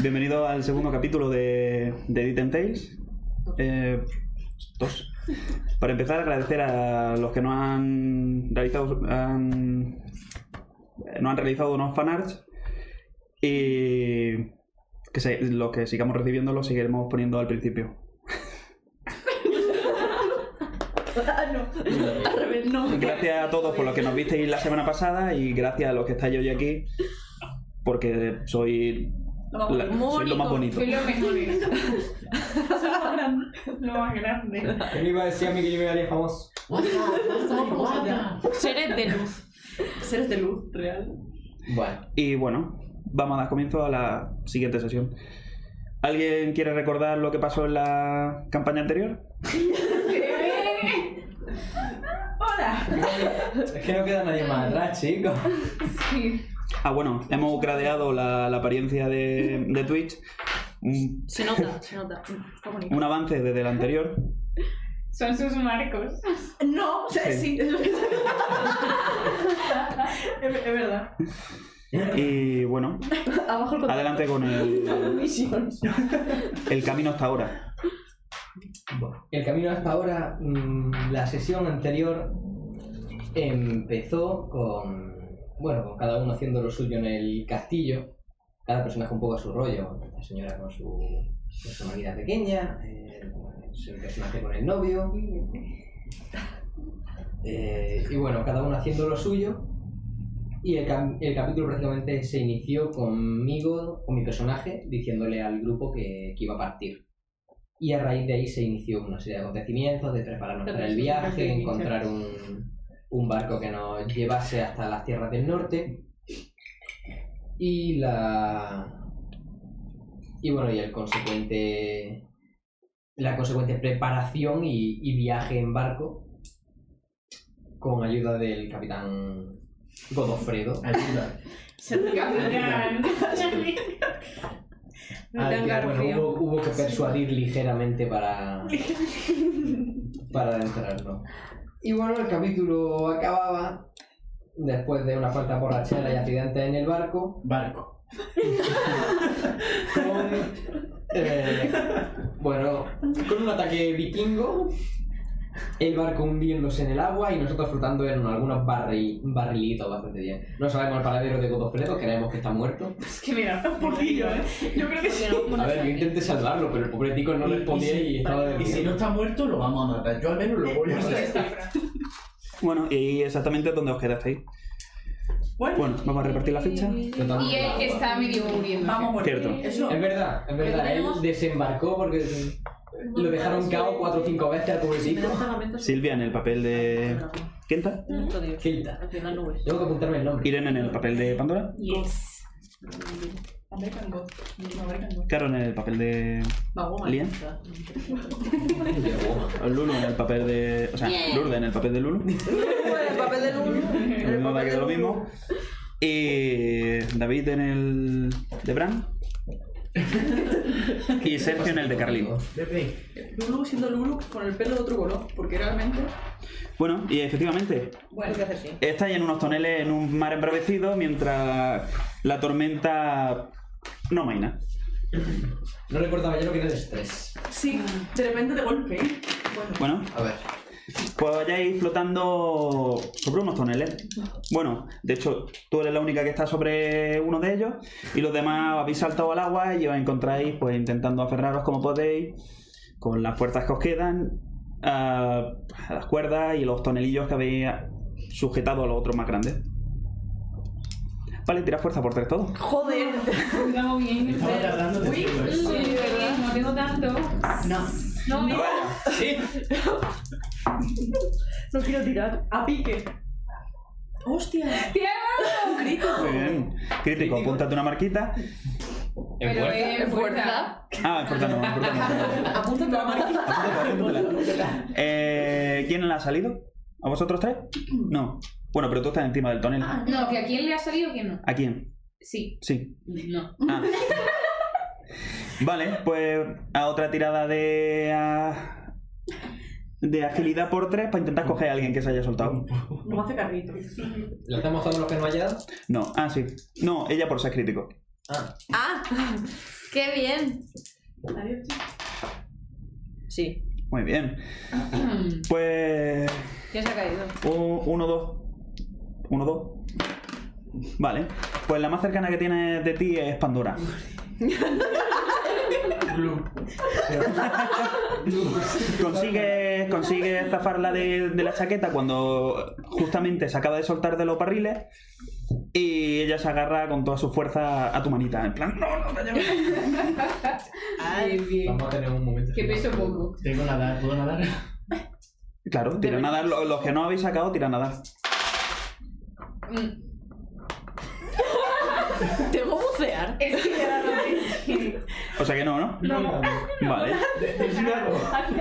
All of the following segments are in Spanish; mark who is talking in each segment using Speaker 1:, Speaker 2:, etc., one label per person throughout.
Speaker 1: bienvenido al segundo capítulo de, de Item Tales. Eh, dos. Para empezar, agradecer a los que no han realizado, han- no han realizado unos fanarts y que se- los que sigamos recibiendo los seguiremos poniendo al principio.
Speaker 2: Ah, no. Al revés, no.
Speaker 1: Gracias a todos por los que nos visteis la semana pasada y gracias a los que estáis hoy aquí porque soy
Speaker 2: Lo más
Speaker 1: la- soy lo más bonito.
Speaker 3: Soy lo mejor. Soy lo más grande. Lo más grande.
Speaker 4: ¿Qué me iba a decir a mí que yo me haría famoso?
Speaker 2: Somos famosos ya.
Speaker 3: Seres de luz.
Speaker 2: Seres de luz, real.
Speaker 4: Bueno.
Speaker 1: Y bueno, vamos a dar comienzo a la siguiente sesión. ¿Alguien quiere recordar lo que pasó en la campaña anterior?
Speaker 3: Hola.
Speaker 4: Es que no queda nadie más atrás, chicos.
Speaker 3: Sí.
Speaker 1: Ah, bueno, hemos gradeado la, la apariencia de, de Twitch. Un,
Speaker 2: Se nota, se nota. Está bonito.
Speaker 1: un avance desde el anterior.
Speaker 3: Son sus marcos.
Speaker 2: No, o sea, sí. es lo que-
Speaker 3: Es es verdad.
Speaker 1: Y bueno,
Speaker 2: Abajo el contacto.
Speaker 1: adelante con el,
Speaker 2: Misión.
Speaker 1: el camino hasta ahora.
Speaker 4: Bueno, el camino hasta ahora, mm, la sesión anterior empezó con. Bueno, con cada uno haciendo lo suyo en el castillo. Cada personaje un poco a su rollo. La señora con su, con su amiga pequeña, eh, el personaje con el novio. Eh, y bueno, cada uno haciendo lo suyo. Y el, cam- el capítulo prácticamente se inició conmigo, con mi personaje, diciéndole al grupo que- que iba a partir. Y a raíz de ahí se inició una serie de acontecimientos, de prepararnos para el viaje, encontrar un, un barco que nos llevase hasta las tierras del norte. Y la. Y bueno, y el consecuente. La consecuente preparación y, y viaje en barco con ayuda del capitán Godofredo.
Speaker 5: Ayuda.
Speaker 3: Ser capitán.
Speaker 4: al que, Ah, bueno, hubo, hubo que persuadir ligeramente para, para adentrarlo. Y bueno, el capítulo acababa después de unas cuantas borracheras y accidentes en el barco
Speaker 5: Barco.
Speaker 4: con, eh, bueno, con un ataque vikingo, el barco hundiéndose en el agua y nosotros flotando en algunos barri- barrilitos bastante bien. No sabemos el paradero de Godofredo, creemos que está muerto.
Speaker 3: Es que mira, un poquillo, ¿eh? Yo creo que sí.
Speaker 4: A ver, yo intenté salvarlo, pero el pobre tico no respondía y, estaba de
Speaker 5: y si no está muerto, lo vamos a matar. Yo al menos lo voy a hacer.
Speaker 1: Bueno, y exactamente dónde os quedasteis.
Speaker 3: Bueno,
Speaker 1: Bueno, vamos a repartir la ficha.
Speaker 4: Flotando
Speaker 3: y
Speaker 4: en el
Speaker 3: él
Speaker 4: agua.
Speaker 3: está medio muriendo.
Speaker 2: Vamos a morir.
Speaker 1: Cierto.
Speaker 2: Eso.
Speaker 4: Es verdad, es verdad. Él
Speaker 2: tenemos-
Speaker 4: desembarcó porque lo dejaron cao cuatro o cinco veces al pobrecito.
Speaker 1: Silvia en el papel de Kenta.
Speaker 4: Kilta.
Speaker 2: Aquí en las nubes.
Speaker 4: Tengo que apuntarme el nombre.
Speaker 1: Irene en el papel de Pandora.
Speaker 3: Yes. American God. American God.
Speaker 1: Caro en el papel de
Speaker 2: Vamos,
Speaker 1: Lian. Lulu en el papel de. O sea, Lourdes en el papel de Lulu.
Speaker 2: El papel de
Speaker 1: Lo mismo me ha quedado lo mismo. Y David en el de Bran. y Sergio en el de Carlino.
Speaker 5: Pepe,
Speaker 2: Lulu siendo Lulu con el pelo de otro color, porque realmente.
Speaker 1: Bueno, y efectivamente,
Speaker 2: Bueno, hay que hacer sí.
Speaker 1: estáis en unos toneles en un mar embravecido mientras la tormenta no maina.
Speaker 4: No recordaba yo lo que era el estrés.
Speaker 2: Sí, de repente de golpe.
Speaker 1: Bueno,
Speaker 4: A ver.
Speaker 1: pues vayáis flotando sobre unos toneles. Bueno, de hecho, tú eres la única que está sobre uno de ellos y los demás habéis saltado al agua y os encontráis pues intentando aferraros como podéis con las fuerzas que os quedan a, a las cuerdas y los tonelillos que habéis sujetado a los otros más grandes. Vale, tira fuerza por tres todos.
Speaker 2: Joder.
Speaker 3: Vamos bien.
Speaker 5: estaba tardando de decirlo eso.
Speaker 3: Sí, ¿verdad? No tengo tanto.
Speaker 5: No.
Speaker 3: No, mira.
Speaker 4: Sí.
Speaker 2: No quiero tirar. A pique. Hostia.
Speaker 3: ¡Tierra!
Speaker 1: Muy bien. Crítico, apúntate una marquita.
Speaker 3: Pero es
Speaker 2: fuerza.
Speaker 3: fuerza.
Speaker 1: Ah, en fuerza no, en fuerza no.
Speaker 2: Apunta la mata.
Speaker 1: Apúntatela, apúntatela. Eh, ¿Quién la ha salido? ¿A vosotros tres? No. Bueno, pero tú estás encima del tonel.
Speaker 3: No, que a quién le ha salido, quién no.
Speaker 1: ¿A quién?
Speaker 3: Sí.
Speaker 1: Sí.
Speaker 3: No.
Speaker 1: Ah. Vale, pues a otra tirada de. ah, de agilidad por tres para intentar coger a alguien que se haya soltado.
Speaker 2: No hace carrito.
Speaker 4: ¿Le hacemos todos los que no haya dado?
Speaker 1: No, ah, sí. No, ella por ser crítico.
Speaker 4: Ah.
Speaker 2: Ah.
Speaker 6: ¡Qué bien!
Speaker 2: Adiós, chicos.
Speaker 6: Sí.
Speaker 1: Muy bien. Pues.
Speaker 6: ¿Quién se ha caído?
Speaker 1: u- Uno, dos. Uno, dos. Vale. Pues la más cercana que tienes de ti es Pandora. Consigues, consigues zafarla de, de la chaqueta cuando justamente se acaba de soltar de los barriles y ella se agarra con toda su fuerza a tu manita. En plan, no, no te lleves.
Speaker 3: Ay, bien.
Speaker 4: Vamos a tener un momento.
Speaker 3: Que peso poco.
Speaker 5: Tengo nadar, ¿puedo nadar?
Speaker 1: Claro, tiran a dar. lo- Los que no habéis sacado, tiran a dar.
Speaker 3: Mm.
Speaker 6: ¿Tengo bucear?
Speaker 3: Es que ya lo veis.
Speaker 1: O sea que no, ¿no?
Speaker 3: No.
Speaker 1: Vale.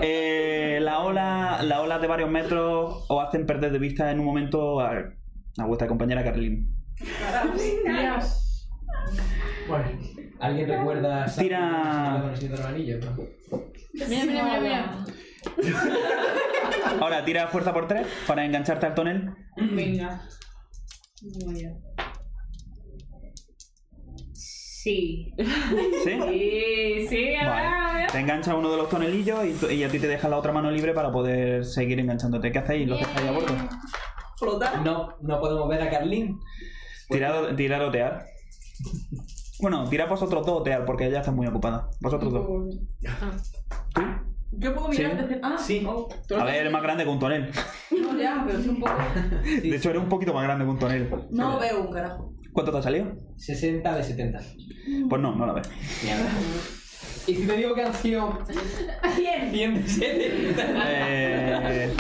Speaker 1: Eh, la ola, la ola de varios metros os hacen perder de vista en un momento a, a vuestra compañera Carlin.
Speaker 3: Dios.
Speaker 5: Bueno,
Speaker 4: ¿Alguien recuerda a
Speaker 1: Tira-
Speaker 4: Sara con el síndrome del anillo?
Speaker 3: Mira, mira, mira, mira.
Speaker 1: Ahora tira fuerza por tres para engancharte al tonel.
Speaker 3: Venga. Voy a- Sí.
Speaker 1: ¿Sí?
Speaker 3: Sí, sí, a ver, a
Speaker 1: Vale.
Speaker 3: ver.
Speaker 1: Te engancha uno de los tonelillos y, tú- y a ti te deja la otra mano libre para poder seguir enganchándote. ¿Qué hacéis los que estáis a bordo?
Speaker 6: Flotar.
Speaker 4: No, no podemos ver a Carlín.
Speaker 1: Tirado, tirar otear. Bueno, tirad vosotros dos otear porque ella está muy ocupada. Vosotros dos. ¿Tú?
Speaker 2: Yo puedo
Speaker 1: Sí.
Speaker 2: mirar desde. Ah,
Speaker 5: sí.
Speaker 2: oh,
Speaker 3: Mm,
Speaker 1: A ver, es más grande que un tonel.
Speaker 2: no, ya, pero sí un poco.
Speaker 1: De hecho, eres un poquito más grande que un tonel.
Speaker 2: No veo un carajo.
Speaker 1: ¿Cuánto te ha salido?
Speaker 4: 60 de 70.
Speaker 1: Pues no, no la ves.
Speaker 4: Mierda. Y si te digo que han sido
Speaker 3: ¿Quién?
Speaker 4: 100 de 70.
Speaker 1: Eh,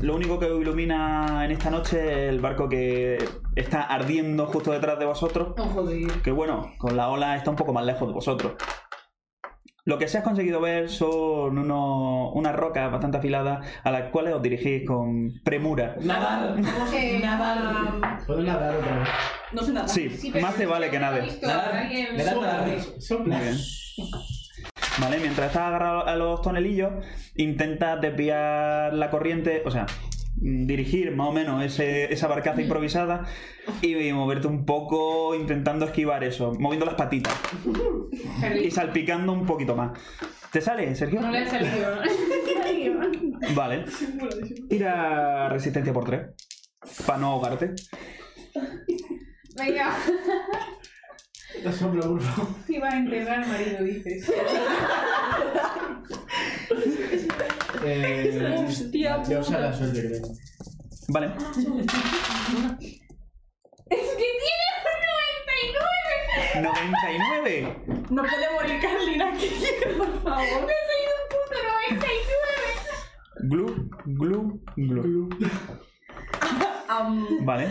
Speaker 1: lo único que ilumina en esta noche es el barco que está ardiendo justo detrás de vosotros.
Speaker 3: No joder.
Speaker 1: Que bueno, con la ola está un poco más lejos de vosotros. Lo que se has conseguido ver son uno- unas rocas bastante afiladas a las cuales os dirigís con premura.
Speaker 4: Nadar.
Speaker 2: No sé nada.
Speaker 5: ¿Puedo nadar otra vez?
Speaker 2: ah, No sé nada.
Speaker 1: Sí, más te vale que nades.
Speaker 4: Nadar. Le das nadar.
Speaker 1: Muy bien. Vale, mientras estás agarrado a los tonelillos, intentas desviar la corriente, o sea, mm, dirigir más o menos ese- esa barcaza
Speaker 3: Mm.
Speaker 1: improvisada y moverte un poco intentando esquivar eso, moviendo las patitas y salpicando un poquito más. ¿Te sale, Sergio?
Speaker 3: No le ha salido.
Speaker 1: Vale. Tira resistencia por 3. Para no ahogarte.
Speaker 3: Venga,
Speaker 5: La sopla, por favor.
Speaker 3: te iba a enterrar, marido, dices.
Speaker 5: Eh,
Speaker 2: Hostia,
Speaker 5: ya usa la suerte, creo.
Speaker 1: Vale.
Speaker 3: Es que tiene un 99.
Speaker 1: 99.
Speaker 2: No puede morir Carlina aquí, por favor.
Speaker 3: Me ha salido un puto 99.
Speaker 1: Glu, glu, glu.
Speaker 2: Am,
Speaker 1: Vale.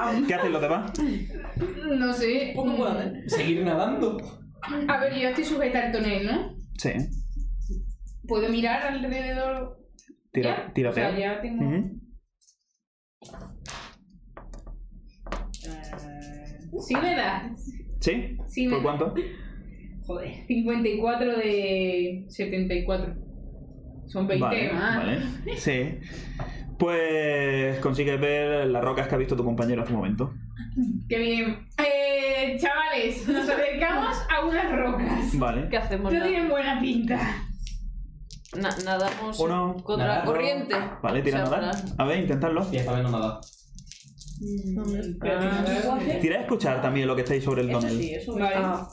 Speaker 2: am.
Speaker 1: ¿Qué hacen los demás?
Speaker 3: No sé.
Speaker 2: Poco puedo hacer.
Speaker 4: Seguir nadando.
Speaker 3: A ver, yo estoy sujeta al tonel, ¿no?
Speaker 1: Sí. ¿eh?
Speaker 3: ¿Puedo mirar alrededor?
Speaker 1: Tira,
Speaker 3: ¿Ya?
Speaker 1: tira,
Speaker 3: O sea, ya tengo...
Speaker 1: Ujú.
Speaker 3: Eh, Sí me da.
Speaker 1: ¿Sí?
Speaker 3: Sí me
Speaker 1: ¿Por cuánto?
Speaker 3: Joder. 54 de 74. Son 20
Speaker 1: Vale,
Speaker 3: más.
Speaker 1: vale. Sí. Pues consigues ver las rocas que ha visto tu compañero hace un momento.
Speaker 3: Qué bien. Eh, chavales, nos acercamos a unas rocas.
Speaker 1: Vale.
Speaker 6: ¿Qué hacemos?
Speaker 3: No
Speaker 6: Na-
Speaker 3: tienen buena pinta.
Speaker 6: na- nadamos
Speaker 1: Uno.
Speaker 6: contra
Speaker 4: Nadar,
Speaker 6: la corriente.
Speaker 1: Vale, tira
Speaker 6: O sea,
Speaker 1: nada. A ver, intentadlo.
Speaker 4: Hostia, esta vez no nadar.
Speaker 1: Tira a escuchar también lo que estáis sobre el
Speaker 2: Eso
Speaker 1: tonel.
Speaker 2: sí, eso
Speaker 3: Vale.
Speaker 6: Ah.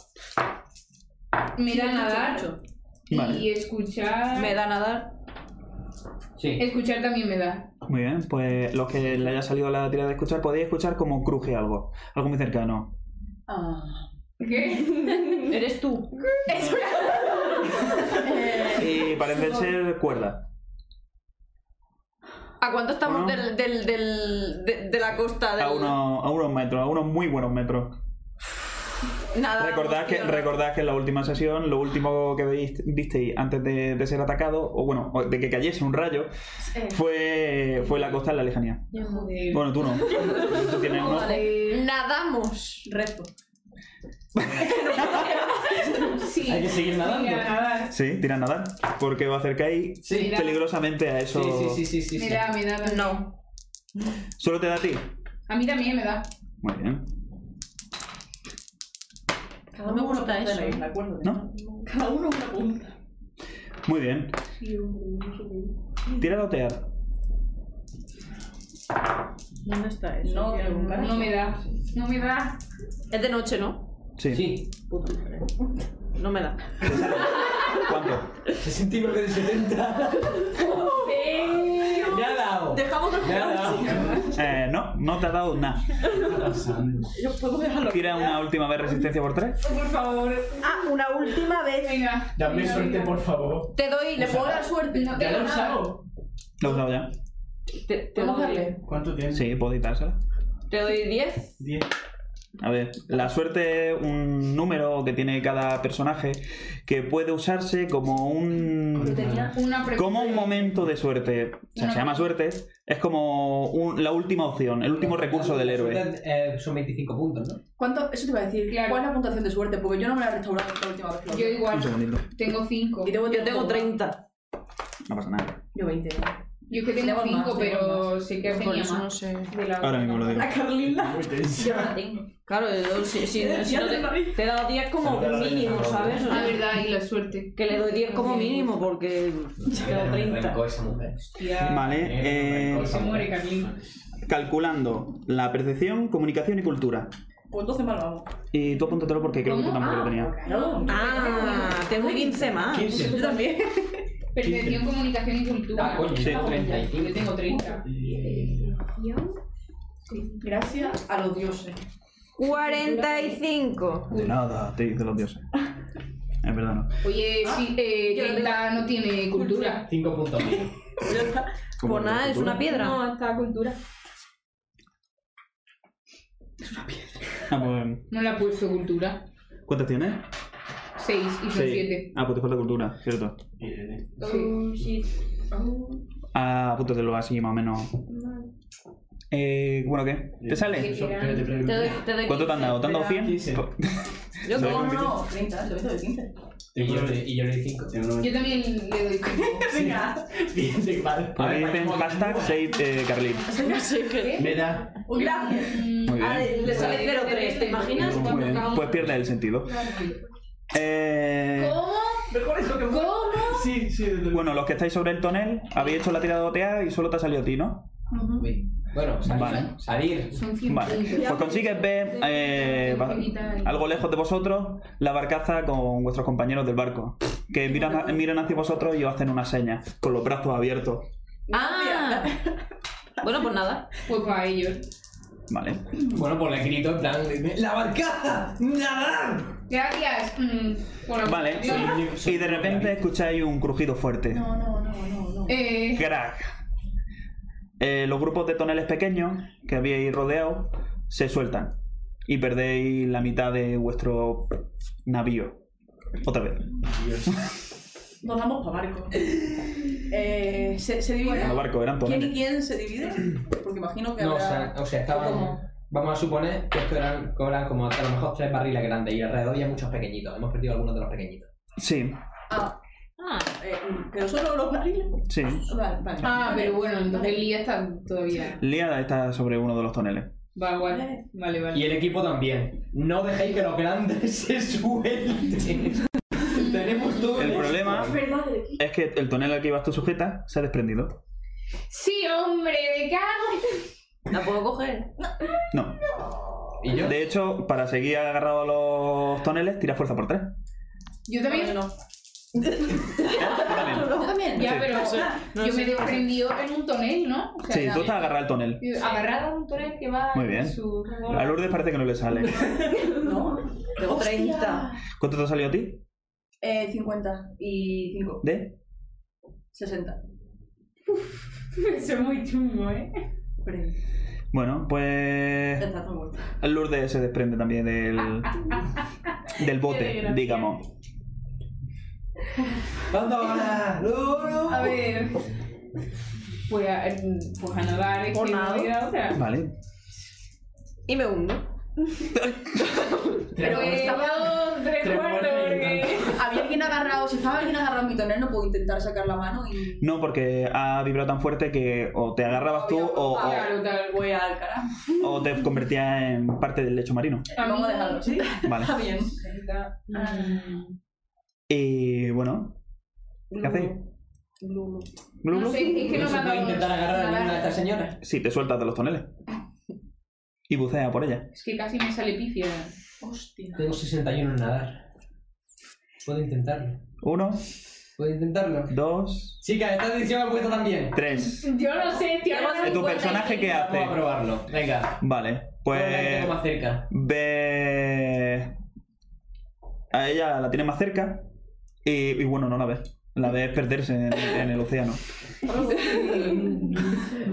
Speaker 3: Me da nadar
Speaker 1: Vale.
Speaker 3: y escuchar.
Speaker 6: ¿Me da nadar?
Speaker 4: Sí.
Speaker 3: Escuchar también me da.
Speaker 1: Muy bien, pues los que le haya salido la tira de escuchar, podéis escuchar como cruje algo. Algo muy cercano.
Speaker 2: Ah.
Speaker 3: ¿Qué?
Speaker 6: ¿Eres tú?
Speaker 1: Y parecen ser cuerdas.
Speaker 6: ¿A cuánto estamos
Speaker 1: Uno.
Speaker 6: del, del, del, de, de la costa? Del...
Speaker 1: A unos, a unos metros, a unos muy buenos metros.
Speaker 6: Nada.
Speaker 1: Recordad que, recordad que en la última sesión, lo último que veis- visteis antes de, de ser atacado, o bueno, o de que cayese un rayo, fue, fue la costa de la lejanía.
Speaker 3: Joder.
Speaker 1: Bueno, tú no. Tú tienes uno.
Speaker 6: Vale. Nadamos.
Speaker 2: Rezo.
Speaker 3: Sí.
Speaker 4: Hay que seguir
Speaker 3: Voy a
Speaker 4: nadando.
Speaker 3: nadar.
Speaker 1: Sí, tira a nadar. Porque os acercáis
Speaker 4: Sí.
Speaker 3: Mira.
Speaker 1: peligrosamente a eso.
Speaker 4: Sí, sí, sí, sí, sí,
Speaker 3: Me
Speaker 4: sí.
Speaker 3: da, me da. también.
Speaker 6: No.
Speaker 1: Solo te da a ti.
Speaker 3: A mí también me da.
Speaker 1: Muy bien.
Speaker 6: No me gusta
Speaker 2: punta de
Speaker 6: eso.
Speaker 2: la isla, acuérdate.
Speaker 1: ¿No?
Speaker 2: Cada uno una punta.
Speaker 1: Muy bien. Tira a otear.
Speaker 2: ¿Dónde está eso?
Speaker 6: No,
Speaker 2: Tiene un
Speaker 3: No
Speaker 2: carajo.
Speaker 3: me da. No me da.
Speaker 6: Es de noche, ¿no?
Speaker 1: Sí.
Speaker 4: Sí,
Speaker 2: Puta madre.
Speaker 6: No me da.
Speaker 1: ¿Cuánto?
Speaker 4: 69 de 70. ¡Ya ha dado!
Speaker 6: Dejamos el
Speaker 4: ¡Ya ha
Speaker 6: juego.
Speaker 4: dado!
Speaker 1: Eh, no, no te ha dado nada.
Speaker 2: Yo puedo dejarlo.
Speaker 1: Tira una última vez resistencia por tres.
Speaker 3: Por favor.
Speaker 7: Ah, una última vez.
Speaker 3: Venga.
Speaker 5: Dame
Speaker 3: Venga,
Speaker 5: suerte,
Speaker 3: venga.
Speaker 5: por favor.
Speaker 6: Te doy, le puedo dar suerte.
Speaker 3: No
Speaker 5: ¿Ya
Speaker 3: tengo
Speaker 5: lo has
Speaker 3: nada.
Speaker 5: usado?
Speaker 1: Lo he usado ya.
Speaker 6: Te, te
Speaker 2: ¿Puedo
Speaker 6: doy,
Speaker 2: darle?
Speaker 5: ¿Cuánto tienes?
Speaker 1: Sí, puedo quitársela.
Speaker 6: te doy 10.
Speaker 5: 10.
Speaker 1: A ver, la suerte es un número que tiene cada personaje que puede usarse como un.
Speaker 5: Tenía
Speaker 3: Una pregunta.
Speaker 1: Como un momento de suerte. O sea, se llama suerte. Es como un- la última opción, el último recurso del héroe.
Speaker 4: Eh, son 25 puntos, ¿no?
Speaker 7: ¿Cuánto? Eso te iba a decir.
Speaker 3: Claro.
Speaker 7: ¿Cuál es la puntuación de suerte? Porque yo no me la he restaurado esta última vez. Claudia.
Speaker 3: Yo igual.
Speaker 1: Un segundito.
Speaker 3: Tengo cinco.
Speaker 7: Y tengo-
Speaker 6: Yo tengo 30.
Speaker 1: No pasa nada.
Speaker 7: Yo 20.
Speaker 3: Yo es que tengo
Speaker 7: Tenemos más,
Speaker 3: cinco,
Speaker 7: tenemos
Speaker 3: pero sí que tenía más.
Speaker 6: sé.
Speaker 3: De la
Speaker 1: Ahora mismo lo digo.
Speaker 7: La Carlina.
Speaker 5: Muy tenso.
Speaker 6: Yo no tengo. Claro, yo doy- si, si- si no te, te he dado 10 como
Speaker 5: Te he dado la
Speaker 6: mínimo,
Speaker 5: misma
Speaker 6: ¿sabes? O
Speaker 3: La
Speaker 6: sea,
Speaker 3: verdad, y la suerte.
Speaker 6: que le doy 10 como mínimo porque tengo 30.
Speaker 4: Arrancó esa mujer.
Speaker 1: Vale, eh,
Speaker 3: Se muere, Carlín.
Speaker 1: calculando la percepción, comunicación y cultura.
Speaker 7: Pues entonces mal vamos.
Speaker 1: Y tú apúntatelo porque creo que tú
Speaker 3: ¿Cómo?
Speaker 1: tampoco lo tenías.
Speaker 3: Ah,
Speaker 7: No.
Speaker 6: Ah, tengo 15 más.
Speaker 5: 15.
Speaker 6: Yo también.
Speaker 3: Percepción, comunicación y cultura.
Speaker 4: Ah, coño,
Speaker 1: Sí.
Speaker 4: tengo 35.
Speaker 3: Yo tengo 30.
Speaker 7: Gracias a los dioses.
Speaker 6: 45.
Speaker 1: De nada, te dicen los dioses. Es verdad, no.
Speaker 6: Pues
Speaker 3: Oye, sí, eh, Keita no tiene cultura.
Speaker 4: 5 puntos menos.
Speaker 1: ¿Cómo
Speaker 6: Pues nada,
Speaker 1: que
Speaker 6: es una piedra.
Speaker 3: está cultura.
Speaker 1: Ah, pues,
Speaker 3: No le ha puesto cultura.
Speaker 1: ¿Cuántas tienes?
Speaker 3: 6 y son
Speaker 1: Seis.
Speaker 3: 7.
Speaker 1: Ah, pues te falta cultura, cierto.
Speaker 5: eh.
Speaker 1: Ah, apúntatelo así más o menos. Eh, bueno, ¿qué? ¿Te sale?
Speaker 5: Eso, espérate, espérate,
Speaker 6: Te doy,
Speaker 5: espérate.
Speaker 6: te doy
Speaker 1: ¿Cuánto te han dado? ¿Te han dado Pues, 100?
Speaker 5: 15.
Speaker 6: Yo
Speaker 1: Soy
Speaker 7: No,
Speaker 6: como.
Speaker 7: no, no, 30, yo veo de 15.
Speaker 4: Y yo le- y yo le di 5.
Speaker 3: Yo también le doy 5.
Speaker 7: Venga.
Speaker 5: Bien, sí, vale.
Speaker 1: Por pues ahí
Speaker 4: Vale,
Speaker 1: dicen
Speaker 4: vale.
Speaker 1: hashtag save eh, Carlín.
Speaker 6: No sé qué.
Speaker 5: Me da.
Speaker 7: Pues Gracias.
Speaker 3: Mm,
Speaker 1: Muy
Speaker 6: Ah,
Speaker 1: bien.
Speaker 6: le sale 0,3. ¿Te imaginas
Speaker 1: Muy
Speaker 6: cuando
Speaker 1: bien.
Speaker 6: acabamos?
Speaker 1: Pues pierde el sentido. Eh,
Speaker 3: ¿Cómo?
Speaker 5: Mejor eso que
Speaker 3: ¿Cómo?
Speaker 5: Sí, sí, desde luego.
Speaker 1: bueno, los que estáis sobre el tonel, habéis hecho la tirada de otear y solo te ha salido a ti, ¿no?
Speaker 4: Bueno, salir.
Speaker 1: Vale.
Speaker 4: Salir.
Speaker 3: Son 100
Speaker 1: Vale. Pues consigues ver eh, va- algo lejos de vosotros la barcaza con vuestros compañeros del barco. Que miran, miran hacia vosotros y os hacen una seña, con los brazos abiertos.
Speaker 6: Ah. Bueno, pues nada.
Speaker 3: Pues para ellos.
Speaker 1: Vale.
Speaker 4: Bueno, por el grito, en plan. ¡La barcaza! ¡Nadar!
Speaker 3: Gracias. mm, por la-
Speaker 1: Vale. Y de repente escucháis un crujido fuerte.
Speaker 7: no, no, no, no.
Speaker 3: Eh,
Speaker 1: Crack. Eh, los grupos de toneles pequeños que habíais rodeado se sueltan y perdéis la mitad de vuestro navío. Otra vez.
Speaker 7: Nos vamos para barco. Eh, ¿se, se divide?
Speaker 1: No barco, eran
Speaker 7: ¿Quién y
Speaker 1: toneles.
Speaker 7: quién se divide? Porque imagino que
Speaker 4: No, o sea,
Speaker 7: habrá...
Speaker 4: o sea, estaban.
Speaker 7: ¿Cómo?
Speaker 4: Vamos a suponer que esto eran, que eran como a lo mejor tres barriles grandes y alrededor había muchos pequeñitos. Hemos perdido algunos de los pequeñitos.
Speaker 1: Sí,
Speaker 7: Ah,
Speaker 6: Ah.
Speaker 7: eh, que nosotros los barriles.
Speaker 1: sí.
Speaker 7: Vale, vale.
Speaker 3: ah, pero bueno, entonces el día está todavía.
Speaker 1: Liada está sobre uno de los toneles.
Speaker 3: Va, vale. Vale, vale.
Speaker 4: Y el equipo también. No dejéis que los grandes se suelten. Tenemos todo.
Speaker 1: El
Speaker 4: esto.
Speaker 1: problema
Speaker 7: Ah,
Speaker 1: es que el tonel al que ibas tú sujeta se ha desprendido.
Speaker 3: Sí, hombre, me cago.
Speaker 6: ¿La puedo coger?
Speaker 1: No.
Speaker 4: ¿Y yo?
Speaker 1: De hecho, para seguir agarrado a los toneles, tira fuerza por tres.
Speaker 3: Yo también.
Speaker 7: no.
Speaker 1: Tú también.
Speaker 7: ¿Tú también?
Speaker 3: Ya,
Speaker 1: Sí.
Speaker 3: pero
Speaker 6: no
Speaker 3: yo
Speaker 6: sé.
Speaker 3: me he desprendido en un tonel, ¿no? O sea,
Speaker 1: Sí, tú estás agarrado al tonel.
Speaker 3: yo- Agarrada a un tonel que va
Speaker 1: Muy bien.
Speaker 3: en su...
Speaker 1: A Lourdes parece que no le sale.
Speaker 7: No.
Speaker 6: Tengo 30.
Speaker 1: ¿Cuánto te ha salido a ti?
Speaker 7: Eh, 50 y 5.
Speaker 1: ¿De?
Speaker 7: 60.
Speaker 3: Eso es muy chungo, ¿eh?
Speaker 7: Pero
Speaker 1: Bueno, pues...
Speaker 7: ya está todo muerto.
Speaker 1: Lourdes se desprende también del, del bote, digamos.
Speaker 4: ¿Cuánto ahora? ¡No, no!
Speaker 3: A ver... Pues a, pues a nadar es
Speaker 6: Por
Speaker 3: que no
Speaker 6: nada.
Speaker 3: queda otra.
Speaker 1: Vale.
Speaker 6: Y me hundo.
Speaker 3: Pero he
Speaker 5: Tres
Speaker 3: dado tres
Speaker 5: Tres
Speaker 3: cuartos
Speaker 5: cuartos y
Speaker 3: porque...
Speaker 7: Había alguien alguien agarrado, si estaba alguien agarrado en mi tonel, no puedo intentar sacar la mano y.
Speaker 1: No, porque ha vibrado tan fuerte que o te agarrabas tú o, o-
Speaker 3: Claro, tal.
Speaker 7: Ah, Voy al carajo.
Speaker 1: o te convertías en parte del lecho marino.
Speaker 3: A mí
Speaker 7: Vamos a dejarlo así.
Speaker 1: Vale.
Speaker 7: Está bien.
Speaker 6: Ah.
Speaker 3: Mm.
Speaker 1: Y bueno, ¿qué hacéis?
Speaker 7: Lulu.
Speaker 1: ¿Glu,
Speaker 3: No
Speaker 1: glu?
Speaker 3: sé, es que no me
Speaker 4: ¿No
Speaker 3: ha
Speaker 4: se puede
Speaker 3: dado-
Speaker 4: intentar agarrar a ninguna de estas señoras?
Speaker 1: Sí, te sueltas de los toneles. Y bucea por ella.
Speaker 3: Es que casi me sale pifia.
Speaker 7: Hostia.
Speaker 4: Tengo 61 en nadar. Puedo intentarlo.
Speaker 1: Uno,
Speaker 4: Puedo intentarlo.
Speaker 1: dos,
Speaker 4: Chicas, esta decisión la he puesto también.
Speaker 1: tres.
Speaker 3: Yo no sé, tío. ahora
Speaker 1: ¿Tu
Speaker 3: me
Speaker 1: personaje qué hace?
Speaker 4: Vamos a probarlo. Venga.
Speaker 1: Vale,
Speaker 4: Ahora la
Speaker 1: pues
Speaker 4: tengo más cerca.
Speaker 1: ve... A ella la tiene más cerca y, y bueno, no la ves. La ves perderse en, en el océano.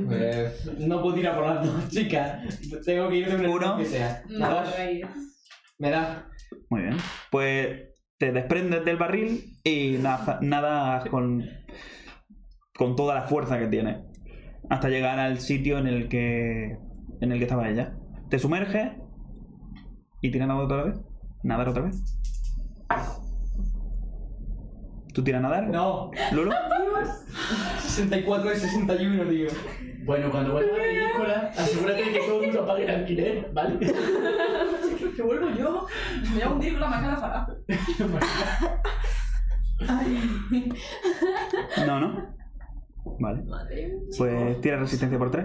Speaker 4: Pues, no puedo tirar por las dos, chicas. Tengo que ir de un
Speaker 1: Uno.
Speaker 4: lado que sea.
Speaker 3: No,
Speaker 4: Nada,
Speaker 3: ahí.
Speaker 4: Me da.
Speaker 1: Muy bien. Pues te desprendes del barril y naza- nadas con, con toda la fuerza que tienes. Hasta llegar al sitio en el que. en el que estaba ella. Te sumerges y tiras nadar otra vez. Nadar otra vez. ¿Tú tiras nadar?
Speaker 4: No.
Speaker 1: ¿Lulu?
Speaker 4: 64 de 61, tío.
Speaker 5: Bueno, cuando vuelvas a la película, asegúrate de que todo el mundo pague el alquiler, ¿vale?
Speaker 7: Que vuelvo yo. Me voy a hundir con la manga de Farah.
Speaker 1: No, no. Vale. Pues tira resistencia por 3.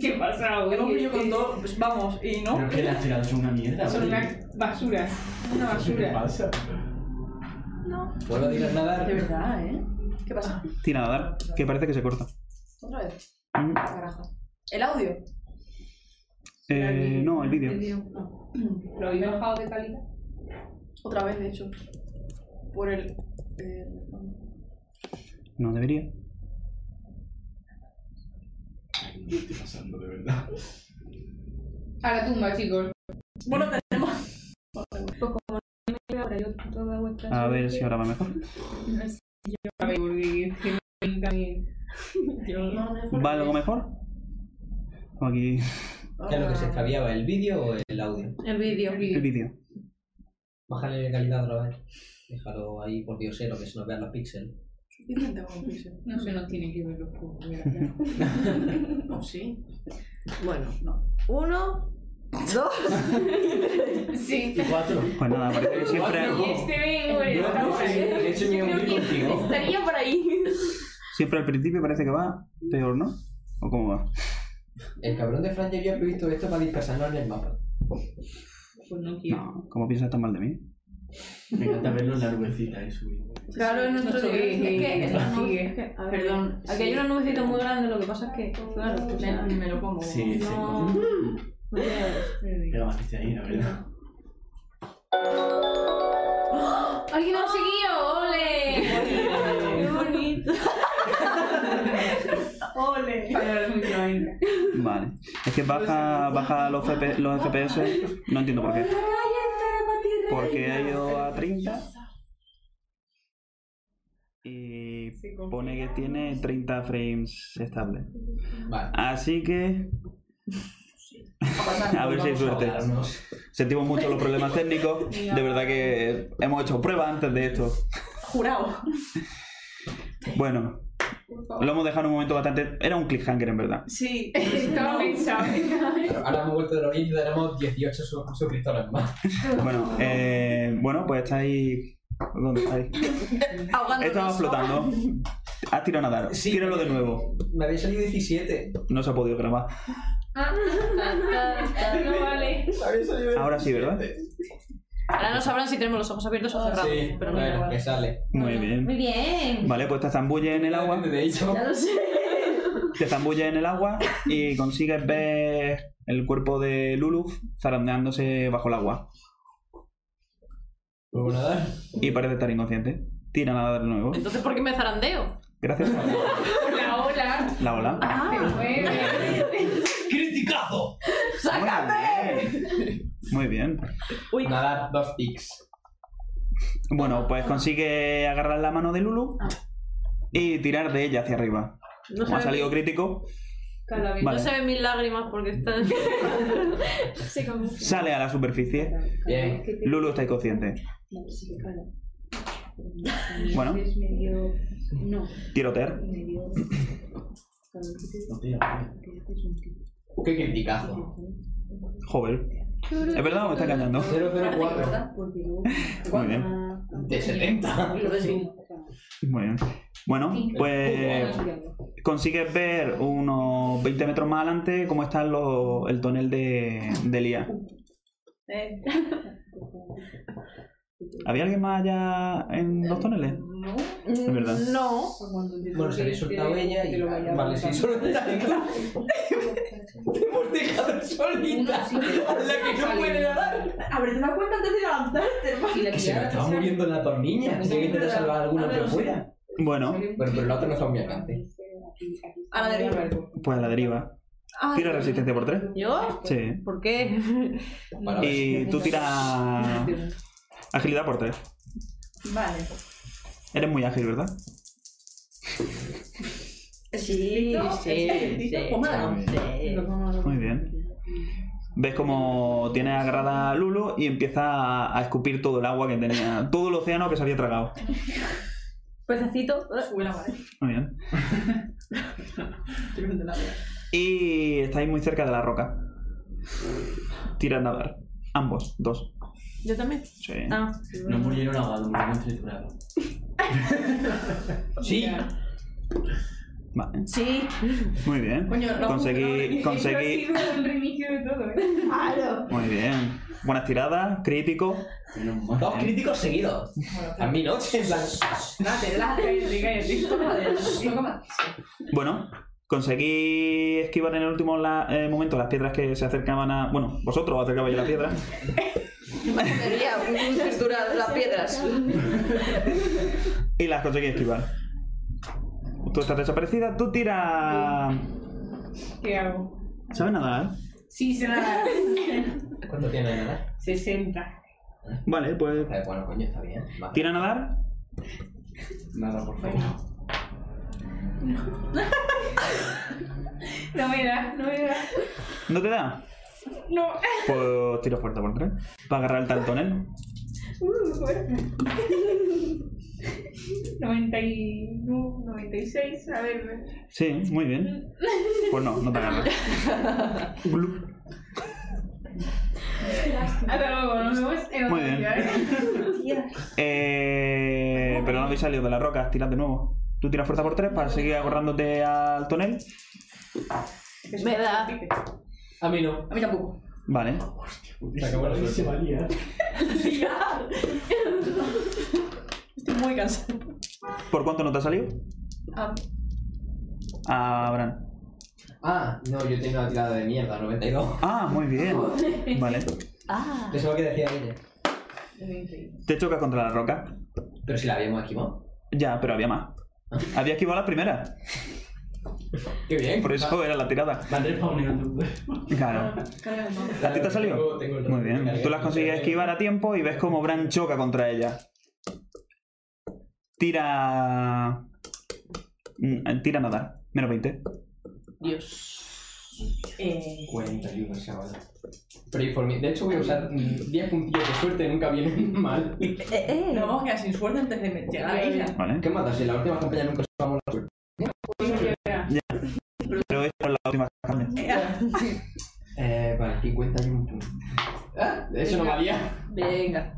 Speaker 3: ¿Qué pasa,
Speaker 7: Hemos
Speaker 3: hoy?
Speaker 7: venido con dos. pues, Vamos, y no.
Speaker 5: Pero que las tiradas son una mierda.
Speaker 3: Son
Speaker 5: oye.
Speaker 3: una basura. Una
Speaker 5: ¿Qué
Speaker 3: basura.
Speaker 5: pasa?
Speaker 4: Vuelvo a tirar
Speaker 7: De
Speaker 4: nadar.
Speaker 7: verdad, ¿eh? ¿Qué pasa?
Speaker 1: Tira nadar, que parece que se corta.
Speaker 7: Otra vez. Ah,
Speaker 1: Mm,
Speaker 7: Carajo. ¿El audio?
Speaker 1: eh, no, el vídeo.
Speaker 3: Lo habéis bajado de calidad.
Speaker 7: Otra vez, de hecho. Por el. eh,
Speaker 1: No debería.
Speaker 5: ¿Qué estoy pasando, de verdad?
Speaker 3: A la tumba, chicos.
Speaker 7: Bueno, tenemos.
Speaker 1: A ver si ahora va mejor.
Speaker 3: A ver, porque es que me también.
Speaker 1: ¿Va algo mejor? O Aquí
Speaker 3: Oh.
Speaker 4: ¿Qué es lo que se extraviaba? ¿El vídeo o el audio?
Speaker 6: El vídeo.
Speaker 1: el vídeo.
Speaker 4: Bájale de calidad otra vez. Déjalo ahí por diosero que se nos vean los píxeles.
Speaker 7: Suficiente con Pixel.
Speaker 3: No se nos tiene que ver los cubos. ¿verdad?
Speaker 7: No, sí.
Speaker 6: Bueno,
Speaker 7: No.
Speaker 6: uno, dos.
Speaker 3: Sí.
Speaker 5: ¿Y cuatro?
Speaker 1: Pues nada, parece que siempre,
Speaker 3: Y este vengo,
Speaker 4: Yo
Speaker 3: esta
Speaker 4: no sé,
Speaker 3: mujer.
Speaker 4: de hecho
Speaker 6: Yo
Speaker 4: me
Speaker 6: creo
Speaker 4: hundí
Speaker 6: que
Speaker 4: contigo.
Speaker 6: estaría por ahí.
Speaker 1: siempre al principio parece que va peor, ¿no? ¿O cómo va?
Speaker 4: El cabrón de Fran ya había previsto esto para dispersarnos en el mapa.
Speaker 3: Pues no quiero.
Speaker 1: No, ¿cómo piensas tan mal de mí?
Speaker 5: Me encanta verlo en la nubecita y subir.
Speaker 6: Claro, es nuestro
Speaker 3: Sí,
Speaker 6: deber.
Speaker 3: sí,
Speaker 6: Es que es
Speaker 3: sí.
Speaker 6: una nube- es que- a ver,
Speaker 7: Perdón,
Speaker 6: Aquí hay
Speaker 7: sí.
Speaker 6: una nubecita muy grande, lo que pasa es que. Claro, o sea,
Speaker 7: Me, me lo
Speaker 2: Oh,
Speaker 7: como.
Speaker 5: Sí, sí.
Speaker 6: No. no puedes.
Speaker 5: Pero bastante ahí, la verdad.
Speaker 3: ¡Alguien nos ha seguido! ¡Ole!
Speaker 6: Qué bonito.
Speaker 7: ¡Ole!
Speaker 3: Para los microondas.
Speaker 1: Vale. Es que baja, baja los, FP los FPS. No entiendo por qué. Porque ha ido a 30. Y pone que tiene 30 frames estables.
Speaker 4: Vale.
Speaker 1: Así que A ver si hay
Speaker 4: Vamos
Speaker 1: suerte.
Speaker 4: ahogarnos.
Speaker 1: sentimos mucho los problemas técnicos. De verdad que hemos hecho pruebas antes de esto.
Speaker 7: Jurado.
Speaker 1: Bueno, lo hemos dejado en un momento bastante. Era un cliffhanger en verdad.
Speaker 7: Sí.
Speaker 3: Estaba pensando.
Speaker 4: Claro, Ahora hemos vuelto de la orilla y tenemos 18 su- suscriptores más.
Speaker 1: Bueno, eh, bueno, pues estáis. ¿Dónde estáis?
Speaker 7: Ahogándonos.
Speaker 1: Estaba flotando. Has tirado a nadar.
Speaker 4: Sí.
Speaker 1: Tíralo de nuevo.
Speaker 4: Me había salido 17.
Speaker 1: No se ha podido grabar.
Speaker 3: Ah, No vale.
Speaker 1: Ahora sí, ¿verdad?
Speaker 6: Ahora no sabrán si tenemos los ojos abiertos o cerrados.
Speaker 4: Sí, pero
Speaker 6: pero no,
Speaker 4: bueno, me sale.
Speaker 1: Muy bien.
Speaker 6: Muy bien.
Speaker 1: Vale, pues te zambulles en el agua.
Speaker 4: De hecho,
Speaker 6: Ya lo sé.
Speaker 1: Te zambulles en el agua y consigues ver el cuerpo de Luluf zarandeándose bajo el agua.
Speaker 4: ¿puedo nadar?
Speaker 1: Y parece estar inconsciente. Tira a nadar de nuevo.
Speaker 6: Entonces, ¿por qué me zarandeo?
Speaker 1: Gracias.
Speaker 3: La ola.
Speaker 1: La ola.
Speaker 3: Se mueve.
Speaker 5: ¡Criticazo!
Speaker 1: ¡Sácame! Muy bien.
Speaker 4: Nadar dos tics.
Speaker 1: Bueno, pues consigue agarrar la mano de Lulu y tirar de ella hacia arriba.
Speaker 6: No
Speaker 1: Como ha
Speaker 6: se,
Speaker 1: salido
Speaker 6: ven,
Speaker 1: crítico,
Speaker 6: no
Speaker 1: Vale.
Speaker 6: se ven mis lágrimas porque están. Se camuflan.
Speaker 1: sale a la superficie.
Speaker 4: Bien.
Speaker 1: Lulu está inconsciente. Bueno.
Speaker 8: Es medio. No,
Speaker 1: Tirotear.
Speaker 8: medio.
Speaker 5: No, tío.
Speaker 4: ¿O qué criticazo?
Speaker 1: Joder. ¿Es verdad o me está engañando?
Speaker 4: 004. pues,
Speaker 1: Muy bien.
Speaker 4: De 70.
Speaker 1: Muy bien. Bueno, pues consigues ver unos 20 metros más adelante cómo está lo- el tonel de, de Lía. ¿Había alguien más allá en los toneles?
Speaker 7: No.
Speaker 1: Es verdad.
Speaker 7: No.
Speaker 4: Bueno, se había soltado ella y. Vale, sí, solo el talento. Te hemos dejado solita. A la que no puede nadar.
Speaker 7: Habré dado cuenta antes de lanzarte, hermano.
Speaker 6: Y la
Speaker 4: Que se me
Speaker 6: tirada,
Speaker 4: estaba
Speaker 6: o sea,
Speaker 4: muriendo la torniña. Tengo que intentar salvar a alguno
Speaker 7: A ver,
Speaker 4: pero
Speaker 7: sí.
Speaker 4: fuera.
Speaker 1: Bueno,
Speaker 4: Bueno, pero la otra no está muy alcance.
Speaker 7: A la deriva.
Speaker 1: pues a la deriva.
Speaker 7: Ah,
Speaker 2: Ah.
Speaker 1: Tira resistencia por 3.
Speaker 6: ¿Yo?
Speaker 1: Sí.
Speaker 6: ¿Por qué?
Speaker 4: Para ver.
Speaker 1: Y tú tiras agilidad por 3.
Speaker 7: Vale.
Speaker 1: Eres muy ágil, ¿verdad?
Speaker 6: Sí, sí, sí.
Speaker 1: Muy bien. Ves como tiene agarrada a Lulu y empieza a- a escupir todo el agua que tenía, todo el océano que se había tragado.
Speaker 6: Pececito.
Speaker 7: Sube la pared.
Speaker 1: Muy bien. Y estáis muy cerca de la roca. Tira a nadar. Ambos, dos.
Speaker 6: Yo también.
Speaker 1: Sí.
Speaker 6: Ah,
Speaker 5: No murieron ahogados, murieron triturados.
Speaker 4: Sí.
Speaker 1: Vale.
Speaker 6: sí.
Speaker 1: Muy bien.
Speaker 7: Coño, no,
Speaker 1: conseguí, conseguí.
Speaker 3: Yo ha sido un reinicio de todo, ¿eh?
Speaker 1: Muy bien. Buenas tiradas, crítico.
Speaker 5: Menos
Speaker 4: Dos
Speaker 5: mal.
Speaker 4: críticos seguidos. A mí no. En plan,
Speaker 7: Date, date. Cállate. No comas.
Speaker 1: Bueno, conseguí esquivar en el último la- eh, momento las piedras que se acercaban a. Bueno, vosotros os acercabais a las piedras.
Speaker 6: Sería un triturado, las piedras.
Speaker 1: Y las conseguí esquivar. Tú estás desaparecida, tú tira.
Speaker 3: ¿Qué hago?
Speaker 1: ¿Sabes nadar?
Speaker 3: Sí, se nada.
Speaker 4: ¿Cuánto tiene de nada?
Speaker 3: 60.
Speaker 1: Vale, pues.
Speaker 4: Eh, Bueno, coño, está bien. Vale.
Speaker 1: Tira a nadar.
Speaker 4: Nada, por favor.
Speaker 3: No me da, no me da.
Speaker 1: ¿No te da?
Speaker 3: No.
Speaker 1: Pues tiro fuerte por tres. Para agarrar el tantonel.
Speaker 3: 91, 96, a ver.
Speaker 1: Sí, muy bien. Pues no, no te agarras. Glup.
Speaker 3: Hasta luego, Ah, nos vemos en
Speaker 1: Muy
Speaker 3: otro
Speaker 1: bien.
Speaker 3: día, ¿eh?
Speaker 1: Eh, pero no habéis salido de las rocas, tirad de nuevo. Tú tiras fuerza por tres para seguir agarrándote al tonel.
Speaker 6: Me da.
Speaker 4: A mí no.
Speaker 7: A mí tampoco.
Speaker 1: Vale.
Speaker 5: Se acabó la suerte. Se valía.
Speaker 7: Estoy muy cansada.
Speaker 1: ¿Por cuánto no te ha salido?
Speaker 7: Ah,
Speaker 1: A Bran.
Speaker 4: Ah, no, yo tengo una tirada de mierda, 92.
Speaker 1: Ah, muy bien. Vale.
Speaker 6: Ah.
Speaker 4: Eso es lo que decía ella.
Speaker 1: Te chocas contra la roca.
Speaker 4: Pero si la habíamos esquivado.
Speaker 1: Ya, pero había más. Había esquivado las primeras.
Speaker 4: Qué bien.
Speaker 1: Por eso era la tirada.
Speaker 5: Van respawnando.
Speaker 1: Claro.
Speaker 7: carga la mano.
Speaker 1: ¿A ti te ha salido? Muy bien. Tú las consigues esquivar a tiempo y ves como Bran choca contra ella. Tira. Mm, Tira a nadar. Menos 20.
Speaker 7: Eh,
Speaker 4: 41 se ahora. Pray for me. De hecho, voy a usar mm, 10 puntillos de suerte, nunca vienen mal. ¿Qué
Speaker 6: Eh,
Speaker 7: Nos vamos a quedar sin suerte antes de llegar a la isla.
Speaker 1: Vale.
Speaker 4: matas? Si en la última campaña nunca usamos la suerte.
Speaker 3: ¿eh?
Speaker 1: Pero esto es la última campaña.
Speaker 4: Eh, vale, 51 puntos. Ah, eso no valía.
Speaker 6: Venga.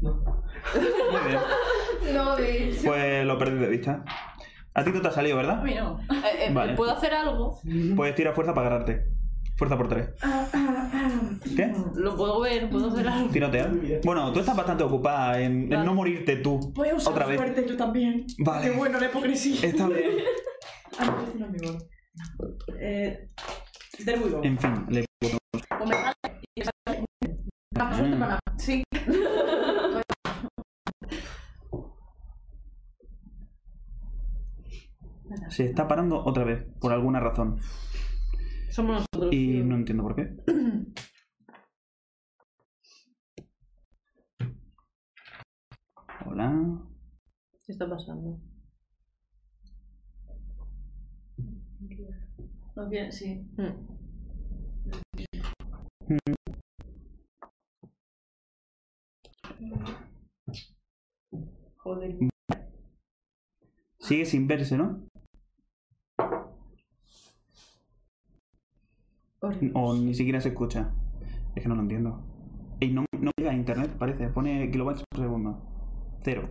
Speaker 1: Muy bien.
Speaker 3: No, de hecho.
Speaker 1: Pues lo perdí de vista. A ti no te ha salido,
Speaker 7: A
Speaker 1: ¿verdad?
Speaker 7: mí no.
Speaker 6: Eh, eh,
Speaker 1: Vale.
Speaker 6: ¿Puedo hacer algo?
Speaker 1: Pues tira fuerza para agarrarte. Fuerza por 3. ¿Qué?
Speaker 6: Lo puedo ver, puedo hacer algo.
Speaker 1: Tirotear. Bueno, tú estás bastante ocupada en, en
Speaker 6: Vale.
Speaker 1: no morirte tú.
Speaker 7: Voy a usar
Speaker 1: Otra vez.
Speaker 7: suerte yo también. Qué
Speaker 1: Vale.
Speaker 7: bueno la hipocresía.
Speaker 1: Está bien.
Speaker 7: Ah, no, este no es mi bol. Eh, del huevo.
Speaker 1: En fin, le
Speaker 7: O me sale y me sale. Ah, pues
Speaker 1: Mm.
Speaker 7: suerte para- Sí.
Speaker 1: Se está parando otra vez, por alguna razón.
Speaker 6: Somos nosotros.
Speaker 1: Y no entiendo por qué. Hola.
Speaker 6: ¿Qué está pasando?
Speaker 7: Más bien, sí.
Speaker 1: Sigue sin verse, ¿no? O ni siquiera se escucha. Es que no lo entiendo. Y no, no llega a internet, parece. Pone kilovatios por segundo. Cero.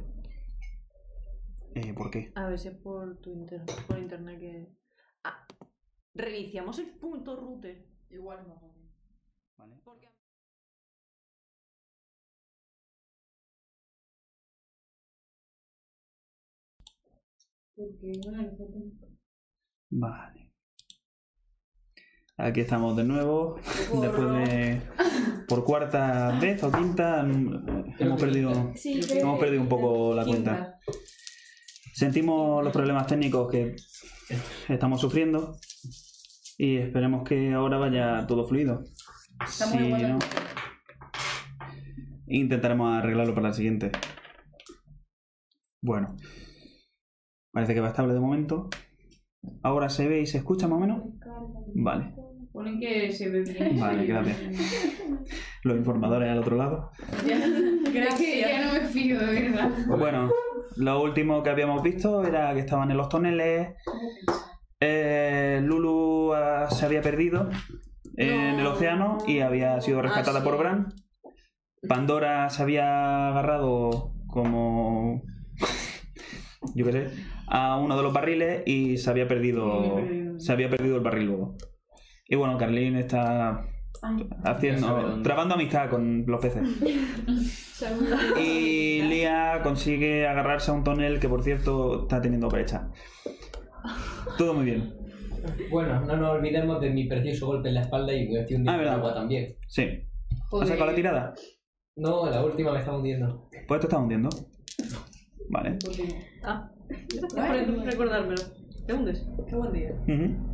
Speaker 1: Eh, ¿Por qué?
Speaker 7: A ver si es por tu inter- por internet que. Ah, reiniciamos el punto router. Igual no.
Speaker 1: Vale.
Speaker 7: Porque
Speaker 1: Vale. Aquí estamos de nuevo. Después de. Por cuarta vez o quinta. mm, Hemos perdido.
Speaker 8: Sí,
Speaker 1: Hemos perdido un poco la cuenta. Sentimos los problemas técnicos que estamos sufriendo. Y esperemos que ahora vaya todo fluido.
Speaker 7: Estamos
Speaker 1: Si
Speaker 7: igual de-
Speaker 1: no, intentaremos arreglarlo para la siguiente. Bueno. Parece que va estable de momento. Ahora se ve y se escucha más o menos. Vale.
Speaker 3: Ponen que se ve bien.
Speaker 1: Vale, gracias. Los informadores al otro lado.
Speaker 3: Creo que ya no me fío, de verdad.
Speaker 1: Pues Bueno, lo último que habíamos visto era que estaban en los toneles. Eh, Lulu ah, se había perdido en el océano y había sido rescatada
Speaker 6: Ah, sí.
Speaker 1: por Bran. Pandora se había agarrado como. Yo qué sé. A uno de los barriles y se había perdido. Se había perdido el barril luego. Y bueno, Carlín está
Speaker 4: Ya sabe
Speaker 1: haciendo.
Speaker 4: dónde.
Speaker 1: trabando amistad con los peces. Y Lía consigue agarrarse a un tonel que, por cierto, está teniendo brecha. Todo muy bien.
Speaker 4: Bueno, no nos olvidemos de mi precioso golpe en la espalda y voy a hacer un
Speaker 1: Ah,
Speaker 4: disparo
Speaker 1: verdad.
Speaker 4: agua también.
Speaker 1: Sí. ¿Has sacado la tirada?
Speaker 4: No, la última me está hundiendo.
Speaker 1: Pues te estás hundiendo. Vale.
Speaker 7: Gracias por recordármelo. ¿Te hundes? Qué buen día.
Speaker 1: Ujú.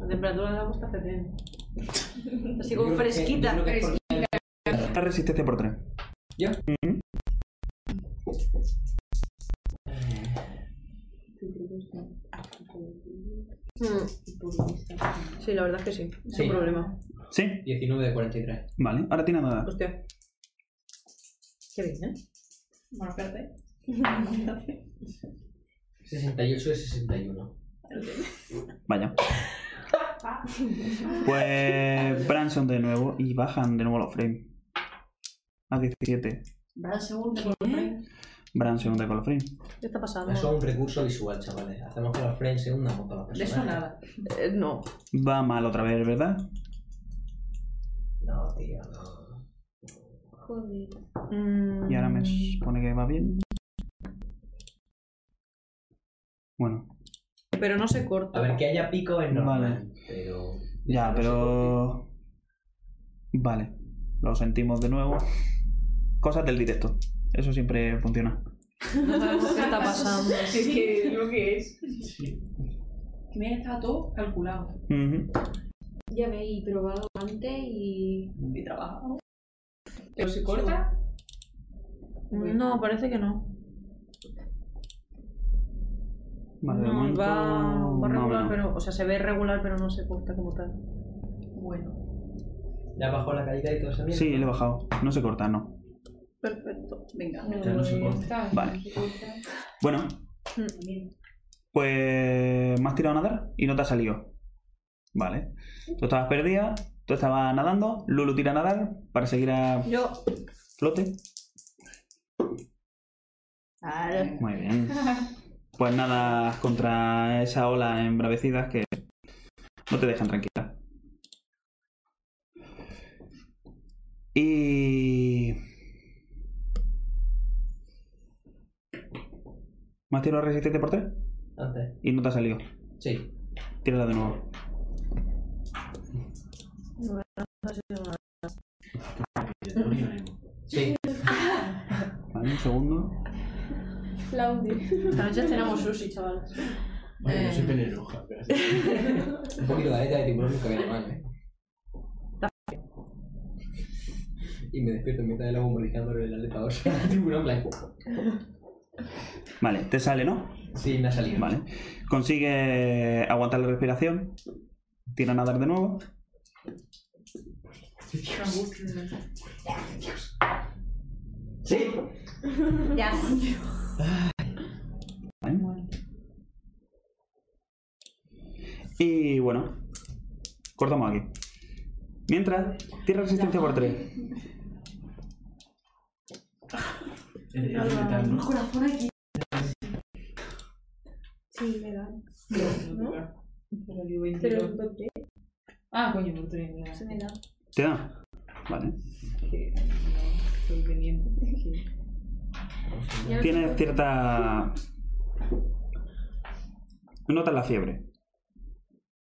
Speaker 7: La temperatura de la costa que tiene. Así
Speaker 4: Yo
Speaker 7: como
Speaker 4: creo que-
Speaker 7: fresquita.
Speaker 4: yo creo que es por-
Speaker 1: La resistencia este por 3.
Speaker 4: ¿Ya?
Speaker 1: Ujú.
Speaker 7: Mm. Sí, la verdad es que sí.
Speaker 4: Sí.
Speaker 7: Sin problema.
Speaker 1: Sí.
Speaker 4: 19 de 43.
Speaker 1: Vale. Ahora tiene nada.
Speaker 7: Hostia. Qué bien, ¿eh?
Speaker 2: Bueno, espérate.
Speaker 4: 68 de 61.
Speaker 1: Vaya. Pues Branson de nuevo y bajan de nuevo los frames. A 17.
Speaker 7: Brad segundo.
Speaker 1: Branson de los frames.
Speaker 7: ¿Qué está pasando?
Speaker 4: Eso es un recurso visual, chavales. Hacemos que los frames se hundan con todas las
Speaker 2: De
Speaker 4: personas.
Speaker 2: eso nada.
Speaker 7: Eh, no.
Speaker 1: Va mal otra vez, ¿verdad?
Speaker 4: No, tío, no.
Speaker 8: Joder.
Speaker 7: Mm.
Speaker 1: Y ahora me pone que va bien. Bueno,
Speaker 7: Mm, Pero no se corta.
Speaker 4: A ver, que haya pico es normal, pero...
Speaker 1: ya,
Speaker 4: no sé por
Speaker 1: pero. Vale, lo sentimos de nuevo. Cosas del directo. Eso siempre funciona.
Speaker 7: No sabemos qué está pasando.
Speaker 2: Es que lo que es.
Speaker 5: Sí.
Speaker 2: Que me estaba todo calculado.
Speaker 1: Ujú.
Speaker 8: Ya me he probado antes y.
Speaker 2: Mi trabajo. Pero se corta.
Speaker 7: No, parece que no.
Speaker 1: Vale, de
Speaker 7: No,
Speaker 1: momento,
Speaker 7: va, va
Speaker 1: más o
Speaker 7: regular,
Speaker 1: menos.
Speaker 7: pero. O sea, se ve regular, pero no se corta como tal.
Speaker 2: Bueno.
Speaker 4: qué. ¿Le has bajado la calidad y todo eso?
Speaker 1: Sí, le he bajado. No se corta, no.
Speaker 2: Perfecto. Venga.
Speaker 4: Entonces no se corta.
Speaker 1: Vale. Bueno, pues. ¿Me has tirado a nadar? Y no te ha salido. Vale. Tú estabas perdida, tú estabas nadando. Lulu tira a nadar para seguir a
Speaker 7: Yo.
Speaker 1: flote.
Speaker 6: Claro.
Speaker 1: Muy bien. Pues nada contra esa ola embravecidas que no te dejan tranquila. Y. ¿Me has tirado resistente por 3?
Speaker 4: Antes.
Speaker 1: Y no te ha salido.
Speaker 4: Sí.
Speaker 1: Tírala de nuevo.
Speaker 4: Sí.
Speaker 1: Vale, un segundo.
Speaker 8: Claudio.
Speaker 7: Esta noche cenamos sushi, chaval.
Speaker 5: Bueno, yo soy pelirroja, gracias.
Speaker 4: Un poquito de aleta de tiburón nunca viene mal, ¿eh? Y me despierto en mitad del agua mordiscándole la aleta dorsal al tiburón blanco.
Speaker 1: Vale, te sale, ¿no?
Speaker 4: Sí, me ha salido.
Speaker 1: Vale. Consigue aguantar la respiración. Tira a nadar de nuevo.
Speaker 4: Sí.
Speaker 6: Ya.
Speaker 1: Vale. Y bueno, cortamos aquí. Mientras, tierra resistencia por 3.
Speaker 5: Era militar, ¿no?
Speaker 2: corazón aquí.
Speaker 8: Sí, me dan.
Speaker 2: Pero digo,
Speaker 8: Pero
Speaker 2: 22.
Speaker 8: ¿por qué?
Speaker 2: Ah, coño, por tres, me da.
Speaker 8: Se me da.
Speaker 1: ¿Te da? Vale.
Speaker 2: Que no, Estoy pendiente. Sí.
Speaker 1: Tienes cierta. Notas la fiebre.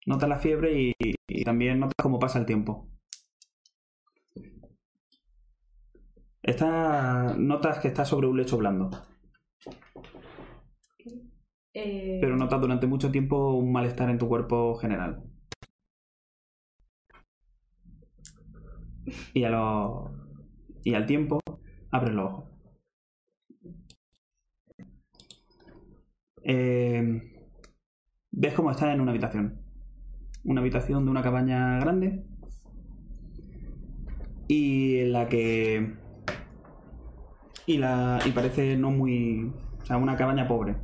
Speaker 1: Notas la fiebre y, y también notas cómo pasa el tiempo. Está, notas que estás sobre un lecho blando,
Speaker 8: Eh,
Speaker 1: pero notas durante mucho tiempo un malestar en tu cuerpo general. Y, a lo, y al tiempo, abres los ojos. Eh, ves cómo estás en una habitación. Una habitación de una cabaña grande. Y en la que. Y, la, y parece no muy. O sea, una cabaña pobre.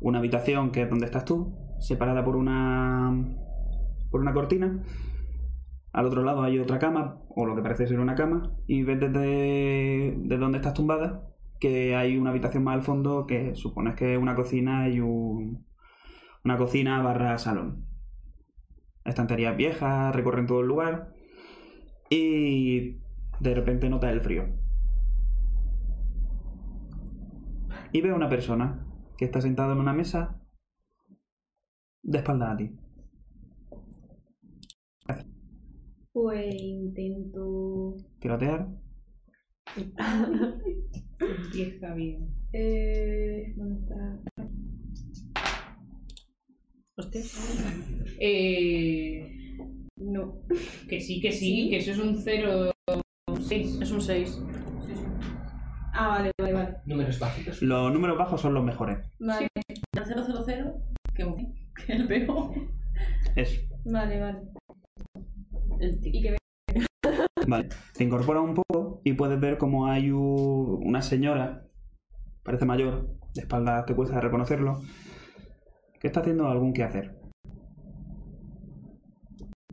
Speaker 1: Una habitación que es donde estás tú, separada por una. por una cortina. Al otro lado hay otra cama, o lo que parece ser una cama, y ves desde, desde donde estás tumbada que hay una habitación más al fondo que supones que es una cocina y un, una cocina barra salón. Estanterías viejas recorren todo el lugar y de repente notas el frío. Y ve a una persona que está sentada en una mesa de espaldas a ti.
Speaker 8: pues intento.
Speaker 1: Tirotear.
Speaker 2: Empieza bien.
Speaker 8: Eh, ¿Dónde está?
Speaker 3: Eh,
Speaker 8: No.
Speaker 3: que sí, que sí, que eso es un 0. 6.
Speaker 6: Es un 6.
Speaker 8: Ah, vale, vale, vale.
Speaker 4: Números bajitos.
Speaker 1: Los números bajos son los mejores.
Speaker 8: Vale,
Speaker 2: El 000, que que el peor.
Speaker 1: Eso.
Speaker 8: vale, vale.
Speaker 1: Vale, te incorporas un poco y puedes ver como hay u- una señora, parece mayor, de espaldas te cuesta reconocerlo, que está haciendo algún quehacer.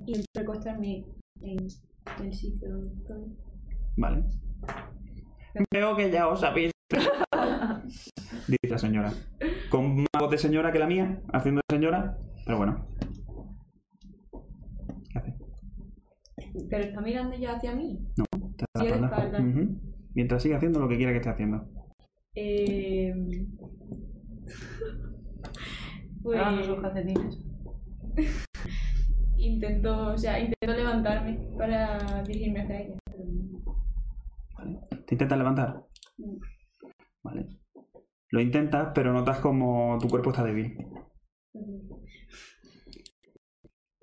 Speaker 8: Y recostarme en el sitio donde estoy.
Speaker 1: Vale. Creo que ya os habéis. Dice la señora. Con más voz de señora que la mía, haciendo de señora, pero bueno. ¿Qué hace?
Speaker 8: Pero está mirando ya hacia mí.
Speaker 1: Te da la
Speaker 8: Sí, de
Speaker 1: espalda.
Speaker 8: espalda.
Speaker 1: Ujú. Mientras siga haciendo lo que quiera que esté haciendo.
Speaker 8: Eh, pues
Speaker 7: Ah, los calcetines.
Speaker 8: intento, o sea, intento levantarme para dirigirme hacia ella.
Speaker 1: ¿Te intentas levantar?
Speaker 8: Mm.
Speaker 1: Vale. Lo intentas, pero notas como tu cuerpo está débil.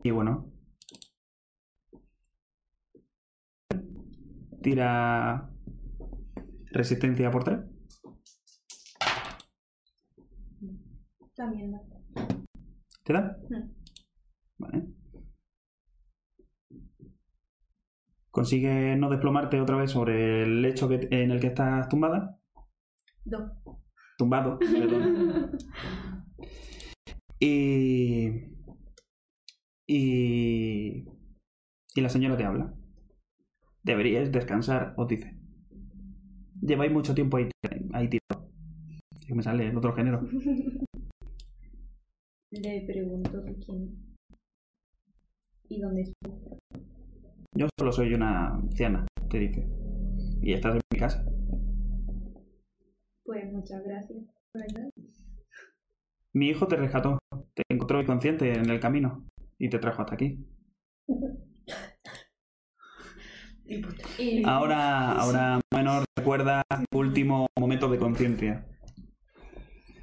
Speaker 1: Y bueno. Tira resistencia por 3.
Speaker 8: También la
Speaker 1: ¿Te da?
Speaker 8: Mm.
Speaker 1: Vale. ¿Consigues no desplomarte otra vez sobre el lecho que- en el que estás tumbada?
Speaker 8: Dos.
Speaker 1: Tumbado, perdón. y... Y... Y la señora te habla. Deberíais descansar, os dice. Lleváis mucho tiempo ahí, ahí tirado. Que me sale el otro género.
Speaker 8: Le pregunto que quién y dónde es.
Speaker 1: Yo solo soy una anciana, te dice. Y estás en mi casa.
Speaker 8: Pues muchas gracias por ayudar.
Speaker 1: Mi hijo te rescató. Te encontró inconsciente en el camino. Y te trajo hasta aquí.
Speaker 8: Y
Speaker 1: Ahora, ahora menor recuerda tu último momento de conciencia.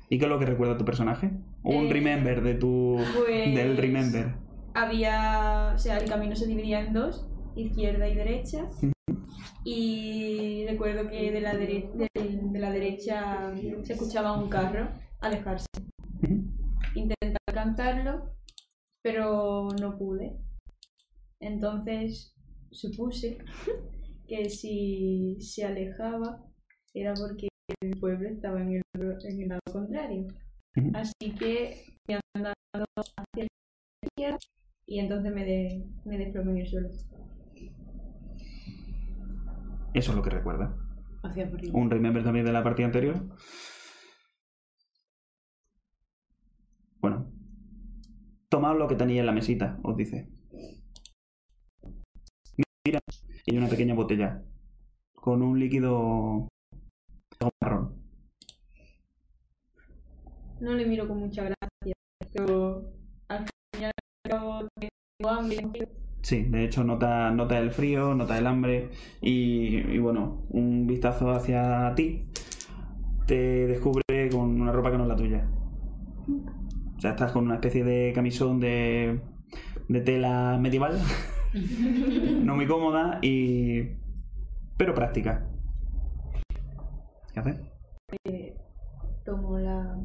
Speaker 1: ¿Y qué es lo que recuerda tu personaje? O un
Speaker 8: Eh,
Speaker 1: remember de tu.
Speaker 8: pues
Speaker 1: del remember.
Speaker 8: había, o sea, el camino se dividía en dos, izquierda y derecha. Y recuerdo que de la, dere- del- de la derecha se escuchaba un carro alejarse. Intenté alcanzarlo, pero no pude. Entonces supuse que si se alejaba era porque el pueblo estaba en el, ro- en el lado contrario.
Speaker 1: Ujú.
Speaker 8: Así que fui andando hacia el izquierda y entonces me, de, me desplomé en el suelo.
Speaker 1: Eso es lo que recuerda.
Speaker 7: Hacía frío.
Speaker 1: Un remember también de la partida anterior. Bueno. Tomad lo que tenéis en la mesita, os dice. Mira, hay una pequeña botella con un líquido marrón.
Speaker 8: No le miro con mucha gracia, pero al final y al cabo tengo hambre.
Speaker 1: Sí, de hecho nota, nota el frío, nota el hambre y, y bueno, un vistazo hacia ti te descubre con una ropa que no es la tuya. O sea, estás con una especie de camisón de, de tela medieval, no muy cómoda y... pero práctica. ¿Qué haces?
Speaker 8: Tomo la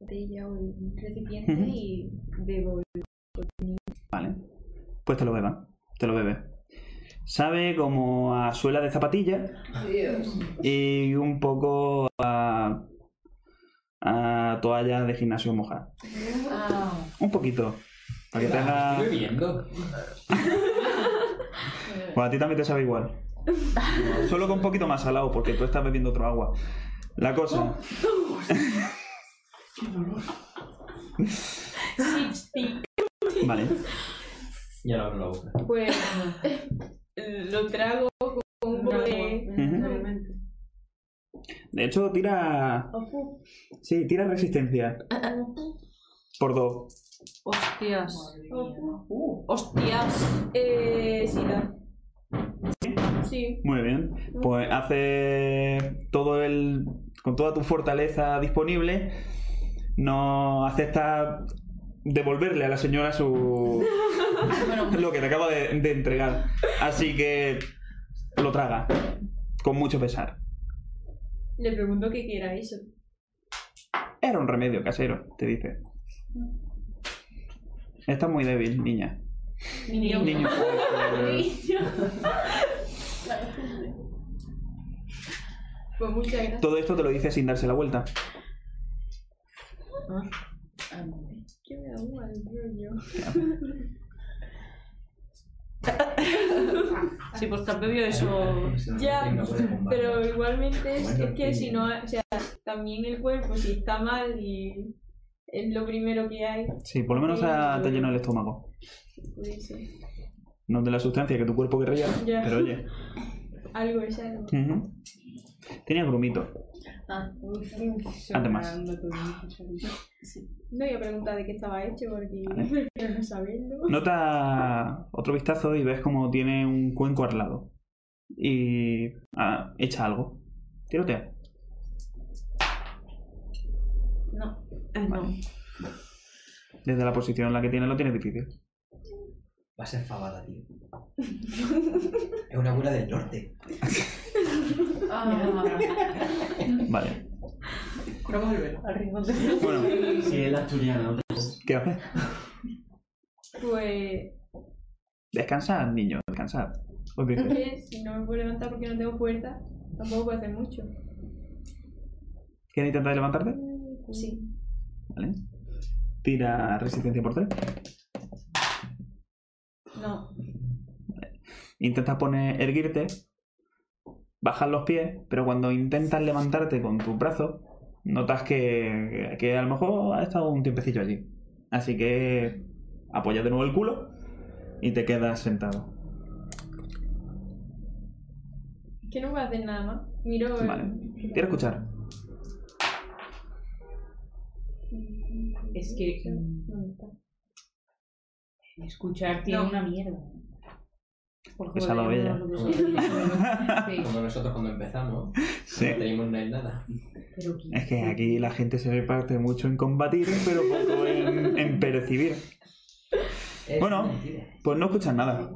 Speaker 8: botella o el recipiente
Speaker 1: Ujú.
Speaker 8: y bebo.
Speaker 1: Vale. Pues te lo beba. Te lo bebe. Sabe como a suela de zapatilla
Speaker 2: Dios.
Speaker 1: y un poco a, a toalla de gimnasio mojada.
Speaker 8: Ah,
Speaker 1: Un poquito. Para que te haga...
Speaker 4: Estoy bebiendo.
Speaker 1: Pues a ti también te sabe igual. Solo con un poquito más salado, porque tú estás bebiendo otro agua. La cosa. Vale.
Speaker 4: Ya lo abro la boca.
Speaker 8: Pues lo trago con un poco de.
Speaker 1: Ujú. De hecho, tira. Sí, tira resistencia. Por dos.
Speaker 6: Hostias.
Speaker 7: Uh.
Speaker 8: Hostias. Eh, sí, da. Sí.
Speaker 1: Muy bien. Pues hace todo el. con toda tu fortaleza disponible. No acepta devolverle a la señora su. lo que te acaba de, de entregar. Así que lo traga. Con mucho pesar.
Speaker 8: Le pregunto qué quiera eso.
Speaker 1: Era un remedio casero, te dice. Estás muy débil, niña.
Speaker 3: Niño.
Speaker 1: Niño.
Speaker 8: Pues muchas gracias.
Speaker 1: Todo esto te lo dice sin darse la vuelta.
Speaker 8: Yo me hago al rollo.
Speaker 6: Sí, pues te has bebido eso.
Speaker 8: Ya,
Speaker 4: Venga, voy a bombar.
Speaker 8: Pero igualmente es,
Speaker 4: Bueno,
Speaker 8: es que
Speaker 4: sí.
Speaker 8: si no, o sea, también el cuerpo si está mal y es lo primero que hay,
Speaker 1: Sí, por lo menos ha- te lleno el estómago.
Speaker 8: pues eh,
Speaker 1: No de la sustancia que tu cuerpo querría,
Speaker 8: Ya.
Speaker 1: pero oye.
Speaker 8: algo es algo.
Speaker 1: Ujú. Tenía grumito. Además.
Speaker 8: No voy a preguntar de qué estaba hecho porque
Speaker 1: Vale.
Speaker 8: prefiero no saberlo.
Speaker 1: Nota otro vistazo y ves como tiene un cuenco al lado. Y ah, echa algo. Tirotea.
Speaker 8: No.
Speaker 1: Vale. Desde la posición en la que tiene lo tienes difícil.
Speaker 4: Va a ser fabada, tío. es una cura del norte.
Speaker 8: ah.
Speaker 1: Vale.
Speaker 2: Vamos a volver.
Speaker 1: Bueno,
Speaker 5: Sí, el asturiano.
Speaker 1: ¿qué haces?
Speaker 8: Pues
Speaker 1: Descansad, niño, descansad. Os dice.
Speaker 8: que si no me puedo levantar porque no tengo fuerza, tampoco puedo hacer mucho.
Speaker 1: ¿Quieres intentar levantarte?
Speaker 8: Sí.
Speaker 1: Vale. Tira resistencia por 3.
Speaker 8: No.
Speaker 1: Intentas poner erguirte, bajas los pies, pero cuando intentas levantarte con tus brazos, notas que, que a lo mejor ha estado un tiempecillo allí. Así que apoyas de nuevo el culo y te quedas sentado.
Speaker 8: Es que no puedo hacer nada más. Miro. el-
Speaker 1: Vale. Quiero escuchar.
Speaker 3: Es que mm,
Speaker 8: ¿Dónde está?
Speaker 3: escuchar tiene una mierda. Por
Speaker 1: Pues a la
Speaker 3: joder,
Speaker 1: bella.
Speaker 3: no lo sé. Sí,
Speaker 4: Como nosotros cuando empezamos,
Speaker 1: Sí.
Speaker 4: no teníamos nada en nada.
Speaker 3: pero
Speaker 1: Es que aquí la gente se reparte mucho en combatir, pero poco en, en percibir.
Speaker 4: Es
Speaker 1: Bueno.
Speaker 4: mentira.
Speaker 1: Pues no escuchas nada.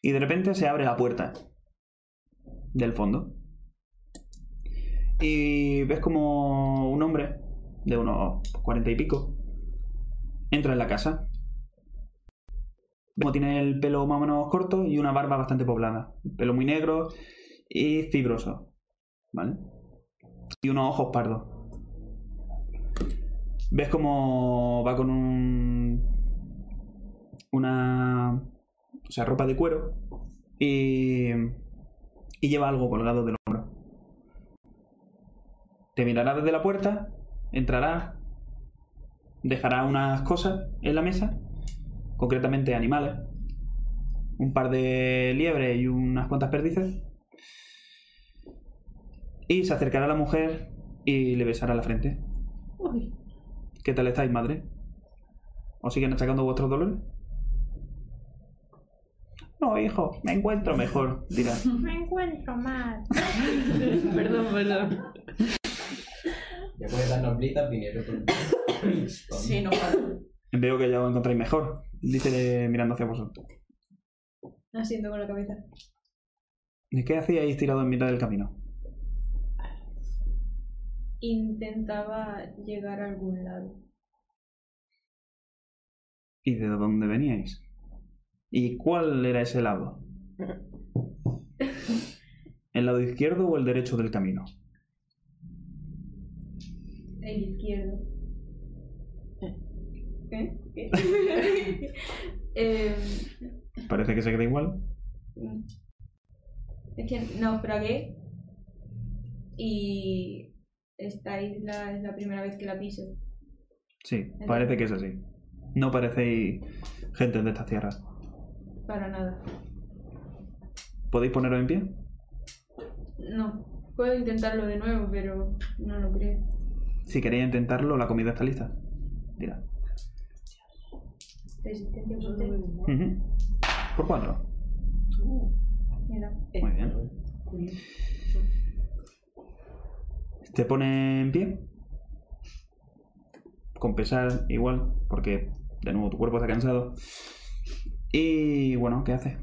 Speaker 1: Y de repente se abre la puerta del fondo. Y ves como un hombre de unos cuarenta y pico entra en la casa. Ves Como tiene el pelo más o menos corto y una barba bastante poblada. Pelo muy negro y fibroso. ¿Vale? Y unos ojos pardos. Ves como va con un una. O sea, ropa de cuero. Y. Y lleva algo colgado del hombro. Te mirará desde la puerta, entrará, dejará unas cosas en la mesa, concretamente animales. Un par de liebres y unas cuantas perdices. Y se acercará a la mujer y le besará la frente.
Speaker 8: Uy.
Speaker 1: ¿Qué tal estáis, madre? ¿Os siguen achacando vuestros dolores? No, hijo, me encuentro mejor, dirá.
Speaker 3: Me encuentro mal.
Speaker 6: Perdón, perdón.
Speaker 4: Ya puedes darnos blizzas, dinero. por-
Speaker 2: Sí, no falta.
Speaker 1: Veo que ya os encontráis mejor, dice mirando hacia vosotros.
Speaker 8: Asiento con la cabeza.
Speaker 1: ¿Y qué hacíais tirado en mitad del camino?
Speaker 8: Intentaba llegar a algún lado.
Speaker 1: ¿Y de dónde veníais? ¿Y cuál era ese lado? ¿El lado izquierdo o el derecho del camino?
Speaker 8: El izquierdo. ¿Eh? ¿Qué? Em,
Speaker 1: Parece que se queda igual.
Speaker 8: Mm. Es que naufragué y esta isla es la primera vez que la piso.
Speaker 1: Sí, parece que es así. No parecéis gente de estas tierras.
Speaker 8: Para nada.
Speaker 1: ¿Podéis poneros en pie?
Speaker 8: No. Puedo intentarlo de nuevo, pero no lo creo.
Speaker 1: Si queréis intentarlo, la comida está lista. Dirá.
Speaker 8: Resistencia potente.
Speaker 1: Ujú. Por cuatro.
Speaker 8: Me da.
Speaker 1: Muy bien. Te pone en pie. Con pesar igual, porque de nuevo tu cuerpo está cansado. Y bueno, ¿qué haces?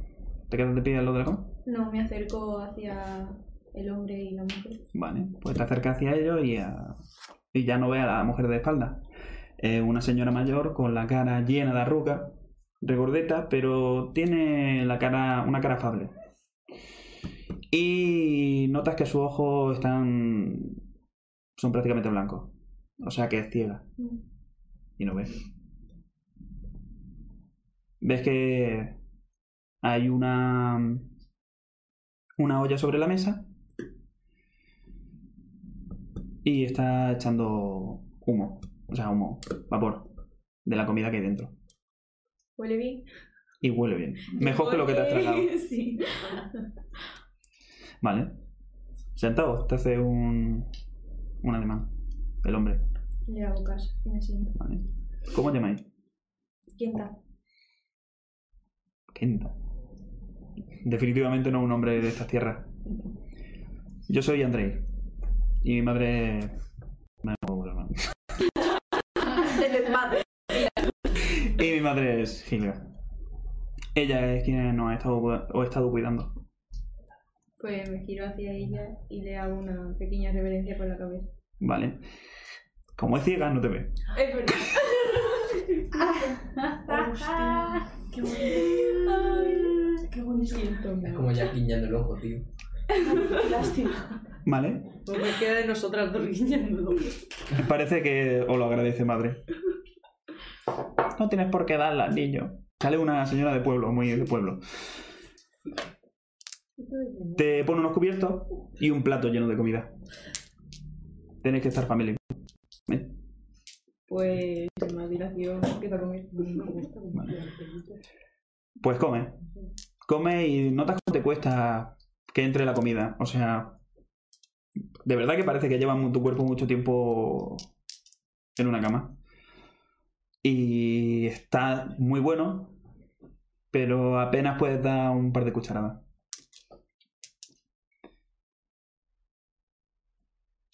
Speaker 1: ¿Te quedas de pie al lado de la cama?
Speaker 8: No, me acerco hacia el hombre y la mujer.
Speaker 1: Vale, pues te acercas hacia ellos y, a- y ya no ve a la mujer de espalda. Es una señora mayor con la cara llena de arruga, regordeta, pero tiene la cara, una cara afable. Y notas que sus ojos están. son prácticamente blancos. O sea que es ciega. Y no ves. Ves que hay una. una olla sobre la mesa y está echando humo, o sea, humo, vapor de la comida que hay dentro.
Speaker 8: ¿Huele bien?
Speaker 1: Y huele bien. Mejor que lo que te has tragado.
Speaker 8: sí.
Speaker 1: Vale. Sentado, te hace un. un ademán. El hombre.
Speaker 8: Le hago caso y me siento.
Speaker 1: Vale. ¿Cómo os llamáis?
Speaker 8: ¿Quién está?
Speaker 1: Kenta. Definitivamente no un hombre de estas tierras. Yo soy Andrei. Y mi madre. me da un huevo, hermano. Y mi madre es Hilga. Ella es quien nos ha estado, cu- os ha estado cuidando.
Speaker 8: Pues me giro hacia ella y le hago una pequeña reverencia con la cabeza.
Speaker 1: Vale. Como es ciega, no te ve.
Speaker 8: Es verdad.
Speaker 2: Hostia. Qué bonito.
Speaker 8: Ay,
Speaker 2: Qué bonito.
Speaker 4: Es como ya guiñando el ojo, tío.
Speaker 2: Lástima.
Speaker 1: Vale.
Speaker 7: Pues me queda de nosotras dos guiñándolo.
Speaker 1: Parece que os lo agradece madre. No tienes por qué darla, niño. Sale una señora de pueblo, muy de pueblo. Te pone unos cubiertos y un plato lleno de comida. Tenéis que estar familia.
Speaker 8: Pues sin más dilación, empiezo a comer.
Speaker 1: Pues come. Come y notas cómo te cuesta que entre la comida. O sea, de verdad que parece que lleva mu- tu cuerpo mucho tiempo en una cama. Y está muy bueno, pero apenas puedes dar un par de cucharadas.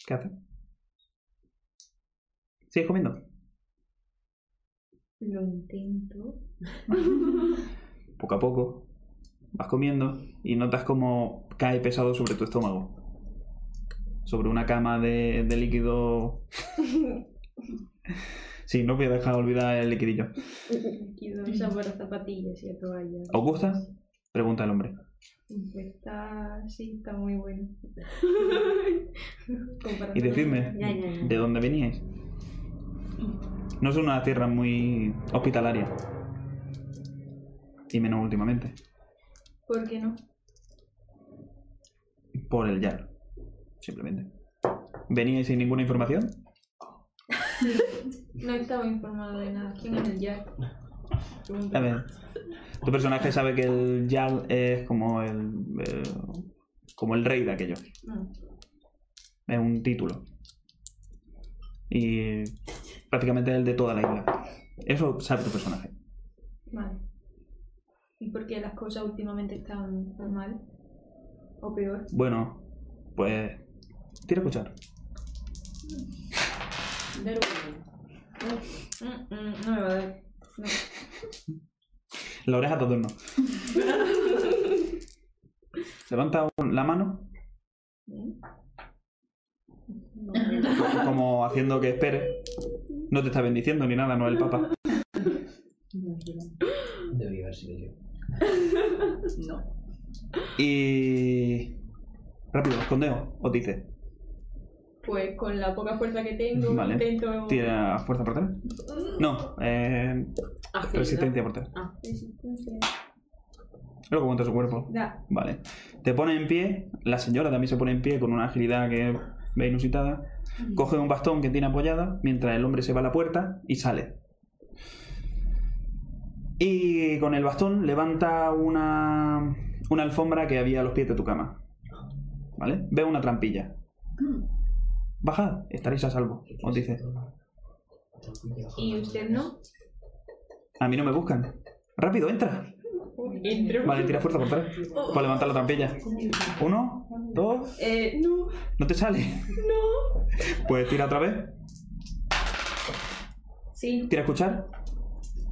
Speaker 1: ¿Qué haces? ¿Sigues comiendo?
Speaker 8: Lo intento.
Speaker 1: poco a poco, vas comiendo y notas como cae pesado sobre tu estómago. Sobre una cama de, de líquido. Sí, no voy a dejar olvidar el liquidillo.
Speaker 8: Líquido, sabor a zapatillas y a toallas.
Speaker 1: ¿Os gusta? Pregunta el hombre.
Speaker 8: Pues está, sí, está muy bueno. Comparando-
Speaker 1: Y decidme,
Speaker 7: Ya, ya, ya.
Speaker 1: ¿de dónde veníais? No es una tierra muy hospitalaria. y menos últimamente,
Speaker 8: ¿Por qué no?
Speaker 1: por el Yar. Simplemente. ¿Veníais sin ninguna información?
Speaker 8: No estaba informado de nada. ¿Quién es el Jack?
Speaker 1: A ver. Tu personaje sabe que el Jarl es como el. eh, como el rey de aquello. Es un título. Y prácticamente es el de toda la isla. Eso sabe tu personaje.
Speaker 8: Vale. ¿Y por qué las cosas últimamente están mal? ¿O peor?
Speaker 1: Bueno, pues. Quiero escuchar.
Speaker 7: Dar un-
Speaker 8: Mm, mm, no me va a dar.
Speaker 1: La oreja todo turno. Levanta un- la mano. Co- Como haciendo que espere. No te está bendiciendo ni nada, no es el papa.
Speaker 4: Debí haber sido yo.
Speaker 1: Y. Rápido, escondeo, os dice.
Speaker 8: Pues con la poca fuerza que tengo,
Speaker 1: Vale.
Speaker 8: intento.
Speaker 1: ¿Tira fuerza por tres? No, eh,
Speaker 7: Agilidad.
Speaker 1: resistencia por tres.
Speaker 8: Resistencia.
Speaker 1: Luego cuenta su cuerpo.
Speaker 8: Da.
Speaker 1: Vale. Te pone en pie, la señora también se pone en pie con una agilidad que ve inusitada. Coge un bastón que tiene apoyada mientras el hombre se va a la puerta y sale. Y con el bastón levanta una, una alfombra que había a los pies de tu cama. ¿Vale? Ve una trampilla. Bajad, estaréis a salvo, os dice.
Speaker 8: ¿Y usted no?
Speaker 1: A mí no me buscan. Rápido, entra.
Speaker 2: Entro.
Speaker 1: Vale, tira fuerza por tres. Para levantar la trampilla. Uno, dos.
Speaker 8: Eh, no.
Speaker 1: ¿No te sale? No. Pues tira otra vez.
Speaker 8: Sí.
Speaker 1: Tira a escuchar.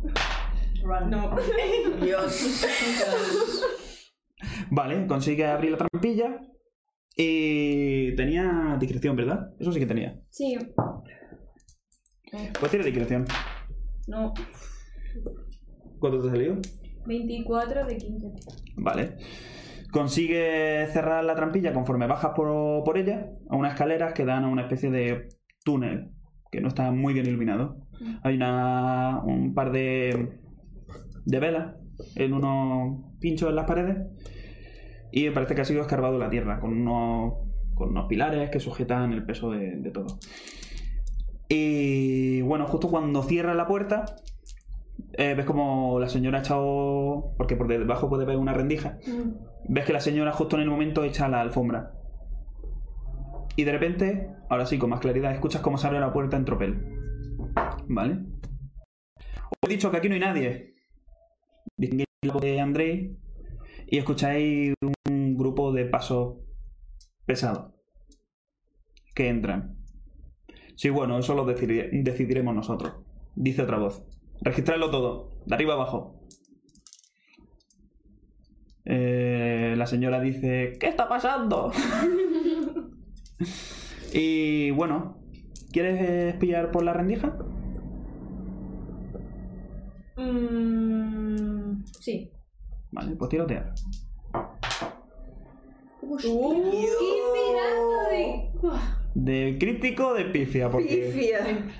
Speaker 2: No.
Speaker 7: Dios.
Speaker 1: Vale, consigue abrir la trampilla. Y tenía discreción, ¿verdad? Eso sí que tenía.
Speaker 8: Sí.
Speaker 1: Pues tira discreción.
Speaker 8: No.
Speaker 1: ¿Cuánto te ha salido?
Speaker 8: 24 de 15.
Speaker 1: Vale. Consigue cerrar la trampilla conforme bajas por, por ella a unas escaleras que dan a una especie de túnel que no está muy bien iluminado. Hay una, un par de, de velas en unos pinchos en las paredes y me parece que ha sido escarbado la tierra con unos, con unos pilares que sujetan el peso de, de todo. Y bueno, justo cuando cierra la puerta, eh, ves como la señora ha echado. Porque por debajo puede ver una rendija. Ves que la señora, justo en el momento, echa la alfombra. Y de repente, ahora sí, con más claridad, escuchas cómo se abre la puerta en tropel. ¿Vale? Os he dicho que aquí no hay nadie. Distinguís la voz de Andrei y escucháis un grupo de pasos pesados que entran. Sí, bueno, eso lo decidi- decidiremos nosotros, dice otra voz. Registradlo todo, de arriba abajo. Eh, la señora dice, ¿qué está pasando? y bueno, ¿quieres espiar por la rendija?
Speaker 8: Mmm. Sí.
Speaker 1: Vale, pues tirotear.
Speaker 8: de.
Speaker 1: De crítico o de pifia, porque...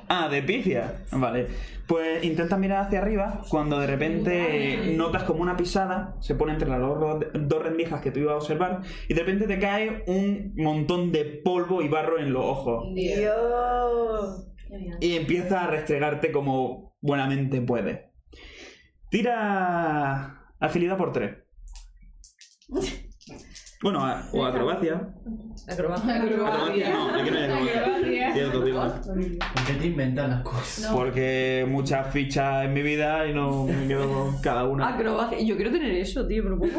Speaker 1: Ah, de pifia. Vale. Pues intentas mirar hacia arriba cuando de repente notas como una pisada se pone entre las dos, dos rendijas que tú ibas a observar y de repente te cae un montón de polvo y barro en los ojos
Speaker 7: Dios.
Speaker 1: y empieza a restregarte como buenamente puede. Tira agilidad por tres. Bueno, a- o acrobacia. Acrobacia, no, aquí no hay acrobacia.
Speaker 3: Acrobacia.
Speaker 1: Tiene otro tiro.
Speaker 5: ¿Por qué te inventan las cosas?
Speaker 1: Porque muchas fichas en mi vida y no me quedo con cada
Speaker 8: Ah,
Speaker 1: una.
Speaker 7: Acrobacia. Yo quiero tener eso, tío, pero ¿cómo?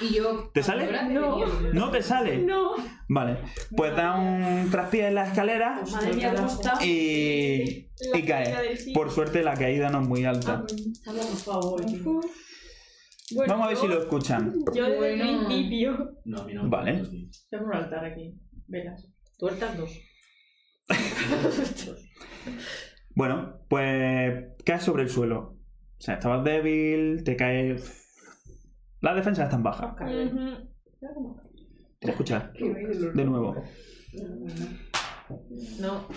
Speaker 3: Y yo.
Speaker 1: ¿Te sale?
Speaker 3: No.
Speaker 1: No te sale. No. Vale. Pues da un traspié en la escalera
Speaker 7: Madre mía, ¿cómo está?
Speaker 1: y, y cae. Por suerte la caída no es muy alta.
Speaker 7: Habla, por favor.
Speaker 8: Ah, Bueno,
Speaker 1: Vamos a ver si lo escuchan.
Speaker 8: Yo desde
Speaker 3: Bueno.
Speaker 8: el principio.
Speaker 5: No, a mí no.
Speaker 1: Vale.
Speaker 2: Tengo un altar aquí. Velas.
Speaker 7: Tú estás dos.
Speaker 1: Bueno, pues caes sobre el suelo. O sea, estabas débil, te caes. Las defensas están bajas.
Speaker 8: Ujú.
Speaker 1: Te escuchar. De nuevo.
Speaker 7: No.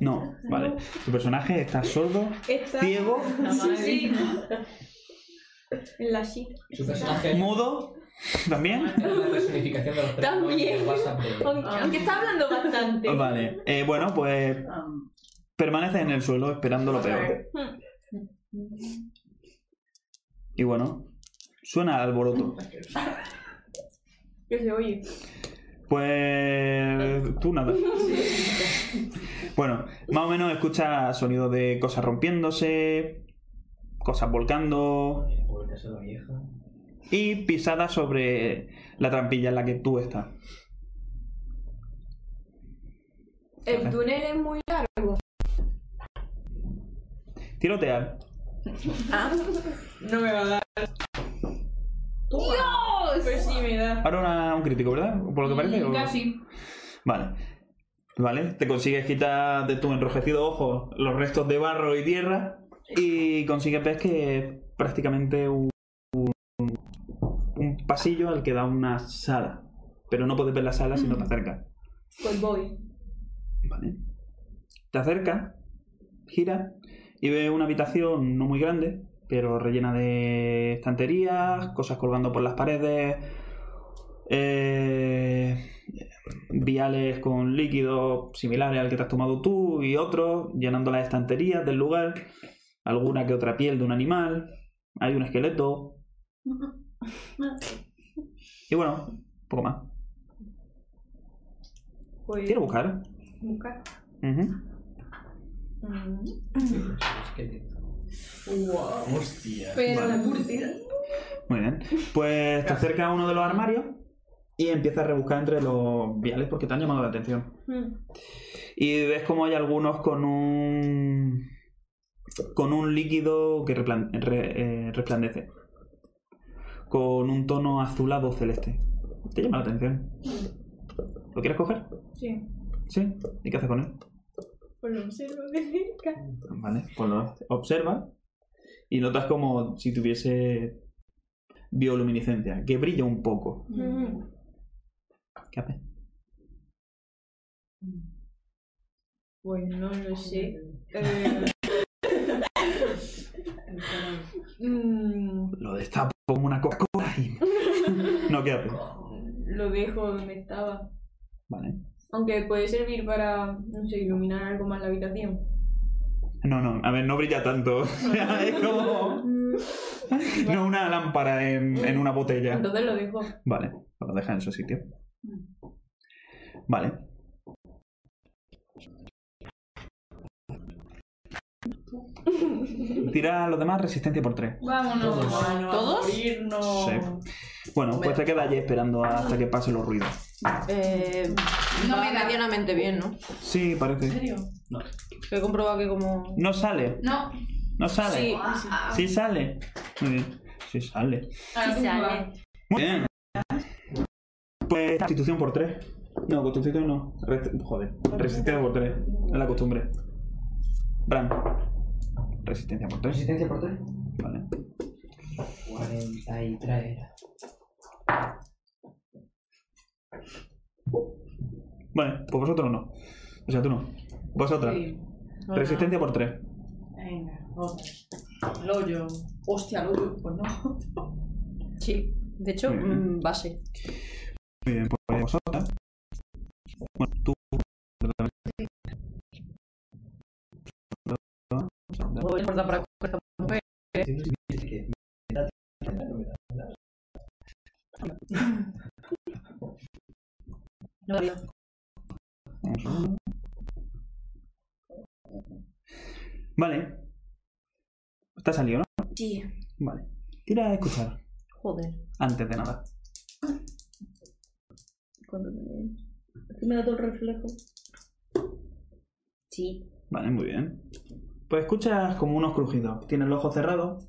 Speaker 1: No, vale. Tu personaje está sordo,
Speaker 8: Está.
Speaker 1: ciego
Speaker 8: Sí, sí. En la shit.
Speaker 4: Su personaje es
Speaker 1: Mudo, también.
Speaker 4: la personificación de los tres
Speaker 8: También.
Speaker 4: de WhatsApp de-
Speaker 8: Aunque, aunque está hablando bastante.
Speaker 1: Vale, eh, bueno, pues
Speaker 2: Um,
Speaker 1: permaneces en el suelo esperando lo peor. Y bueno, suena alboroto.
Speaker 8: Que se oye.
Speaker 1: Pues tú nada. Bueno, más o menos escuchas sonidos de cosas rompiéndose, cosas volcando
Speaker 5: O el caso de la vieja.
Speaker 1: y pisadas sobre la trampilla en la que tú estás.
Speaker 8: El túnel es muy largo.
Speaker 1: Tirotear.
Speaker 2: Ah, No me va a dar. ¡Dios! Pues sí, me da.
Speaker 1: Ahora una- un crítico, ¿verdad? Por lo
Speaker 8: Mm,
Speaker 1: que parece. o-
Speaker 3: Casi.
Speaker 1: Vale. Vale, te consigues quitar de tu enrojecido ojo los restos de barro y tierra y consigues ver que es prácticamente un, un- un pasillo al que da una sala. Pero no puedes ver la sala si no te acercas.
Speaker 8: Mm. Pues voy.
Speaker 1: Vale. Te acercas, giras y ves una habitación no muy grande, pero rellena de estanterías, cosas colgando por las paredes, eh, viales con líquidos similares al que te has tomado tú y otros, llenando las estanterías del lugar, alguna que otra piel de un animal, hay un esqueleto. Y bueno, poco más.
Speaker 8: Pues.
Speaker 1: ¿Quieres buscar?
Speaker 8: Buscar.
Speaker 1: Ujú.
Speaker 8: Mm.
Speaker 4: Es que-
Speaker 5: Hostia.
Speaker 3: Pero
Speaker 1: Vale. Muy bien. Pues te acerca a uno de los armarios y empiezas a rebuscar entre los viales porque te han llamado la atención.
Speaker 8: Mm.
Speaker 1: Y ves como hay algunos con un. con un líquido que replan- re- eh, resplandece. Con un tono azulado celeste. Te llama la atención. ¿Lo quieres coger?
Speaker 8: Sí.
Speaker 1: ¿Sí? ¿Y qué haces con él?
Speaker 8: Pues lo observo de cerca.
Speaker 1: Vale, pues lo observa y notas como si tuviese bioluminiscencia, que brilla un poco.
Speaker 8: Mm.
Speaker 1: ¿Qué haces?
Speaker 8: Pues no lo sé. Eh, mm,
Speaker 1: Lo destapo como una Coca-Cola y... No, ¿qué haces?
Speaker 8: lo dejo donde estaba.
Speaker 1: Vale.
Speaker 8: Aunque puede servir para, no sé, iluminar algo más la habitación.
Speaker 1: No, no, a ver, no brilla tanto. O sea, es como... No una lámpara en, en una botella.
Speaker 8: Entonces lo dejo.
Speaker 1: Vale, pues lo dejas en su sitio. Vale. Tira a los demás resistencia por 3.
Speaker 3: Vámonos.
Speaker 6: ¿Todos?
Speaker 1: Bueno, pues te quedas allí esperando hasta que pasen los ruidos.
Speaker 6: Eh,
Speaker 3: No
Speaker 6: va
Speaker 3: me da.
Speaker 6: medianamente bien, ¿no?
Speaker 1: Sí, parece.
Speaker 6: He comprobado que como...
Speaker 1: No sale,
Speaker 3: No.
Speaker 1: no sale.
Speaker 6: Sí.
Speaker 1: Sí sale. Muy bien. Sí sale.
Speaker 3: Ahora tú
Speaker 7: sale.
Speaker 3: vas.
Speaker 1: Muy bien. Pues constitución por 3. No, constitución no. Rest- Joder. Resistencia por 3. Es la costumbre. Bran. Resistencia por 3.
Speaker 4: ¿Resistencia por tres?
Speaker 1: Vale.
Speaker 4: 43.
Speaker 1: Vale, pues vosotros no. O sea, tú no. Vosotras. Resistencia por 3.
Speaker 2: Venga, vamos. El hoyo. Hostia, el hoyo. Pues no.
Speaker 6: Sí. De hecho,
Speaker 1: Muy bien.
Speaker 6: mm, base.
Speaker 1: Muy bien, pues vosotras. Bueno, tú.
Speaker 6: No importa para esta mujer. No, no.
Speaker 1: Vale. Está salido, ¿no? Sí. Vale. Tira a escuchar.
Speaker 6: Joder.
Speaker 1: Antes de nada.
Speaker 8: Cuando me... me da todo el reflejo.
Speaker 7: Sí.
Speaker 1: Vale, muy bien. Pues escuchas como unos crujidos. Tienes los ojos cerrados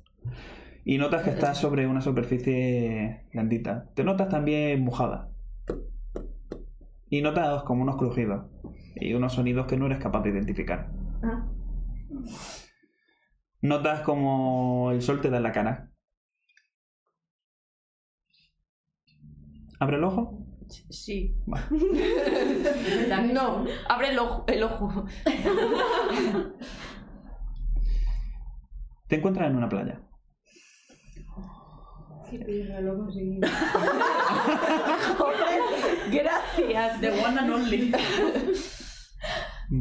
Speaker 1: y notas que estás sobre una superficie blandita. Te notas también mojada. Y notas como unos crujidos y unos sonidos que no eres capaz de identificar. Notas como el sol te da en la cara. Abre el ojo.
Speaker 6: Sí.
Speaker 1: Vale.
Speaker 6: no. Abre el ojo. El ojo.
Speaker 1: Te encuentras en una playa.
Speaker 9: Chipirra, lo conseguimos.
Speaker 8: Gracias.
Speaker 2: The one and only.
Speaker 8: Yo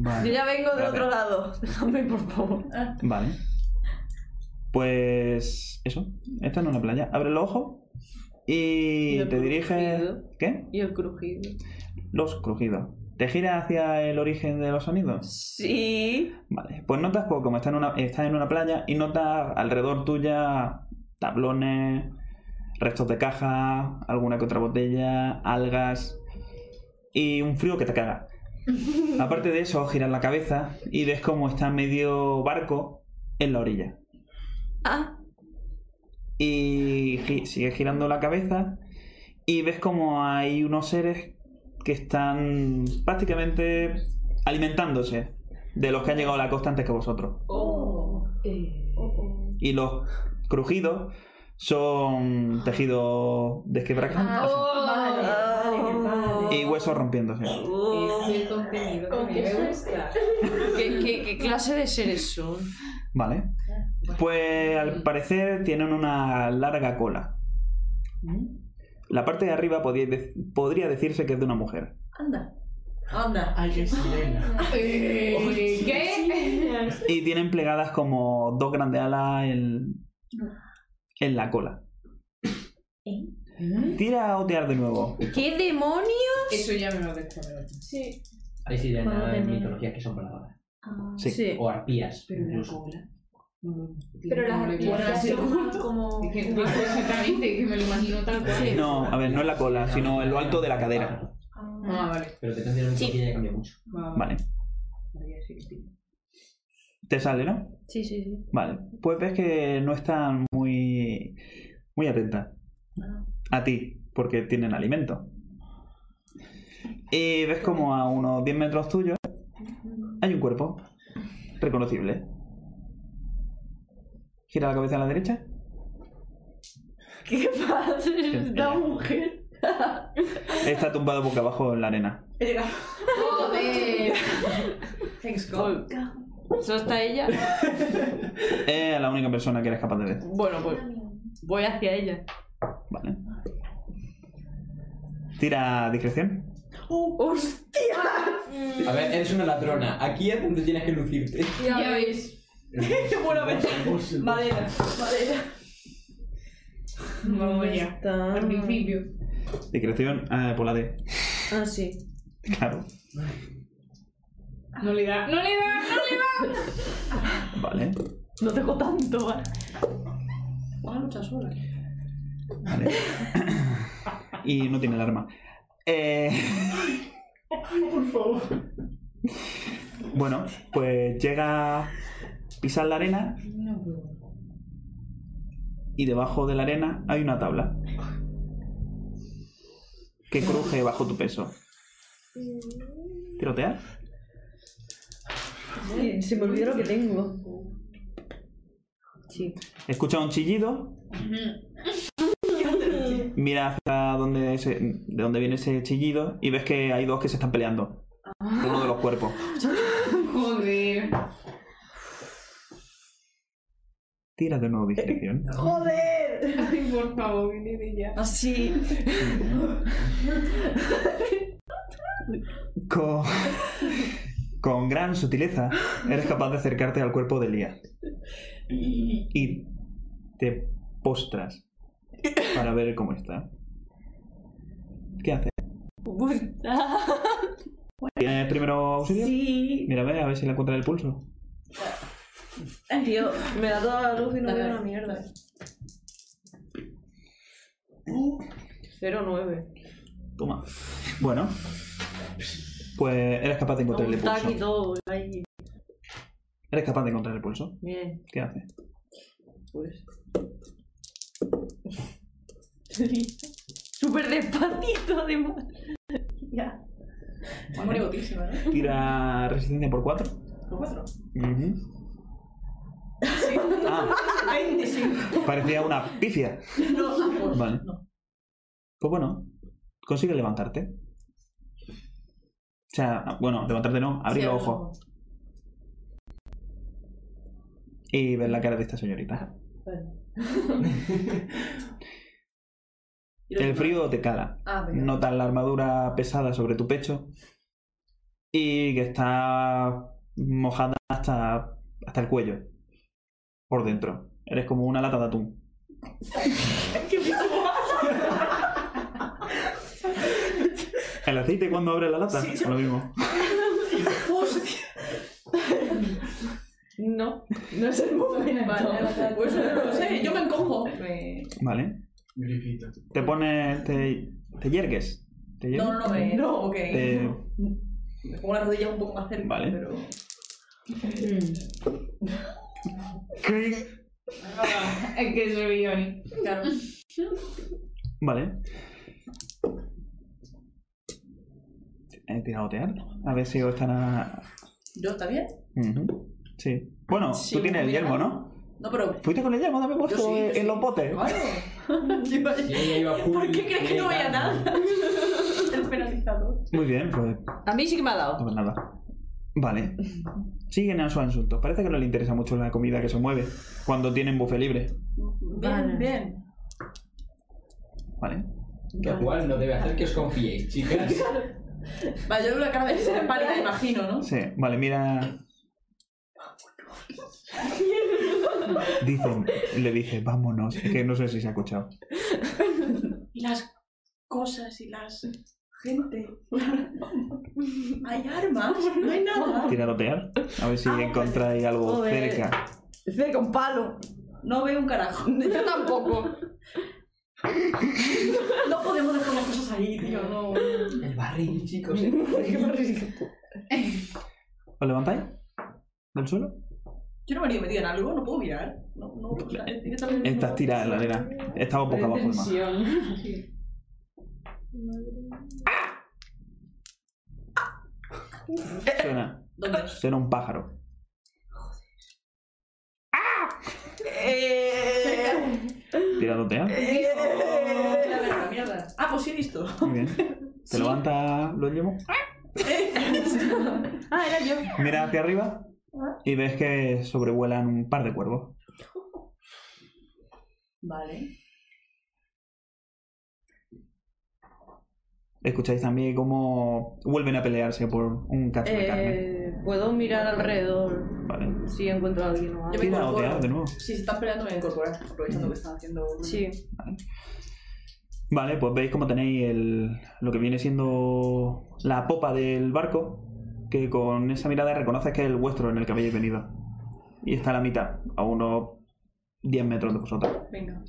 Speaker 1: Vale.
Speaker 8: ya vengo del otro lado. Déjame, por favor.
Speaker 2: Ah,
Speaker 1: Vale. Pues eso. Esta no es la playa. Abre los ojos y,
Speaker 6: Y el
Speaker 1: te diriges.
Speaker 6: crujido.
Speaker 1: ¿Qué?
Speaker 6: Y el crujido.
Speaker 1: Los crujidos. ¿Te giras hacia el origen de los sonidos?
Speaker 6: Sí.
Speaker 1: Vale. Pues notas poco, como estás en una, estás en una playa y notas alrededor tuya tablones, restos de caja, alguna que otra botella, algas y un frío que te caga. Aparte de eso, giras la cabeza y ves cómo está medio barco en la orilla.
Speaker 8: Ah,
Speaker 1: Y gi- sigues girando la cabeza y ves como hay unos seres que están prácticamente alimentándose de los que han llegado a la costa antes que vosotros.
Speaker 2: oh.
Speaker 1: Y los crujidos son tejidos
Speaker 8: Ah.
Speaker 1: desquebrajados
Speaker 9: Vale, vale, vale.
Speaker 1: y huesos rompiéndose.
Speaker 6: Oh.
Speaker 9: Es el contenido que a mí me gusta.
Speaker 6: ¿Qué, qué, qué clase de seres son?
Speaker 1: Vale. Pues al parecer tienen una larga cola. La parte de arriba podía de- podría decirse que es de una mujer.
Speaker 2: Anda. Anda.
Speaker 5: Ay, qué sirena.
Speaker 3: Eh, ¿Qué?
Speaker 1: Y tienen plegadas como dos grandes alas en, en la cola. Tira a otear de nuevo.
Speaker 8: ¿qué demonio?
Speaker 2: Eso ya me lo descuadro.
Speaker 8: Sí.
Speaker 4: Hay sirenas
Speaker 8: Madre
Speaker 4: en
Speaker 8: mía.
Speaker 4: mitologías que son palabras.
Speaker 1: Sí.
Speaker 4: O arpías,
Speaker 2: Pero la
Speaker 4: incluso.
Speaker 2: cola. No,
Speaker 9: Pero las arpías son como...
Speaker 3: Es que no sé exactamente, que me lo imagino tal cual. Ah,
Speaker 1: No, a ver, no en la cola, sino en lo alto de la cadera.
Speaker 2: Ah, vale.
Speaker 4: Pero que tendrían
Speaker 8: Sí.
Speaker 4: que ya cambia mucho.
Speaker 3: Ah,
Speaker 2: Va, va.
Speaker 1: Vale. Te sale, ¿no?
Speaker 8: Sí, sí, sí.
Speaker 1: Vale. Pues ves que no están muy, muy atentas a ti, porque tienen alimento. Y ves como a unos 10 metros tuyos hay un cuerpo reconocible. Gira la cabeza a la derecha.
Speaker 8: ¿Qué pasa? Esta mujer.
Speaker 1: Está tumbado boca abajo en la arena.
Speaker 3: Joder.
Speaker 2: Thanks God.
Speaker 6: ¿Solo está ella?
Speaker 1: Es la única persona que eres capaz de ver.
Speaker 6: Bueno, pues voy hacia ella.
Speaker 1: Vale. Tira discreción.
Speaker 6: Uh,
Speaker 4: A ver, eres una ladrona. Aquí es donde tienes que lucirte.
Speaker 3: Ya ves.
Speaker 4: ¡Qué buena ventaja!
Speaker 8: Madera, madera.
Speaker 3: Vamos allá.
Speaker 6: Está.
Speaker 3: Al principio.
Speaker 1: Discreción eh, por la D.
Speaker 6: Ah, sí.
Speaker 1: Claro.
Speaker 3: No le da. No le da, no le da.
Speaker 1: Vale.
Speaker 8: No tengo tanto. ¿vale?
Speaker 2: Una lucha sola.
Speaker 1: Vale. y no tiene alarma. Eh... Por favor. Bueno, pues llega, pisar la arena
Speaker 2: No puedo.
Speaker 1: y debajo de la arena hay una tabla que cruje bajo tu peso. ¿Tirotear?
Speaker 6: Se me olvidó lo que tengo. Sí.
Speaker 1: Escucha un chillido. Mira hacia donde ese- de dónde viene ese chillido y ves que hay dos que se están peleando.
Speaker 6: Ah.
Speaker 1: Uno de los cuerpos.
Speaker 3: Joder.
Speaker 1: Tira de nuevo discreción.
Speaker 3: Ay, por favor, viene ya.
Speaker 2: Ah,
Speaker 8: Así.
Speaker 1: Con, con gran sutileza eres capaz de acercarte al cuerpo de Lía. Y te postras para ver cómo está. ¿Qué haces? ¿Tienes primero auxilio?
Speaker 6: Sí.
Speaker 1: Mira, ve, a ver si le encuentras el pulso.
Speaker 6: Tío, me da toda la luz y no veo una mierda.
Speaker 8: mierda.
Speaker 6: 0,9.
Speaker 1: Toma. Bueno. Pues eres capaz de encontrar el
Speaker 6: Un tac y
Speaker 1: pulso.
Speaker 6: todo. ahí.
Speaker 1: Eres capaz de encontrar el pulso.
Speaker 6: Bien,
Speaker 1: ¿Qué haces?
Speaker 6: pues. Súper despacito, además. Ya.
Speaker 2: Es muy botísima, ¿no?
Speaker 1: Tira resistencia por 4.
Speaker 2: Por cuatro.
Speaker 1: Ah,
Speaker 2: 25.
Speaker 1: parecía una pifia.
Speaker 2: No, por
Speaker 1: Vale. Pues bueno, consigue levantarte. O sea, bueno, levantarte no, abrir los ojos. Y ver la cara de esta señorita.
Speaker 2: Y los
Speaker 1: El
Speaker 2: demás-
Speaker 1: frío te cala.
Speaker 2: Ah, venga.
Speaker 1: Notas la armadura pesada sobre tu pecho y que está mojada hasta, hasta el cuello. Por dentro. Eres como una lata de atún. El aceite cuando abre la lata,
Speaker 2: Sí, sí.
Speaker 1: lo mismo.
Speaker 2: Hostia.
Speaker 7: No, no es el momento.
Speaker 9: Vale,
Speaker 2: Pues no lo sé, yo me encojo.
Speaker 9: me...
Speaker 1: Vale.
Speaker 5: Grifito.
Speaker 1: Te pones. te. te yergues. Te yergues.
Speaker 2: No, no, no, me, no, ok.
Speaker 1: Te-
Speaker 2: Me pongo las rodillas un poco más cerca,
Speaker 1: Eh. Vale.
Speaker 2: pero...
Speaker 3: Es que es Rebioni.
Speaker 2: Claro.
Speaker 1: Vale. He tirado tear. A ver si estará.
Speaker 2: ¿Yo está bien?
Speaker 1: Ujú. Sí. Bueno,
Speaker 2: Sí,
Speaker 1: tú tienes el
Speaker 2: mira.
Speaker 1: yelmo, ¿no?
Speaker 2: No, pero...
Speaker 1: ¿Fuiste con el yelmo? Dame puesto
Speaker 2: sí, yo
Speaker 1: en
Speaker 2: sí.
Speaker 1: los botes.
Speaker 2: Claro.
Speaker 4: Sí, ella iba full
Speaker 2: ¿Por qué crees que no voy a
Speaker 4: meditando.
Speaker 2: El penalizador.
Speaker 1: Muy bien, pues
Speaker 6: A mí sí que me ha dado.
Speaker 1: no pasa nada. Vale. Siguen a sus asuntos. Parece que no le interesa mucho la comida que se mueve cuando tienen buffet libre.
Speaker 2: Bien,
Speaker 6: Vale.
Speaker 2: bien.
Speaker 1: Vale.
Speaker 4: Lo cual no debe hacer que os confiéis, chicas.
Speaker 2: Vale, yo veo la cara de ser pálida, imagino, ¿no?
Speaker 1: Sí, vale, mira. Dicen, le dije, vámonos. Es que no sé si se ha escuchado.
Speaker 2: Y las cosas y las... Gente. Hay armas, no hay nada.
Speaker 1: Tirarotear. A ver si encontráis algo
Speaker 6: Joder.
Speaker 1: cerca.
Speaker 6: Cerca un palo.
Speaker 2: No veo un carajo.
Speaker 6: Yo tampoco.
Speaker 2: No podemos dejar las cosas ahí, tío, no.
Speaker 4: El barril, chicos. ¿eh?
Speaker 1: ¿Os levantáis? ¿Del suelo?
Speaker 2: Yo no me he venido metida en algo, no puedo mirar. No, no, o sea, directamente no.
Speaker 1: Estás tirada en la arena. Estaba boca abajo el mar. Suena,
Speaker 2: ¿Dónde?
Speaker 1: suena un pájaro.
Speaker 6: Eh,
Speaker 1: Tirarotear.
Speaker 2: Mierda, mierda, mierda. Ah, pues sí, listo.
Speaker 1: Muy bien. Te levantas, lo llevo.
Speaker 2: Eh. Ah, era yo.
Speaker 1: Mira hacia arriba y ves que sobrevuelan un par de cuervos.
Speaker 2: Vale.
Speaker 1: Escucháis también cómo vuelven a pelearse por un cacho de carne.
Speaker 6: Eh, Puedo mirar alrededor
Speaker 1: Vale.
Speaker 6: si encuentro a alguien o algo.
Speaker 2: me
Speaker 1: Tira
Speaker 2: incorporo.
Speaker 1: otear de nuevo.
Speaker 2: Si se están peleando, me voy a incorporar, aprovechando que están haciendo.
Speaker 6: Sí.
Speaker 1: Vale, pues veis como tenéis el, lo que viene siendo la popa del barco, que con esa mirada reconoces que es el vuestro en el que habéis venido. Y está a la mitad, a unos 10 metros de vosotros.
Speaker 2: Venga.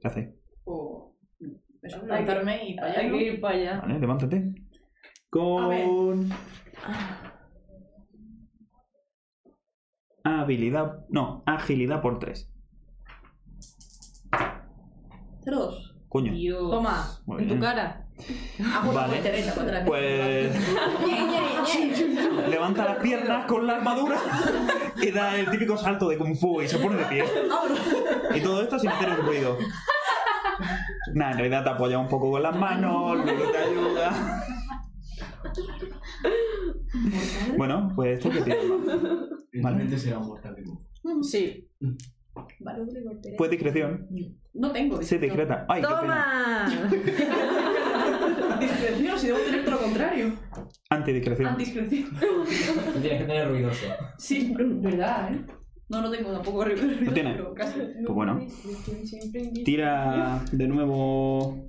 Speaker 1: ¿Qué hacéis?
Speaker 2: O. Eso, levantarme y para allá.
Speaker 6: Hay
Speaker 2: ¿no?
Speaker 6: que ir para
Speaker 3: Ah.
Speaker 6: allá.
Speaker 1: Vale, levántate.
Speaker 2: A ver.
Speaker 1: Con... Habilidad... No, agilidad por 3.
Speaker 2: Cero dos.
Speaker 1: Coño.
Speaker 6: Toma,
Speaker 1: Muy
Speaker 6: en tu
Speaker 1: bien.
Speaker 6: cara.
Speaker 2: Ah, bueno,
Speaker 1: Vale.
Speaker 2: cuéntale, cuéntale.
Speaker 1: Pues levanta las piernas con la armadura y da el típico salto de kung fu y se pone de pie. Y todo esto sin hacer un ruido. Nada, en realidad te apoya un poco con las manos, luego te ayuda. Bueno, pues esto que tiene.
Speaker 5: Realmente será un mortal vivo.
Speaker 6: Sí.
Speaker 1: Pues discreción.
Speaker 2: No tengo.
Speaker 1: Se discreta. ¡Ay, qué pena!
Speaker 6: ¡Toma!
Speaker 2: Discreción, si debo tener todo lo contrario. Ah,
Speaker 1: Antidiscreción.
Speaker 2: Discreción.
Speaker 4: Tienes que tener ruidoso.
Speaker 2: Sí, pero es verdad, ¿eh? No, no tengo tampoco recuerdo.
Speaker 1: ¿No tiene?
Speaker 2: Pero casi.
Speaker 1: Pues bueno. Tira de nuevo.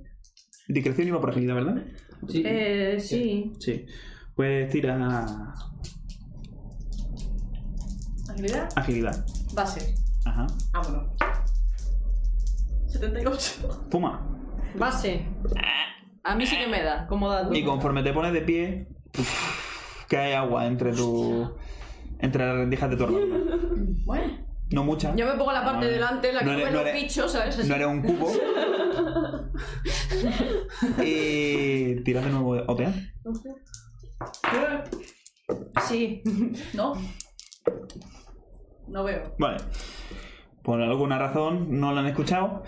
Speaker 1: Discreción iba por agilidad, ¿verdad?
Speaker 4: Sí.
Speaker 6: Eh, sí.
Speaker 1: Sí. Pues tira
Speaker 2: Agilidad,
Speaker 1: agilidad.
Speaker 2: base. Ah,
Speaker 1: Ajá.
Speaker 2: Vámonos. 78.
Speaker 1: Puma.
Speaker 6: Base. A mí sí que me da, como dato.
Speaker 1: Y conforme te pones de pie, puf, cae agua entre tu. entre las rendijas de tu armadura.
Speaker 2: Bueno,
Speaker 1: No mucha.
Speaker 6: Yo me pongo la parte
Speaker 1: No,
Speaker 6: delante, la que
Speaker 1: no
Speaker 6: no
Speaker 1: eres- no
Speaker 6: los
Speaker 1: eres-
Speaker 6: bichos, ¿sabes? Así.
Speaker 1: No eres un cubo. y. tiras de nuevo otear.
Speaker 6: Sí.
Speaker 2: no. No veo.
Speaker 1: Vale. Por alguna razón no lo han escuchado.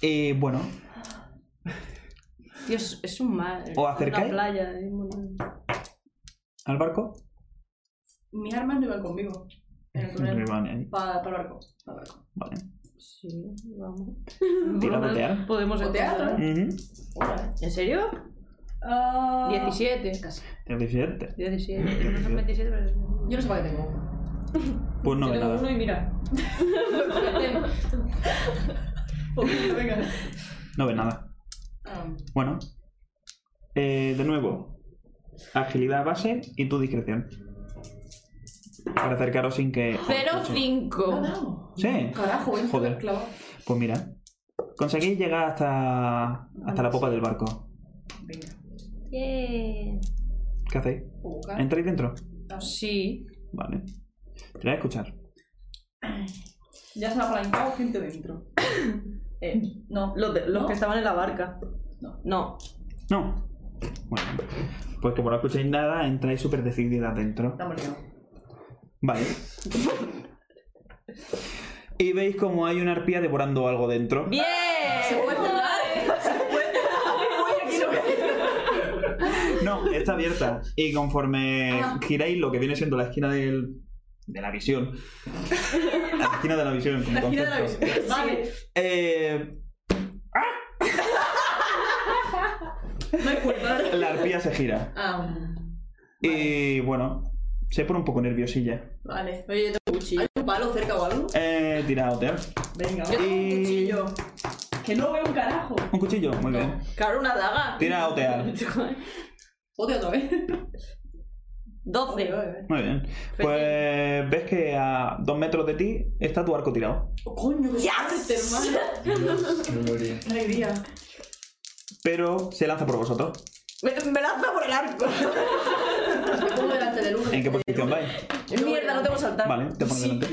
Speaker 1: Y bueno,
Speaker 6: Tío, es, es un mar.
Speaker 1: ¿O acercáis?
Speaker 6: Una playa. es un-
Speaker 1: al barco.
Speaker 2: Mis armas no iban conmigo. En el túnel.
Speaker 1: Van ahí.
Speaker 2: Para el barco. Pa barco.
Speaker 1: Vale.
Speaker 6: Sí, vamos.
Speaker 1: Tira de teatro.
Speaker 6: Podemos
Speaker 2: ¿O teatro?
Speaker 1: Ujú.
Speaker 6: ¿En serio?
Speaker 2: Ah,
Speaker 6: 17.
Speaker 1: El 17.
Speaker 2: Mm.
Speaker 6: 17. No son 27, pero.
Speaker 2: Yo no sé para qué tengo.
Speaker 1: Pues no ve nada.
Speaker 8: y mira.
Speaker 2: Venga.
Speaker 1: No ve nada.
Speaker 2: Ah,
Speaker 1: Bueno. Eh, de nuevo. Agilidad base y tu discreción. Para acercaros sin que... os escuchen.
Speaker 6: 05.
Speaker 2: no.
Speaker 1: Sí.
Speaker 2: Carajo, ¿eh?
Speaker 1: Joder.
Speaker 2: Clavado.
Speaker 1: Pues mira. Conseguís llegar hasta, hasta la popa del barco.
Speaker 2: Venga.
Speaker 1: ¿Qué hacéis?
Speaker 2: Buscar.
Speaker 1: ¿Entráis dentro?
Speaker 6: Sí.
Speaker 1: Vale. Te voy a escuchar.
Speaker 2: Ya se ha apalancado gente dentro.
Speaker 6: Eh,
Speaker 2: No.
Speaker 6: los de- los
Speaker 2: ¿No?
Speaker 6: que estaban en la barca.
Speaker 2: No.
Speaker 6: No.
Speaker 1: No. Bueno. Pues como no escucháis nada, entráis súper decidida dentro.
Speaker 2: La hemos liado.
Speaker 1: Vale. Y veis como hay una arpía devorando algo dentro.
Speaker 6: ¡Bien!
Speaker 2: ¿eh?
Speaker 1: No, está abierta. Y conforme giráis lo que viene siendo la esquina del, de la visión. La esquina de la visión. como
Speaker 2: Mira la
Speaker 1: concepto.
Speaker 2: visión. Vale.
Speaker 1: Eh,
Speaker 2: No hay puerta.
Speaker 1: la arpía se gira.
Speaker 2: Ah,
Speaker 1: Y bueno, se pone un poco nerviosilla.
Speaker 2: vale.
Speaker 6: Oye, yo tengo
Speaker 2: ¿Hay
Speaker 6: cuchillo.
Speaker 2: un palo cerca o algo?
Speaker 1: Eh, tira hotel.
Speaker 2: Venga,
Speaker 1: Yo
Speaker 2: va.
Speaker 1: tengo un cuchillo.
Speaker 2: Que no veo un carajo.
Speaker 1: Un cuchillo, muy bien.
Speaker 6: Claro, una daga.
Speaker 1: Tira a otear.
Speaker 2: 12 otra vez.
Speaker 6: 12.
Speaker 1: Muy bien. Pues ves que a dos metros de ti está tu arco tirado.
Speaker 2: Oh, coño, qué suerte, hermano.
Speaker 4: Gloria.
Speaker 2: Alegría.
Speaker 1: Pero se lanza por vosotros.
Speaker 6: Me, me lanza por el arco.
Speaker 2: Me pongo delante del uno.
Speaker 1: ¿En qué posición vais?
Speaker 6: Mierda, no tengo saltar.
Speaker 1: Vale, te pones delante.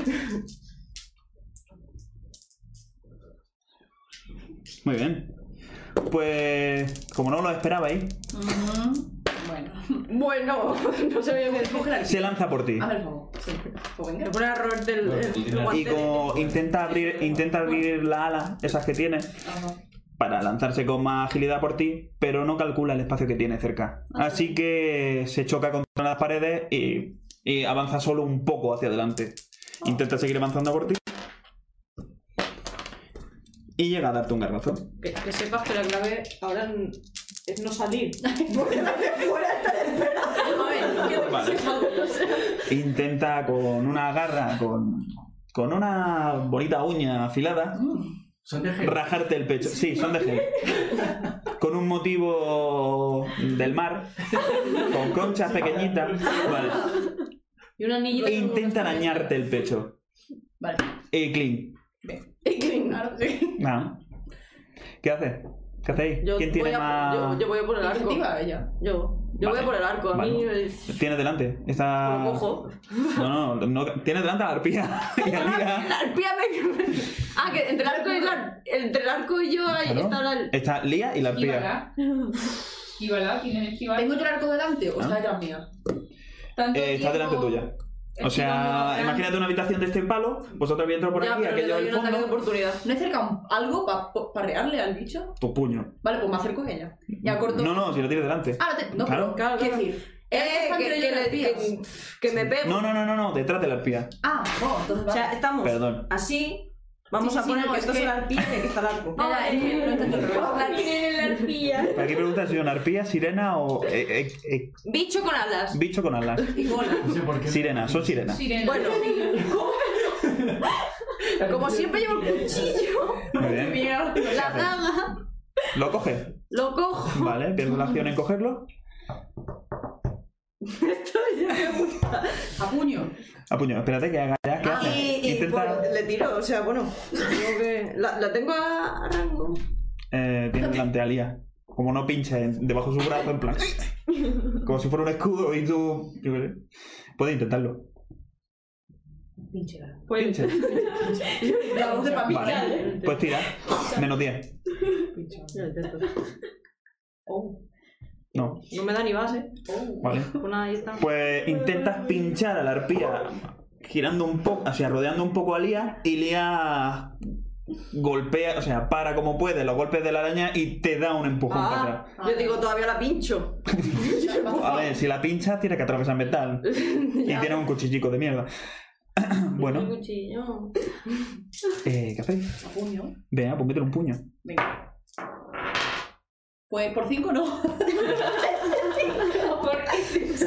Speaker 1: Muy bien. Pues como no lo esperabais,
Speaker 2: Ujú. Bueno.
Speaker 6: Bueno, no se veía bien.
Speaker 2: Coge la
Speaker 1: se lanza por ti.
Speaker 2: Hazme el favor. Sí. Pues venga.
Speaker 6: Me pone a Robert del.
Speaker 4: Bueno,
Speaker 6: el-
Speaker 4: y
Speaker 1: Y
Speaker 6: el guante.
Speaker 1: como intenta abrir, intenta abrir la ala, esas que tiene,
Speaker 2: Ajá.
Speaker 1: para lanzarse con más agilidad por ti, pero no calcula el espacio que tiene cerca. Así que se choca contra las paredes y, y avanza solo un poco hacia adelante. Intenta seguir avanzando por ti. Y llega a darte un garbazo.
Speaker 6: Que, que sepas que la clave ahora n- es no salir.
Speaker 1: Vale. Intenta con una garra, con, con una bonita uña afilada,
Speaker 5: Son de gel.
Speaker 1: rajarte el pecho. Sí, son de gel. Con un motivo del mar, con conchas pequeñitas. Vale.
Speaker 6: Y un anillo.
Speaker 1: E intenta arañarte el pecho. Eh,
Speaker 2: Vale.
Speaker 1: Y clean.
Speaker 2: Ahora sí.
Speaker 1: Nada. Ah. ¿Qué haces? ¿Qué hacéis?
Speaker 6: Yo
Speaker 1: ¿Quién
Speaker 6: voy
Speaker 1: tiene
Speaker 6: a-
Speaker 1: más?
Speaker 6: yo, yo voy a por el arco. Yo,
Speaker 2: Iniciativa, ella.
Speaker 6: yo voy
Speaker 1: Vale.
Speaker 6: a por el arco. A mí
Speaker 1: Vale. Ah.
Speaker 6: es-
Speaker 1: Tienes delante. Está.
Speaker 6: lo cojo.
Speaker 1: No, no, no. Tienes delante a la arpía. Y a Lira.
Speaker 6: La arpía me... Ah, que entre el arco y, la- entre el arco y yo ahí
Speaker 1: Claro.
Speaker 6: está la...
Speaker 1: Está Lía y la arpía.
Speaker 3: Esquívala. Esquívala, tienes que esquivar.
Speaker 2: ¿Tengo otro arco delante o
Speaker 1: Ah.
Speaker 2: está detrás mía?
Speaker 3: Tanto
Speaker 1: Eh, está delante
Speaker 3: tiempo-
Speaker 1: tuya. O sea,
Speaker 3: Esquivando-
Speaker 1: imagínate una habitación de este palo, vosotros habéis entrado por
Speaker 6: Ya,
Speaker 1: aquí,
Speaker 6: pero le
Speaker 1: aquello
Speaker 6: doy
Speaker 1: del
Speaker 6: un ataque de
Speaker 1: fondo,
Speaker 6: oportunidad.
Speaker 2: ¿No he cercado algo para parrearle al bicho?
Speaker 1: tu puño.
Speaker 2: Vale, pues me acerco a ella. Y acorto.
Speaker 1: No, no, si lo tienes delante.
Speaker 2: Ah, no, te... no
Speaker 1: Claro.
Speaker 2: claro,
Speaker 6: Claro,
Speaker 2: ¿qué
Speaker 6: claro.
Speaker 2: decir?
Speaker 6: Eh, que,
Speaker 2: Ellos
Speaker 6: que,
Speaker 2: están
Speaker 6: le-
Speaker 2: peleando
Speaker 6: que, que me pego.
Speaker 1: No, no, no, no, no, detrás de la arpía.
Speaker 2: Ah, no, entonces
Speaker 6: O
Speaker 2: vale.
Speaker 6: sea, estamos
Speaker 1: Perdón.
Speaker 6: así. Vamos
Speaker 2: Sí,
Speaker 6: a
Speaker 2: sí,
Speaker 6: poner
Speaker 2: no,
Speaker 6: que
Speaker 2: es
Speaker 6: esto es
Speaker 2: que-
Speaker 6: el arpía y que está el arco.
Speaker 2: Nada, es que no intento al revés.
Speaker 1: Pero aquí pregunta si son arpía, sirena o eh, eh, eh,
Speaker 6: Bicho con alas.
Speaker 1: bicho con alas.
Speaker 2: Y cola.
Speaker 5: No sé por qué.
Speaker 1: Sirena, son sirenas.
Speaker 3: Sirena.
Speaker 6: Bueno, como siempre llevo el cuchillo,
Speaker 1: Muy bien.
Speaker 2: Mierda.
Speaker 6: la daga,
Speaker 1: Lo coge.
Speaker 6: lo cojo.
Speaker 1: Vale, pierdo la acción en cogerlo.
Speaker 2: A puño.
Speaker 1: A Ah, puño, espérate que haga ya. ¿Qué
Speaker 6: Ah,
Speaker 1: hace?
Speaker 6: y, y,
Speaker 1: Intenta.
Speaker 6: bueno, le tiro, o sea, bueno, tengo que... la, la tengo a a rango.
Speaker 1: Eh, tiene delante a Lía. Como no pincha en- debajo de su brazo, en plan. Como si fuera un escudo y tú. yo qué sé. Puedes intentarlo. Pinche.
Speaker 2: La voz de papita.
Speaker 1: Vale. Pues tira. Menos 10.
Speaker 6: Yo intento.
Speaker 1: No,
Speaker 6: No me da ni base,
Speaker 1: vale.
Speaker 6: pues nada, ahí está.
Speaker 1: Pues intentas pinchar a la arpía girando un poco, o sea, rodeando un poco a Lía y Lía golpea, o sea, para como puede los golpes de la araña y te da un empujón para
Speaker 6: Ah,
Speaker 1: atrás.
Speaker 6: yo digo, todavía la pincho.
Speaker 1: A ver, si la pinchas tienes que atravesar metal y tiene un cuchillico de mierda. Bueno,
Speaker 8: El cuchillo.
Speaker 1: eh, ¿qué hacéis?
Speaker 2: A puño.
Speaker 1: Venga, pues métele un puño.
Speaker 2: Venga. Pues por cinco no.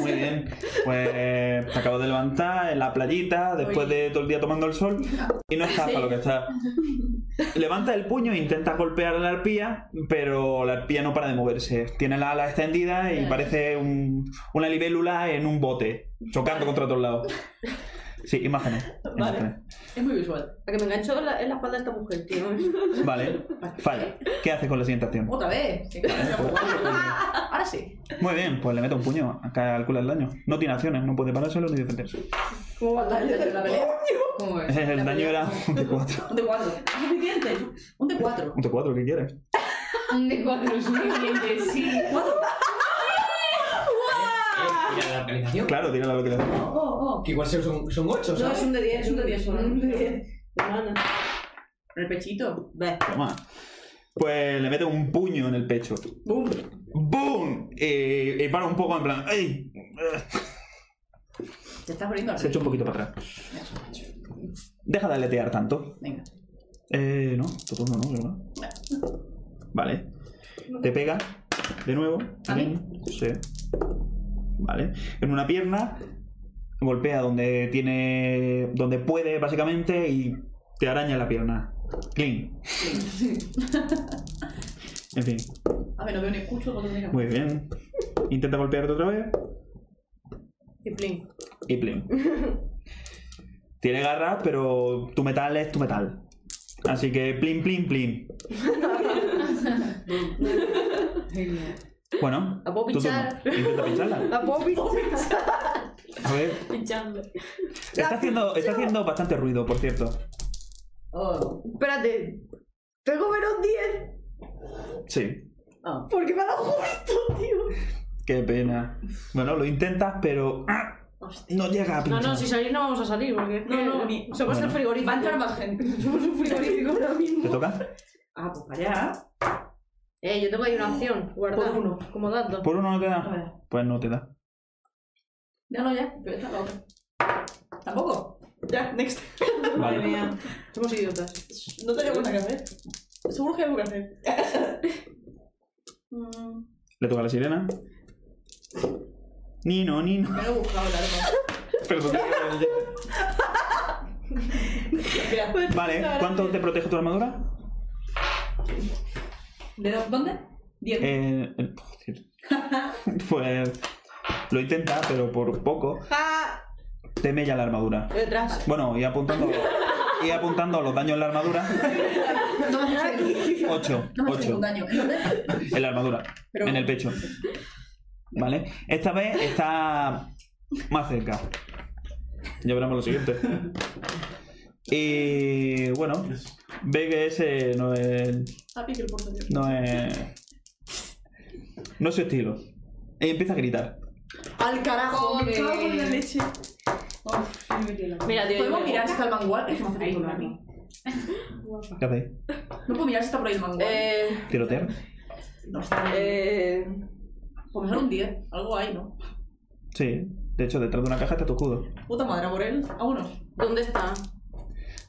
Speaker 1: Muy bien. Pues te acabo de levantar en la playita, después de todo el día tomando el sol, y no estás para lo que estás. Levanta el puño e intentas golpear a la arpía, pero la arpía no para de moverse. Tiene la ala extendida y parece un- una libélula en un bote, chocando contra todos lados. Sí, imágenes.
Speaker 2: Vale.
Speaker 1: imágenes.
Speaker 2: Es muy visual.
Speaker 6: A que me enganchó en la, en la espalda esta mujer, tío.
Speaker 1: Vale, falla. ¿Qué haces con la siguiente acción?
Speaker 2: Otra vez. Que ya puedo. Ahora sí.
Speaker 1: Muy bien, pues le meto un puño. Calcula el daño. No tiene acciones, no puede parárselo ni defenderse.
Speaker 2: ¿Cómo va a estar la pelea?
Speaker 7: ¿Cómo
Speaker 3: Pues
Speaker 7: es?
Speaker 1: El daño era un T4.
Speaker 2: Un D4. ¿Es suficiente? Un D4.
Speaker 1: Un T4, ¿qué quieres?
Speaker 3: Un de cuatro suficiente, sí.
Speaker 4: Mira la organización.
Speaker 1: Claro, tírala lo que le
Speaker 2: Oh,
Speaker 1: da.
Speaker 4: Que igual son, son ocho,
Speaker 2: No,
Speaker 4: ¿sabes?
Speaker 2: es un D10, es un D10 solo.
Speaker 6: Un de
Speaker 2: Hermana. Mm, El pechito. Ve.
Speaker 1: Toma. Pues le mete un puño en el pecho.
Speaker 2: Bum.
Speaker 1: ¡Bum! Eh, Y, para un poco en plan. ¡Ay!
Speaker 2: Te estás poniendo
Speaker 1: Se echa un poquito para atrás. Deja de aletear tanto.
Speaker 2: Venga.
Speaker 1: Eh, no, tu turno no, ¿verdad? Vale. Te pega. De nuevo.
Speaker 2: ¿A mí?
Speaker 1: Sí. Vale. En una pierna. Golpea donde tiene. donde puede, básicamente, y te araña la pierna. Clean. en fin.
Speaker 2: A ver, no veo ni escucho cuando me
Speaker 1: Muy bien. Intenta golpearte otra vez.
Speaker 2: Y plin.
Speaker 1: Y plim. Tiene garras, pero tu metal es tu metal. Así que plim, plim, plim. Bueno,
Speaker 6: ¿La puedo
Speaker 1: tu
Speaker 6: pinchar?
Speaker 1: turno. Intenta pincharla.
Speaker 6: La puedo pinchar.
Speaker 1: A ver. Está haciendo, está haciendo bastante ruido, por cierto.
Speaker 2: Oh.
Speaker 6: Espérate. Tengo menos 10
Speaker 1: Sí.
Speaker 2: Oh.
Speaker 6: porque me ha dado justo, tío.
Speaker 1: Qué pena. Bueno, lo intentas, pero. ¡ah! No llega a
Speaker 7: No,
Speaker 1: pinchar.
Speaker 7: no, si salís no vamos a salir, porque es que
Speaker 2: No, no, ni-
Speaker 7: somos
Speaker 1: Bueno.
Speaker 7: el frigorífico.
Speaker 2: Va a entrar más gente.
Speaker 6: Somos un frigorífico ahora
Speaker 1: ¿Te
Speaker 6: mismo.
Speaker 1: toca?
Speaker 2: Ah, pues para allá.
Speaker 6: Eh, yo tengo ahí una acción. Guardar.
Speaker 2: Por uno.
Speaker 6: Como dato.
Speaker 1: ¿Por uno no te
Speaker 2: A
Speaker 1: da?
Speaker 2: ver.
Speaker 1: Pues no te da.
Speaker 2: Ya no, ya. Pero esta la otra. ¿Tampoco? Ya, next.
Speaker 1: Vale.
Speaker 2: mía.
Speaker 7: Somos idiotas.
Speaker 2: No tenemos nada que hacer. ¿eh? Seguro que hay algo que hacer. Mm,
Speaker 1: Le toca a la sirena. Nino, Nino.
Speaker 2: Me lo he buscado el arma.
Speaker 1: Perdón.
Speaker 2: Mira,
Speaker 1: Vale, ¿cuánto te protege tu armadura?
Speaker 2: ¿de dó- dónde? Diez.
Speaker 1: Eh, eh, joder. pues lo intenta, pero por poco.
Speaker 2: Ah.
Speaker 1: Te mella la armadura.
Speaker 6: Detrás.
Speaker 1: Bueno, y apuntando, y apuntando los daños en la armadura.
Speaker 2: No me has hecho
Speaker 1: 8.
Speaker 2: no me has hecho
Speaker 1: 8.
Speaker 2: ningún daño.
Speaker 1: En la armadura.
Speaker 2: Pero-
Speaker 1: En el pecho. ¿Vale? Esta vez está más cerca. Ya veremos lo siguiente. Y bueno, ve que ese no es
Speaker 2: Ah, pique el portavoz.
Speaker 1: No es. No es su estilo. Y empieza a gritar.
Speaker 2: Al carajo, me cago en la leche.
Speaker 7: Mira, tío, yo
Speaker 2: ¿Podemos
Speaker 7: me-
Speaker 2: mirar si está el mangual? Es que me hace
Speaker 3: Ahí,
Speaker 2: pico el
Speaker 3: mami.
Speaker 2: arma.
Speaker 1: ¿Qué hacéis?
Speaker 2: No puedo mirar si está por ahí el mangual.
Speaker 6: Eh.
Speaker 1: ¿Tirotear?
Speaker 2: no está.
Speaker 6: Eh.
Speaker 2: Pues me sale un 10. Algo hay, ¿no?
Speaker 1: Sí. De hecho, detrás de una caja está tu escudo.
Speaker 2: Puta madre, a por él. Vámonos.
Speaker 6: ¿Dónde está?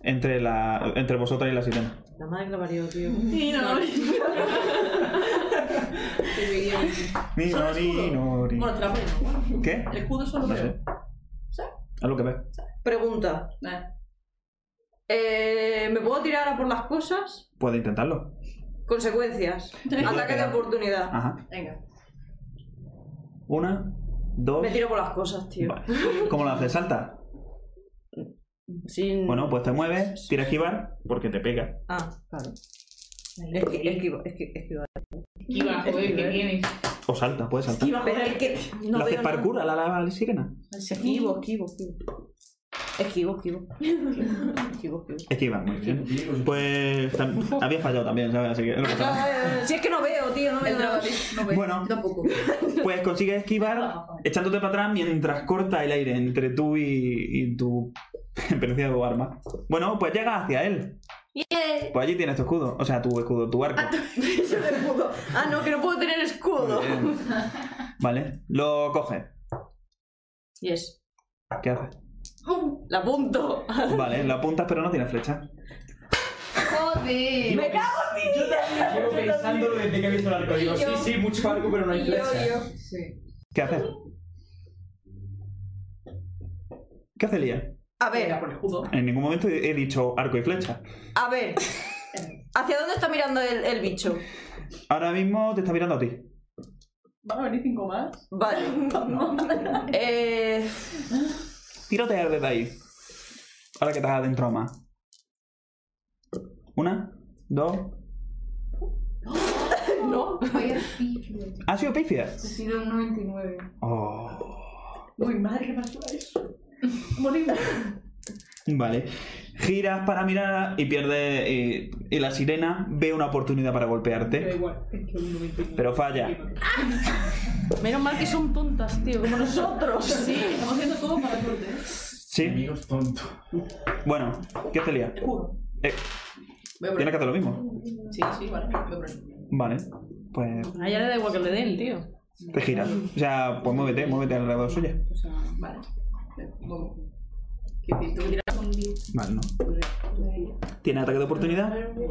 Speaker 1: Entre, la, entre vosotras y la sirena.
Speaker 7: La madre que la parió, tío.
Speaker 2: Y no.
Speaker 1: Ni,
Speaker 2: Solo
Speaker 1: no,
Speaker 2: el escudo.
Speaker 1: ni, no, ni.
Speaker 2: Bueno, te la ponemos.
Speaker 1: ¿Qué?
Speaker 2: El escudo solo
Speaker 1: No
Speaker 2: veo.
Speaker 1: sé.
Speaker 2: ¿Sí?
Speaker 1: Haz lo que ves.
Speaker 6: Pregunta.
Speaker 2: Nah.
Speaker 6: Eh, ¿Me puedo tirar a por las cosas?
Speaker 1: Puede intentarlo.
Speaker 6: Consecuencias.
Speaker 1: puede
Speaker 6: Ataque de
Speaker 1: pegar.
Speaker 6: oportunidad.
Speaker 1: Ajá.
Speaker 2: Venga.
Speaker 1: Una, dos.
Speaker 6: Me tiro por las cosas, tío.
Speaker 1: Vale. ¿Cómo lo haces? ¿Salta?
Speaker 6: Sin...
Speaker 1: Bueno, pues te mueves, tira a esquivar, porque te pega.
Speaker 6: Ah, claro. Esqui- esquivo- esqui- esquivar.
Speaker 3: Esquiva, joder, que tienes.
Speaker 1: O salta, puedes saltar.
Speaker 2: Esquiva,
Speaker 6: Pero
Speaker 2: joder.
Speaker 6: es que no
Speaker 1: ¿Le haces
Speaker 6: veo nada.
Speaker 1: parkour a la, a la sirena?
Speaker 6: Esquivo, esquivo, esquivo. Esquivo, esquivo. Esquivo, esquivo.
Speaker 1: Esquiva, muy bien. Pues tam- había fallado también, ¿sabes? Así que no pasa nada.
Speaker 6: Si es que no veo, tío, no veo
Speaker 2: El
Speaker 6: nada.
Speaker 2: dragón no ve.
Speaker 1: Bueno.
Speaker 2: Yo tampoco.
Speaker 1: Pues consigues esquivar echándote para atrás mientras corta el aire entre tú y, y tu preciado arma. Bueno, pues llegas hacia él. Pues allí tienes tu escudo. O sea, tu escudo, tu arco.
Speaker 6: Ah, Yo me pudo. Ah, no, que no puedo tener escudo.
Speaker 1: Muy bien. Vale, lo coges.
Speaker 6: Yes.
Speaker 1: ¿Qué haces?
Speaker 6: La apunto.
Speaker 1: Vale, la apuntas pero no tiene flecha.
Speaker 3: Joder.
Speaker 4: Llevo pensándolo desde que he visto el arco. Digo, sí, sí, mucho arco, pero no hay flecha.
Speaker 2: Sí.
Speaker 1: ¿Qué haces? ¿Qué hace Lía?
Speaker 6: A
Speaker 2: Era
Speaker 6: ver,
Speaker 2: por el escudo.
Speaker 1: En ningún momento he dicho arco y flecha.
Speaker 6: a ver. ¿Hacia dónde está mirando el, el bicho?
Speaker 1: Ahora mismo te está mirando a ti.
Speaker 2: Van a venir cinco más.
Speaker 6: Vale. Eh,
Speaker 1: Tirotear desde ahí. Ahora que estás adentro más. Una, dos.
Speaker 6: no.
Speaker 9: Vaya pifia.
Speaker 1: ¿Ha sido pifia?
Speaker 9: Ha sido un 99.
Speaker 1: Oh.
Speaker 2: Uy, madre, que me ayuda eso. Morimos.
Speaker 1: Vale. Giras para mirar y pierdes. Y, y la sirena ve una oportunidad para
Speaker 2: Da
Speaker 1: golpearte.
Speaker 2: igual, es que un 99.
Speaker 1: Pero falla.
Speaker 7: Menos mal que son tontas, tío, como nosotros.
Speaker 2: Sí, estamos haciendo todo para suerte.
Speaker 1: Sí.
Speaker 5: Amigos tonto.
Speaker 1: Bueno, ¿qué te lía?
Speaker 2: Escudo.
Speaker 1: Eh,
Speaker 2: Voy a
Speaker 1: Tienes que
Speaker 2: poner.
Speaker 1: hacer lo mismo.
Speaker 2: Sí, sí, vale. Voy a poner.
Speaker 1: Vale. Pues
Speaker 7: A ella Ah, le da igual que le den, tío.
Speaker 1: te giras. O sea, pues muévete, muévete alrededor suya.
Speaker 2: O sea, vale. Me muevo. Quiero decir, tengo que tirar con 10.
Speaker 1: Vale, no. ¿Tiene ataque de oportunidad?
Speaker 2: pues,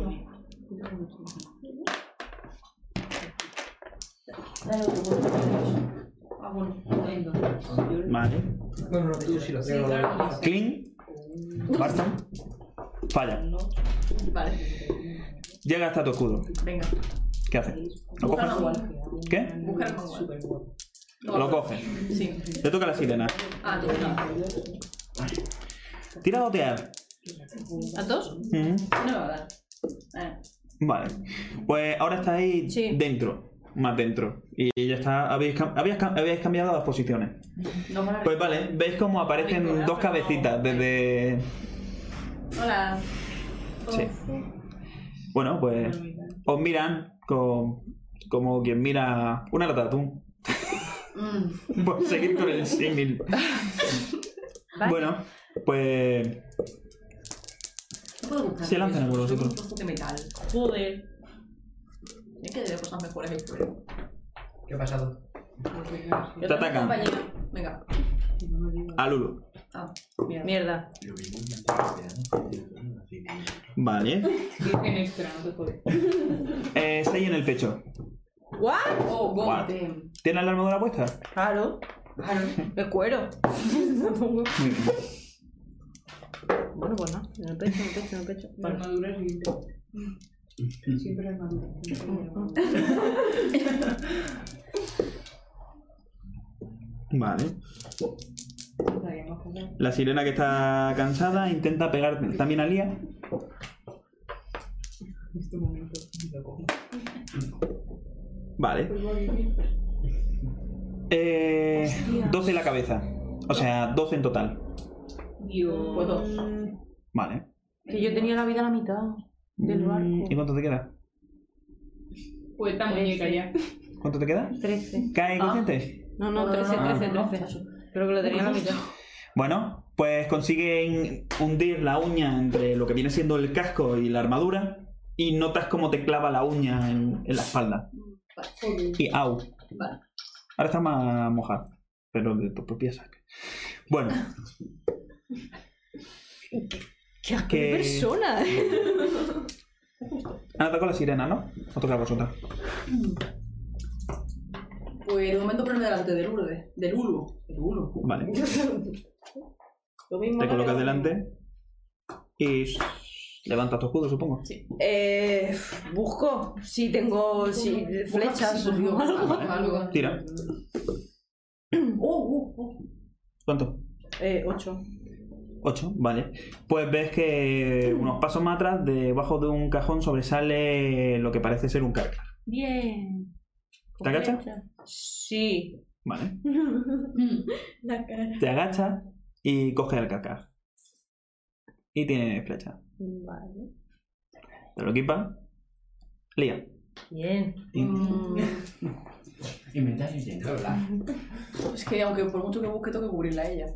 Speaker 2: Ah, bueno. Venga.
Speaker 1: Vale.
Speaker 4: Bueno, no, tú sí lo
Speaker 2: Sí,
Speaker 4: creo.
Speaker 2: claro que sí.
Speaker 1: Clean. Barton. Falla.
Speaker 2: Vale,
Speaker 1: Llega hasta tu escudo.
Speaker 2: venga.
Speaker 1: ¿Qué hace? ¿Lo
Speaker 2: Busca
Speaker 1: coges?
Speaker 2: el manual.
Speaker 1: ¿Qué?
Speaker 2: Busca el manual. No,
Speaker 1: Lo coges.
Speaker 2: Sí.
Speaker 1: Le toca a la sirena.
Speaker 2: Ah, tú no.
Speaker 1: Tira dotear.
Speaker 7: ¿A dos?
Speaker 1: Ujú.
Speaker 2: No me va a dar. Ah,
Speaker 1: Vale. Pues ahora estáis
Speaker 7: Sí.
Speaker 1: dentro. Más dentro. Y ya está. Habéis, cam- habías cam- habíais cambiado las posiciones.
Speaker 2: no me va a dar.
Speaker 1: Pues vale, veis cómo aparecen dos cabecitas desde.
Speaker 2: Hola.
Speaker 1: Sí. Bueno, pues. Os miran con. Como quien mira una lata de atún. Por seguir con el símil.
Speaker 7: Vale.
Speaker 1: Bueno, pues.
Speaker 2: ¿Qué puedo buscar?
Speaker 1: Se lanzan algunos
Speaker 2: Soy
Speaker 1: otros.
Speaker 2: un trozo de metal.
Speaker 7: Joder.
Speaker 2: Es que debe cosas mejores ¿eh? el cuerpo.
Speaker 4: ¿Qué ha pasado?
Speaker 1: Te atacan.
Speaker 2: Venga.
Speaker 1: A Lulu.
Speaker 2: Ah, mira.
Speaker 7: Mierda.
Speaker 1: Vale.
Speaker 9: Virgen extra, no te jodes.
Speaker 1: Eh, seis en el pecho.
Speaker 7: ¿What?
Speaker 2: Oh, go.
Speaker 1: What? ¿Tienes la armadura puesta?
Speaker 7: Claro. De cuero.
Speaker 1: Muy bien.
Speaker 7: bueno, pues nada. En el pecho, en el pecho, en el pecho.
Speaker 9: La
Speaker 7: Vale.
Speaker 9: armadura es libre. Siempre armadura.
Speaker 1: Vale. La sirena que está cansada intenta pegar también a Lía.
Speaker 9: En este momento lo cojo.
Speaker 1: Vale. Eh, 12 en la cabeza. O sea, 12 en total.
Speaker 9: Dios.
Speaker 2: Pues dos.
Speaker 1: Vale.
Speaker 7: Que yo tenía la vida a la mitad. Del
Speaker 1: Mm, ¿Y
Speaker 7: barco.
Speaker 1: cuánto te queda?
Speaker 9: Pues esta muñeca ya.
Speaker 1: ¿Cuánto te queda?
Speaker 7: Trece.
Speaker 1: ¿Cae consciente?
Speaker 7: No, no, trece,
Speaker 1: no,
Speaker 7: trece,
Speaker 2: no.
Speaker 7: trece. Creo que lo tenía a la mitad.
Speaker 1: Bueno, pues consiguen hundir la uña entre lo que viene siendo el casco y la armadura. Y notas cómo te clava la uña en, en la espalda. Y au.
Speaker 2: Vale.
Speaker 1: Ahora está más mojado. Pero de tu propia saca. Bueno,
Speaker 7: ¡Qué asco
Speaker 1: Que-
Speaker 7: de persona!
Speaker 6: eh.
Speaker 1: han atacado a la sirena, ¿no? Os toca a vosotras.
Speaker 2: Pues de momento ponerme delante del ulo. De, del ulo. Del ulo.
Speaker 1: Vale.
Speaker 7: Lo mismo.
Speaker 1: Te colocas delante y levantas tu escudo, supongo.
Speaker 6: Eh, busco. Si tengo si, flechas. o algo.
Speaker 2: Algo.
Speaker 1: Tira.
Speaker 2: Oh, oh, oh.
Speaker 1: ¿Cuánto?
Speaker 7: Eh, ocho.
Speaker 1: Ocho, vale. Pues ves que unos pasos más atrás, debajo de un cajón, sobresale lo que parece ser un carca.
Speaker 7: Bien.
Speaker 1: ¿Te agachas?
Speaker 7: Sí.
Speaker 1: Vale.
Speaker 9: Mm,
Speaker 8: La cara.
Speaker 1: Te agachas y coges el carca. Y tiene flecha.
Speaker 7: Vale.
Speaker 1: Te lo equipa. Lía.
Speaker 7: Bien.
Speaker 2: Mm,
Speaker 5: Inventario lleno.
Speaker 2: es que aunque por mucho que busque, tengo que cubrirla a ella.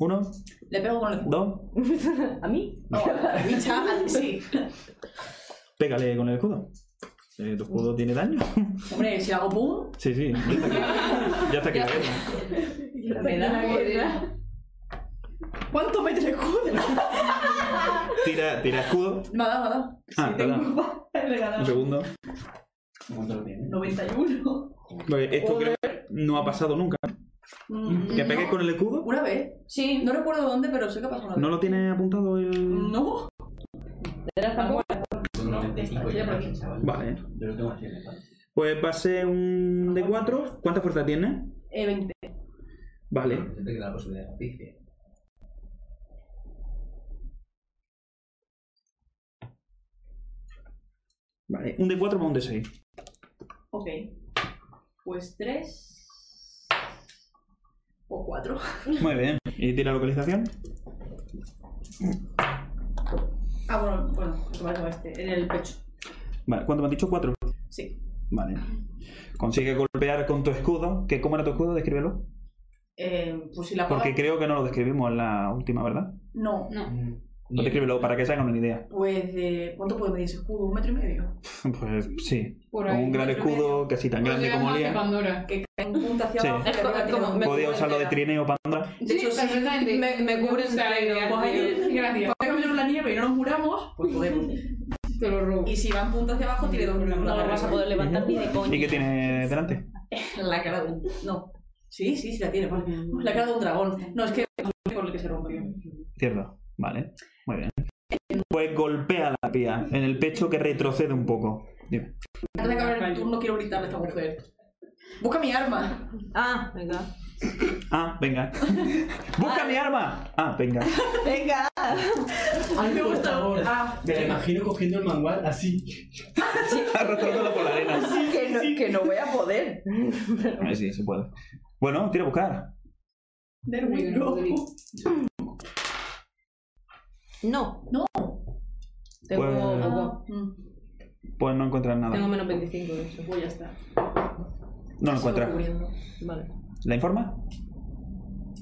Speaker 1: Uno,
Speaker 2: Le pego con el escudo.
Speaker 1: dos.
Speaker 7: ¿A mí?
Speaker 2: No, a la bicha, al- sí.
Speaker 1: Pégale con el escudo. Eh, ¿Tu escudo tiene daño?
Speaker 2: Hombre, si hago pum,
Speaker 1: Sí, sí. Ya está aquí la guerra.
Speaker 7: La verdad.
Speaker 2: joder. ¿Cuánto mete el escudo?
Speaker 1: Tira, tira escudo.
Speaker 2: Me ha dado, me ha dado.
Speaker 1: Ah, perdón.
Speaker 2: Tengo regalado
Speaker 1: Un segundo.
Speaker 5: ¿Cuánto lo tienes?
Speaker 2: 91.
Speaker 1: Vale, esto creo que no ha pasado nunca. ¿Que pegues con el escudo?
Speaker 2: Mm. Una vez. Sí. No recuerdo dónde, pero sé que pasó una vez.
Speaker 1: ¿No lo tiene apuntado el...?
Speaker 2: No.
Speaker 4: Son 95
Speaker 2: Ya,
Speaker 4: ya,
Speaker 2: pero-
Speaker 4: chaval.
Speaker 1: Vale.
Speaker 5: Yo lo tengo así en el pan.
Speaker 1: Pues va a ser un de 4. ¿Cuánta fuerza tiene?
Speaker 2: Eh, 20.
Speaker 1: Vale.
Speaker 4: Te queda la posibilidad de justicia.
Speaker 1: Vale. Un de 4 más un de 6.
Speaker 2: Ok. Pues 3. O 4.
Speaker 1: Muy bien. ¿Y tira localización?
Speaker 2: Ah, bueno, bueno, que me ha dado este. En el pecho.
Speaker 1: Vale. ¿Cuánto me has dicho? 4.
Speaker 2: Sí.
Speaker 1: Vale. Consigue golpear con tu escudo. ¿Qué, ¿Cómo era tu escudo? Descríbelo.
Speaker 2: Eh, pues si la
Speaker 1: Porque
Speaker 2: apagas-
Speaker 1: creo que no lo describimos en la última, ¿verdad?
Speaker 2: No.
Speaker 1: No descríbelo para que se hagan una idea.
Speaker 2: Pues de. ¿Cuánto puede medir ese escudo? ¿Un metro y medio?
Speaker 1: Pues sí.
Speaker 9: Por ahí.
Speaker 1: Un gran
Speaker 9: Otro medio.
Speaker 1: escudo, casi tan
Speaker 9: Podría
Speaker 1: grande como
Speaker 9: más que
Speaker 1: Lía.
Speaker 9: Pandora.
Speaker 2: Un punto hacia
Speaker 1: Sí.
Speaker 2: abajo.
Speaker 6: Es co-
Speaker 2: arriba,
Speaker 6: es como-
Speaker 2: tirado.
Speaker 6: me-
Speaker 1: Podía usarlo de trineo, Pandora.
Speaker 6: De hecho, sí,
Speaker 9: perfectamente.
Speaker 6: me- me cubre
Speaker 9: gusta la idea.
Speaker 2: Pues ahí-
Speaker 9: Gracias.
Speaker 2: Para caminar en la nieve y no nos muramos, pues podemos.
Speaker 9: Te lo robo.
Speaker 2: Y si van puntos hacia abajo, tiré dos en
Speaker 6: No
Speaker 2: la
Speaker 6: lo vas a
Speaker 2: cara.
Speaker 6: poder levantar ni de coña.
Speaker 1: ¿Y qué tiene delante?
Speaker 2: La cara de un. No. Sí, sí, sí la tiene, vale.
Speaker 6: Mm.
Speaker 2: La cara de un dragón. No, es que por el que se rompió.
Speaker 6: Ah,
Speaker 1: Cierto. Vale. Muy bien. Pues golpea la pía en el pecho que retrocede un poco. Dime.
Speaker 2: Antes de acabar el turno, quiero gritarle a esta mujer. Busca mi arma.
Speaker 6: Ah, venga.
Speaker 1: Ah, venga. ¡Busca mi arma! Ah, venga.
Speaker 6: Venga.
Speaker 5: Ay,
Speaker 2: Me
Speaker 5: por
Speaker 2: gusta.
Speaker 5: favor.
Speaker 2: Ah,
Speaker 5: Me la imagino cogiendo el manual así.
Speaker 1: Arrastrándolo por la arena.
Speaker 6: Que no, que no voy a poder.
Speaker 1: A ver si se puede. Bueno, tira a buscar.
Speaker 2: there we go.
Speaker 6: No.
Speaker 2: No.
Speaker 6: Tengo
Speaker 1: Pues-
Speaker 6: poco.
Speaker 2: Ah, mm,
Speaker 1: Pues no encuentras nada.
Speaker 6: Tengo menos 25 de eso.
Speaker 2: Pues ya está.
Speaker 1: No lo
Speaker 2: Sigo
Speaker 1: encuentras.
Speaker 2: cubriendo.
Speaker 6: Vale.
Speaker 1: ¿La informa?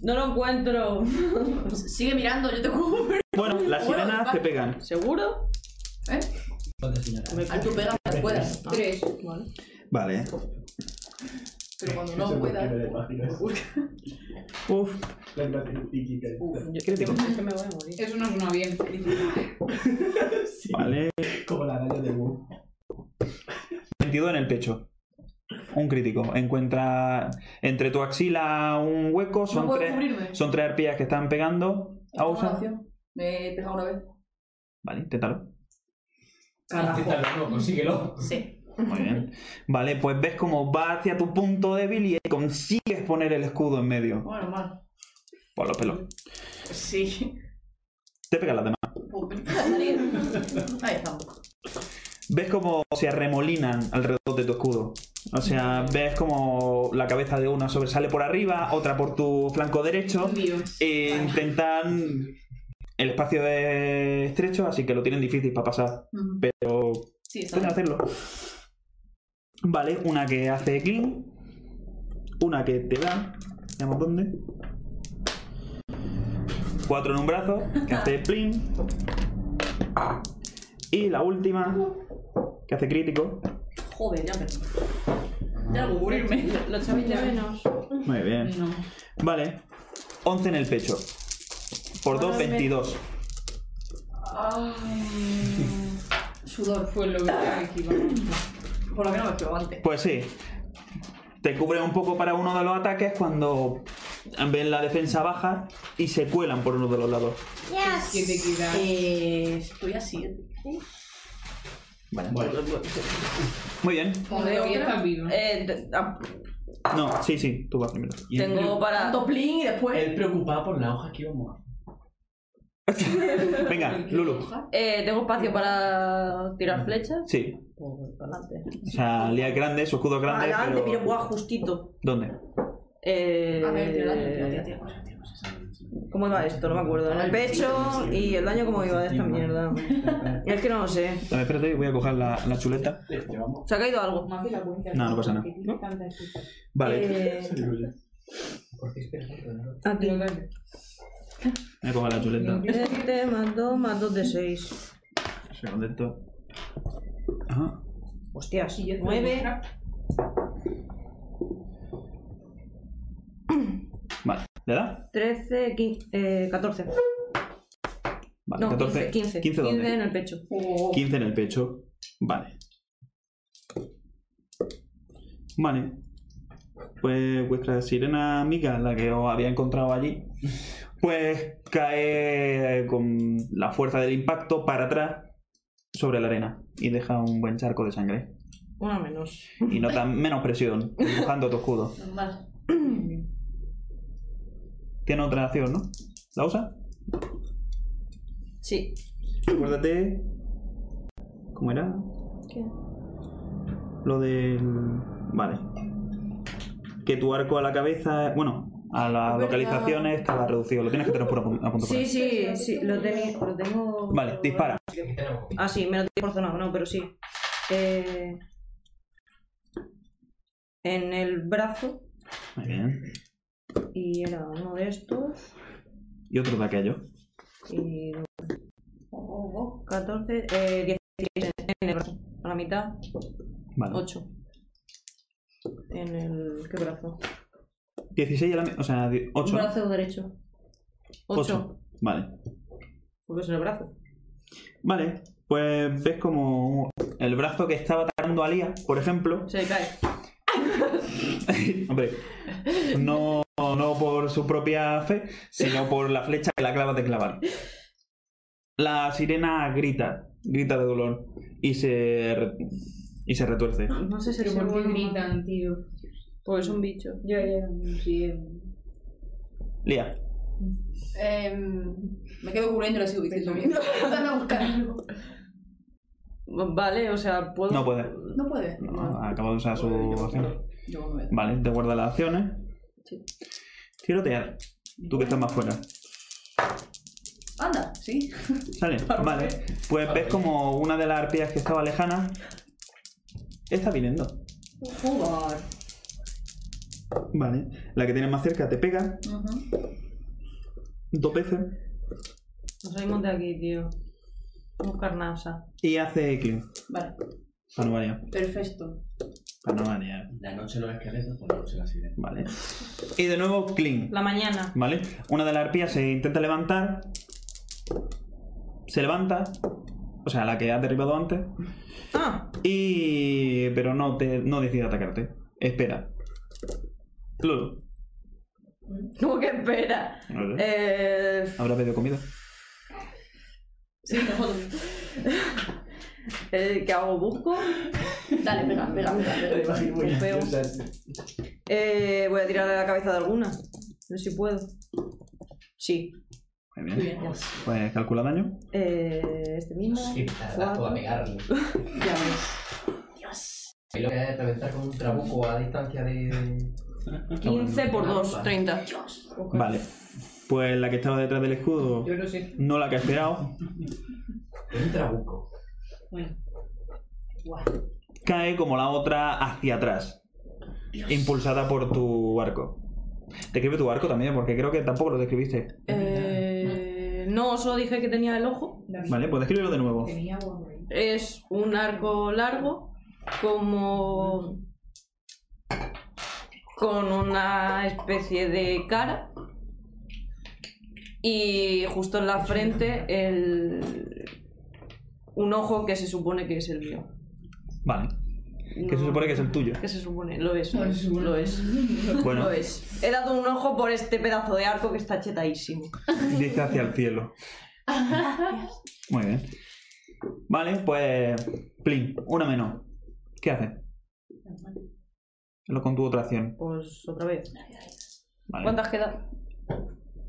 Speaker 6: No lo encuentro.
Speaker 2: Pues Sigue mirando, yo te cubro.
Speaker 1: Bueno, las
Speaker 2: Bueno,
Speaker 1: sirenas
Speaker 2: va.
Speaker 1: te pegan.
Speaker 6: ¿Seguro?
Speaker 5: ¿Cuántas señoras?
Speaker 2: Ah, tú pegas cuando puedas.
Speaker 9: Tres.
Speaker 1: Vale.
Speaker 6: Vale.
Speaker 2: Pero cuando no puedas. busca.
Speaker 1: Uf.
Speaker 5: La imagen psíquica.
Speaker 1: Crítico.
Speaker 6: Es que me voy a morir.
Speaker 9: Eso no suena bien.
Speaker 1: Vale.
Speaker 5: Como la araña de Wu.
Speaker 1: 22 en el pecho. Un crítico. Encuentra entre tu axila un hueco.
Speaker 2: No
Speaker 1: Son,
Speaker 2: puedo
Speaker 1: tres,
Speaker 2: cubrirme.
Speaker 1: son tres arpías que están pegando. A
Speaker 2: Una
Speaker 1: Usa.
Speaker 2: acción. Me he pegado una vez.
Speaker 1: Vale, inténtalo.
Speaker 2: Carajo.
Speaker 5: Inténtalo, consíguelo.
Speaker 2: Sí.
Speaker 1: Muy bien. Vale, pues ves cómo va hacia tu punto débil y consigues poner el escudo en medio.
Speaker 2: Bueno, mal.
Speaker 1: Por los pelos.
Speaker 2: Sí.
Speaker 1: Te pegan las demás.
Speaker 2: Ahí estamos.
Speaker 1: Ves cómo se arremolinan alrededor de tu escudo. O sea, ves como la cabeza de una sobresale por arriba, otra por tu flanco derecho.
Speaker 9: Dios.
Speaker 1: E intentan. El espacio es estrecho, así que lo tienen difícil para pasar.
Speaker 2: Mm.
Speaker 1: Pero
Speaker 2: Sí, está
Speaker 1: pueden
Speaker 2: bien.
Speaker 1: hacerlo. Vale, una que hace clean. Una que te da. Veamos dónde. Cuatro en un brazo, que hace plin. Y la última, que hace crítico.
Speaker 2: Joder, ya me. Ya lo cubrirme.
Speaker 6: Lo echabais de menos.
Speaker 1: Muy bien.
Speaker 9: No.
Speaker 1: Vale, 11 en el pecho. Por dos, 22.
Speaker 9: Sudor fue lo que equivocó.
Speaker 2: Mm, Por lo menos me pegó antes.
Speaker 1: Pues sí. Te cubre un poco para uno de los ataques cuando ven la defensa baja y se cuelan por uno de los lados.
Speaker 9: Que te queda.
Speaker 2: Eh, estoy a 7.
Speaker 1: Vale. Muy bien.
Speaker 9: Hombre, hoy estás vivo.
Speaker 6: Eh, t- ah,
Speaker 1: No, sí, sí, tú vas primero.
Speaker 5: Y él
Speaker 6: tengo para.
Speaker 2: Tanto plin y
Speaker 5: pre-
Speaker 2: después.
Speaker 5: Él preocupado por la hoja que íbamos a
Speaker 1: Venga, Lulu.
Speaker 6: Eh, tengo espacio para tirar flechas.
Speaker 1: Sí.
Speaker 6: Pues para adelante.
Speaker 1: O sea, Lía es grande, su escudo es
Speaker 6: Para
Speaker 1: grande.
Speaker 6: adelante,
Speaker 1: pero-
Speaker 6: mira, buah, justito.
Speaker 1: ¿Dónde?
Speaker 6: Eh,
Speaker 2: A ver, tira daño, tira, tira, tira cosas, tira cosas.
Speaker 6: ¿Cómo iba esto? No me acuerdo. En el pecho y el daño, ¿cómo iba de esta mierda? Es que no lo sé.
Speaker 1: A ver, espérate, voy a coger la, la chuleta.
Speaker 5: Te llevamos.
Speaker 6: ¿Se ha caído algo?
Speaker 9: Más de la cuenta.
Speaker 1: No, no pasa nada. Vale,
Speaker 6: Eh,
Speaker 4: ¿Por qué esperas tanto? no?
Speaker 6: a ti.
Speaker 1: voy a coger la chuleta.
Speaker 6: Este más 2 más 2 de 6.
Speaker 1: Se contento. Ajá.
Speaker 6: Hostia, 9.
Speaker 1: Vale. ¿Le da?
Speaker 6: 13, 15, eh, 14.
Speaker 1: Vale,
Speaker 6: No,
Speaker 1: 14. 15
Speaker 6: 15. 15,
Speaker 1: ¿dónde?
Speaker 6: 15 en el pecho.
Speaker 2: Eh,
Speaker 1: 15 en el pecho. Vale. Vale. Pues vuestra sirena amiga, la que os había encontrado allí, pues cae con la fuerza del impacto para atrás sobre la arena y deja un buen charco de sangre.
Speaker 6: Una menos.
Speaker 1: Y notas menos presión, empujando tu escudo.
Speaker 2: Normal.
Speaker 1: Tiene otra acción, ¿no? ¿La usa?
Speaker 6: Sí.
Speaker 1: Acuérdate. ¿Cómo era?
Speaker 8: ¿Qué?
Speaker 1: Lo del. Vale. Que tu arco a la cabeza. Bueno, a las
Speaker 6: Es verdad.
Speaker 1: localizaciones estaba reducido. Lo tienes que tener por a pun- a punto. por
Speaker 6: Ah, Sí,
Speaker 1: ahí.
Speaker 6: sí, sí. Lo, teni- lo tengo.
Speaker 1: Vale, dispara.
Speaker 6: Ah, sí, me lo tengo razonado, no, pero sí. Eh, en el brazo.
Speaker 1: Muy bien.
Speaker 6: Y era uno de estos.
Speaker 1: Y otro de aquello.
Speaker 6: Y. 14, eh, 16 en- en el brazo. A la mitad,
Speaker 1: Vale.
Speaker 6: 8. En el. ¿Qué brazo?
Speaker 1: 16 a la. mi- O sea, 8.
Speaker 6: Brazo derecho. 8.
Speaker 1: Vale.
Speaker 6: Porque es en el brazo.
Speaker 1: Vale. Pues ves como el brazo que estaba atacando a Lía, por ejemplo,
Speaker 6: Se le cae.
Speaker 1: Hombre, no, no por su propia fe, sino por la flecha que la clava de clavar. La sirena grita, grita de dolor y se, re- y se retuerce.
Speaker 6: No sé si
Speaker 9: Pero
Speaker 6: se
Speaker 9: ¿por qué
Speaker 6: vuelve-
Speaker 9: gritan, tío?
Speaker 6: Porque Pues es un bicho.
Speaker 8: Ya, ya.
Speaker 9: Sí,
Speaker 1: Lía,
Speaker 2: Em, me quedo cubriendo y lo sigo diciendo. Dame a buscar.
Speaker 6: Vale, o sea, puedo.
Speaker 1: no puede.
Speaker 2: No puede.
Speaker 1: No, acaba de usar su acción.
Speaker 2: Yo me voy.
Speaker 1: Vale, te guarda las acciones. Tirotear. Tú que estás más fuera.
Speaker 2: Anda, sí.
Speaker 1: Sale. Vale. Pues ves como una de las arpías que estaba lejana está viniendo.
Speaker 2: Jugar.
Speaker 1: Vale. La que tienes más cerca te pega dos veces
Speaker 6: Nos salimos de aquí, tío. Buscar NASA.
Speaker 1: y hace clic.
Speaker 2: Vale,
Speaker 1: Para no variar.
Speaker 2: perfecto.
Speaker 1: Para no variar.
Speaker 5: La noche los esqueletos, por pues la noche la sirena.
Speaker 1: Vale. Y de nuevo, clean.
Speaker 6: La mañana.
Speaker 1: Vale. Una de las arpías se intenta levantar. Se levanta. O sea, la que ha derribado antes.
Speaker 6: Ah,
Speaker 1: Y. Pero no, te... no decide atacarte. Espera. Lulu.
Speaker 6: ¿cómo que espera?
Speaker 1: No sé.
Speaker 6: Eh,
Speaker 1: ¿Habrá pedido comida?
Speaker 2: Sí, nosotros.
Speaker 6: eh, ¿Qué hago? ¿Busco?
Speaker 2: Dale, pega, pega, pega. pega.
Speaker 6: Qué feo. Eh, voy a tirarle la cabeza de alguna. No sé si puedo. Sí.
Speaker 1: Muy bien. Pues calcula daño.
Speaker 6: Eh, este mismo.
Speaker 4: Sí, tardas tú a pegarle.
Speaker 2: Ya ves.
Speaker 4: Y lo voy a reventar con un trabuco a distancia de.
Speaker 6: 15 por 2, 30.
Speaker 1: Vale. Pues la que estaba detrás del escudo,
Speaker 9: yo lo sé.
Speaker 1: no la que ha esperado,
Speaker 4: Un trabuco.
Speaker 1: cae como la otra hacia atrás. Impulsada por tu arco. Describe tu arco también, porque creo que tampoco lo describiste.
Speaker 6: Eh, no, solo dije que tenía el ojo.
Speaker 1: Vale, pues descríbelo de nuevo.
Speaker 9: Tenía agua ahí.
Speaker 6: Es un arco largo, como. con una especie de cara. Y justo en la frente, el. un ojo que se supone que es el mío.
Speaker 1: Vale. Que se
Speaker 6: No-
Speaker 1: supone que es el tuyo.
Speaker 6: Que se supone, lo es,
Speaker 9: No,
Speaker 6: lo es,
Speaker 9: es bueno.
Speaker 6: lo es,
Speaker 1: Bueno,
Speaker 6: lo es. He dado un ojo por este pedazo de arco que está chetadísimo.
Speaker 1: dice hacia el cielo. Muy bien. Vale, pues. Plin, una menos. ¿Qué hace? Lo con tu otra acción.
Speaker 6: Pues otra vez.
Speaker 1: Vale.
Speaker 6: ¿Cuántas queda?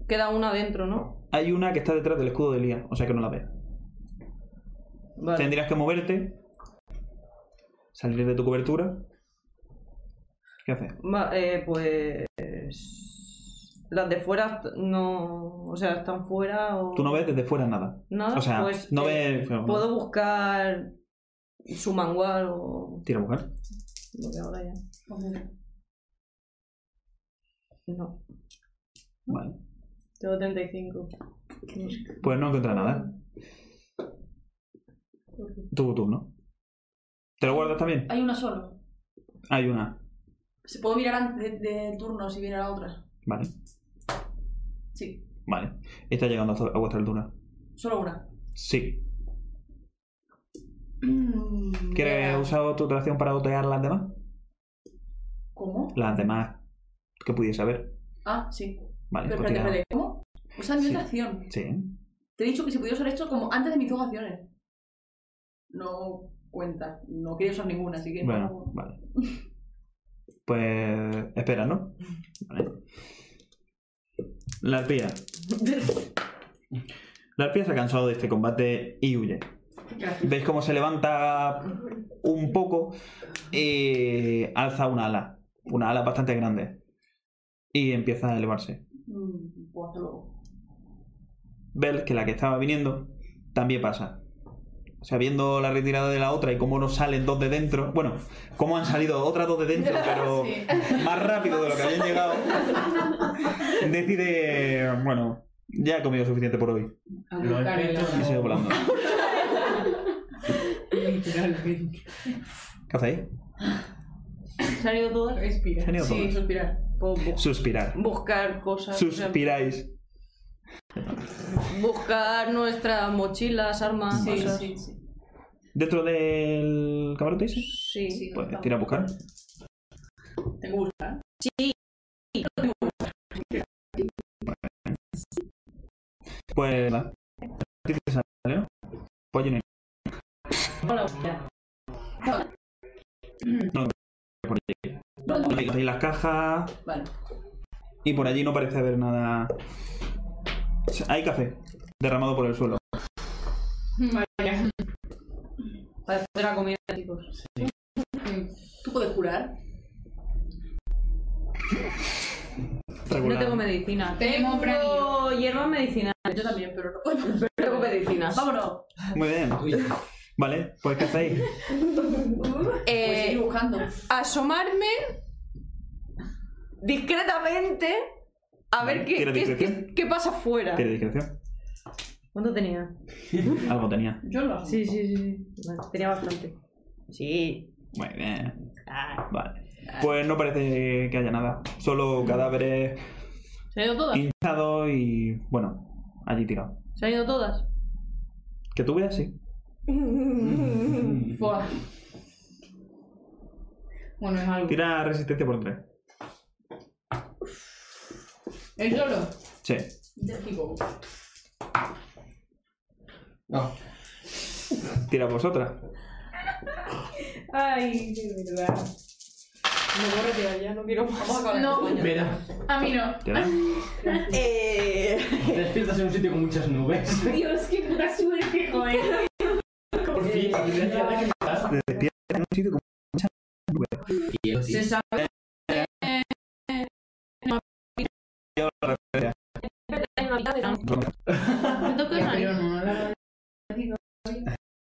Speaker 6: Queda una dentro, ¿no?
Speaker 1: Hay una que está detrás del escudo de Lía, o sea que no la ves.
Speaker 6: Vale.
Speaker 1: Tendrías que moverte, salir de tu cobertura. ¿Qué haces?
Speaker 6: Va- eh, pues. Las de fuera no. O sea, están fuera o.
Speaker 1: Tú no ves desde fuera nada.
Speaker 6: nada.
Speaker 1: O sea,
Speaker 6: pues,
Speaker 1: no
Speaker 6: eh,
Speaker 1: ves.
Speaker 6: Puedo buscar su manual o.
Speaker 1: Tira mujer.
Speaker 6: Lo que ahora ya. No,
Speaker 1: Vale.
Speaker 6: tengo 35.
Speaker 1: Pues no encuentra nada. Tu turno. ¿Te lo guardas también?
Speaker 2: Hay una sola.
Speaker 1: Hay una.
Speaker 2: ¿Se puedo mirar antes de- del turno si viene la otra?
Speaker 1: Vale.
Speaker 2: Sí,
Speaker 1: Vale. Está llegando a, a vuestra altura.
Speaker 2: solo una.
Speaker 1: Sí.
Speaker 6: Mm,
Speaker 1: ¿Quieres
Speaker 9: venga.
Speaker 1: usar tu tracción para dotear las demás?
Speaker 2: ¿Cómo?
Speaker 1: Las demás que pudiese haber.
Speaker 2: Ah, sí.
Speaker 1: Vale,
Speaker 2: Pero
Speaker 1: pues
Speaker 2: espérate,
Speaker 1: tira-
Speaker 2: espérate. ¿Cómo? Usa mi
Speaker 1: Sí.
Speaker 2: otra acción.
Speaker 1: Sí.
Speaker 2: Te he dicho que se pudiera usar esto como antes de mis dos acciones. No cuenta. No quería usar ninguna, así que
Speaker 1: Bueno,
Speaker 2: no.
Speaker 1: vale. Pues espera, ¿no? Vale. La arpía. La arpía se ha cansado de este combate y huye.
Speaker 2: Gracias.
Speaker 1: Veis cómo se levanta un poco y alza una ala. Una ala bastante grande. Y empieza a elevarse.
Speaker 2: Mm, Pues hasta luego.
Speaker 1: Ves que la que estaba viniendo también pasa. O sea, viendo la retirada de la otra y cómo no salen dos de dentro. Bueno, cómo han salido otras dos de dentro, pero más rápido de lo que habían llegado. Decide, bueno, ya he comido suficiente por hoy.
Speaker 9: A
Speaker 5: Lo
Speaker 9: buscar el
Speaker 5: espero.
Speaker 1: Y sigue volando.
Speaker 9: Literalmente.
Speaker 1: ¿Qué hacéis?
Speaker 6: ¿Se han ido todas?
Speaker 9: Respira.
Speaker 1: ¿Se han ido
Speaker 2: Sí,
Speaker 1: todas?
Speaker 2: suspirar.
Speaker 6: Puedo bu-
Speaker 1: Suspirar.
Speaker 6: buscar cosas. o sea,
Speaker 1: Suspiráis.
Speaker 6: buscar nuestras mochilas, armas,
Speaker 2: Sí,
Speaker 6: cosas.
Speaker 2: sí, sí.
Speaker 1: ¿Dentro del camarote dice?
Speaker 6: Sí.
Speaker 1: Pues tira a buscar.
Speaker 2: Tengo buscar.
Speaker 1: Pues nada. ¿A ti te sale, no? Pues yo no. No, por allí. Ahí tenéis las cajas.
Speaker 2: Vale.
Speaker 1: Y por allí no parece haber nada. O sea, Hay café derramado por el suelo.
Speaker 9: Vaya.
Speaker 6: Para hacer la comida, chicos.
Speaker 2: Mm, ¿Tú puedes curar?
Speaker 1: Regular.
Speaker 6: No tengo medicina.
Speaker 9: Tengo
Speaker 6: Tengo hierbas medicinales.
Speaker 2: Yo también, pero no puedo.
Speaker 6: Tengo medicinas.
Speaker 2: Vámonos.
Speaker 1: Muy bien. Vale, pues ¿qué hacéis?
Speaker 2: Pues
Speaker 6: Eh,
Speaker 2: seguir buscando.
Speaker 6: asomarme discretamente a ver qué,
Speaker 1: Tira
Speaker 6: qué,
Speaker 1: discreción.
Speaker 6: qué- qué pasa fuera.
Speaker 1: Tira discreción.
Speaker 6: ¿Cuánto tenía?
Speaker 1: Algo tenía.
Speaker 2: Yo lo hago.
Speaker 6: Sí, sí, sí. sí. Vale, tenía bastante. Sí.
Speaker 1: Muy bien.
Speaker 6: Ah.
Speaker 1: Vale. Pues no parece que haya nada. Solo cadáveres
Speaker 6: Mm. ¿Se han ido todas?
Speaker 1: hinchados y. bueno, allí tirado.
Speaker 6: ¿Se han ido todas?
Speaker 1: Que tú veas, sí.
Speaker 9: Buah. Bueno, es algo.
Speaker 1: Tira resistencia por tres.
Speaker 9: ¿Es solo?
Speaker 1: Sí.
Speaker 4: No,
Speaker 1: Tira vosotras.
Speaker 9: Ay, de verdad.
Speaker 6: Me voy a retirar ya, no quiero más.
Speaker 9: No,
Speaker 5: Verá,
Speaker 9: a mí no.
Speaker 1: Tira.
Speaker 6: Eh,
Speaker 5: despiertas en un sitio con muchas nubes.
Speaker 9: Dios, qué puta suerte, joder.
Speaker 5: Por fin, gracias a la que me das.
Speaker 1: Te despiertas en un sitio como mucha nube.
Speaker 4: y el
Speaker 6: se sabe.
Speaker 2: eh,
Speaker 1: Y ahora la referencia.
Speaker 8: En la mitad de la-
Speaker 9: Me toca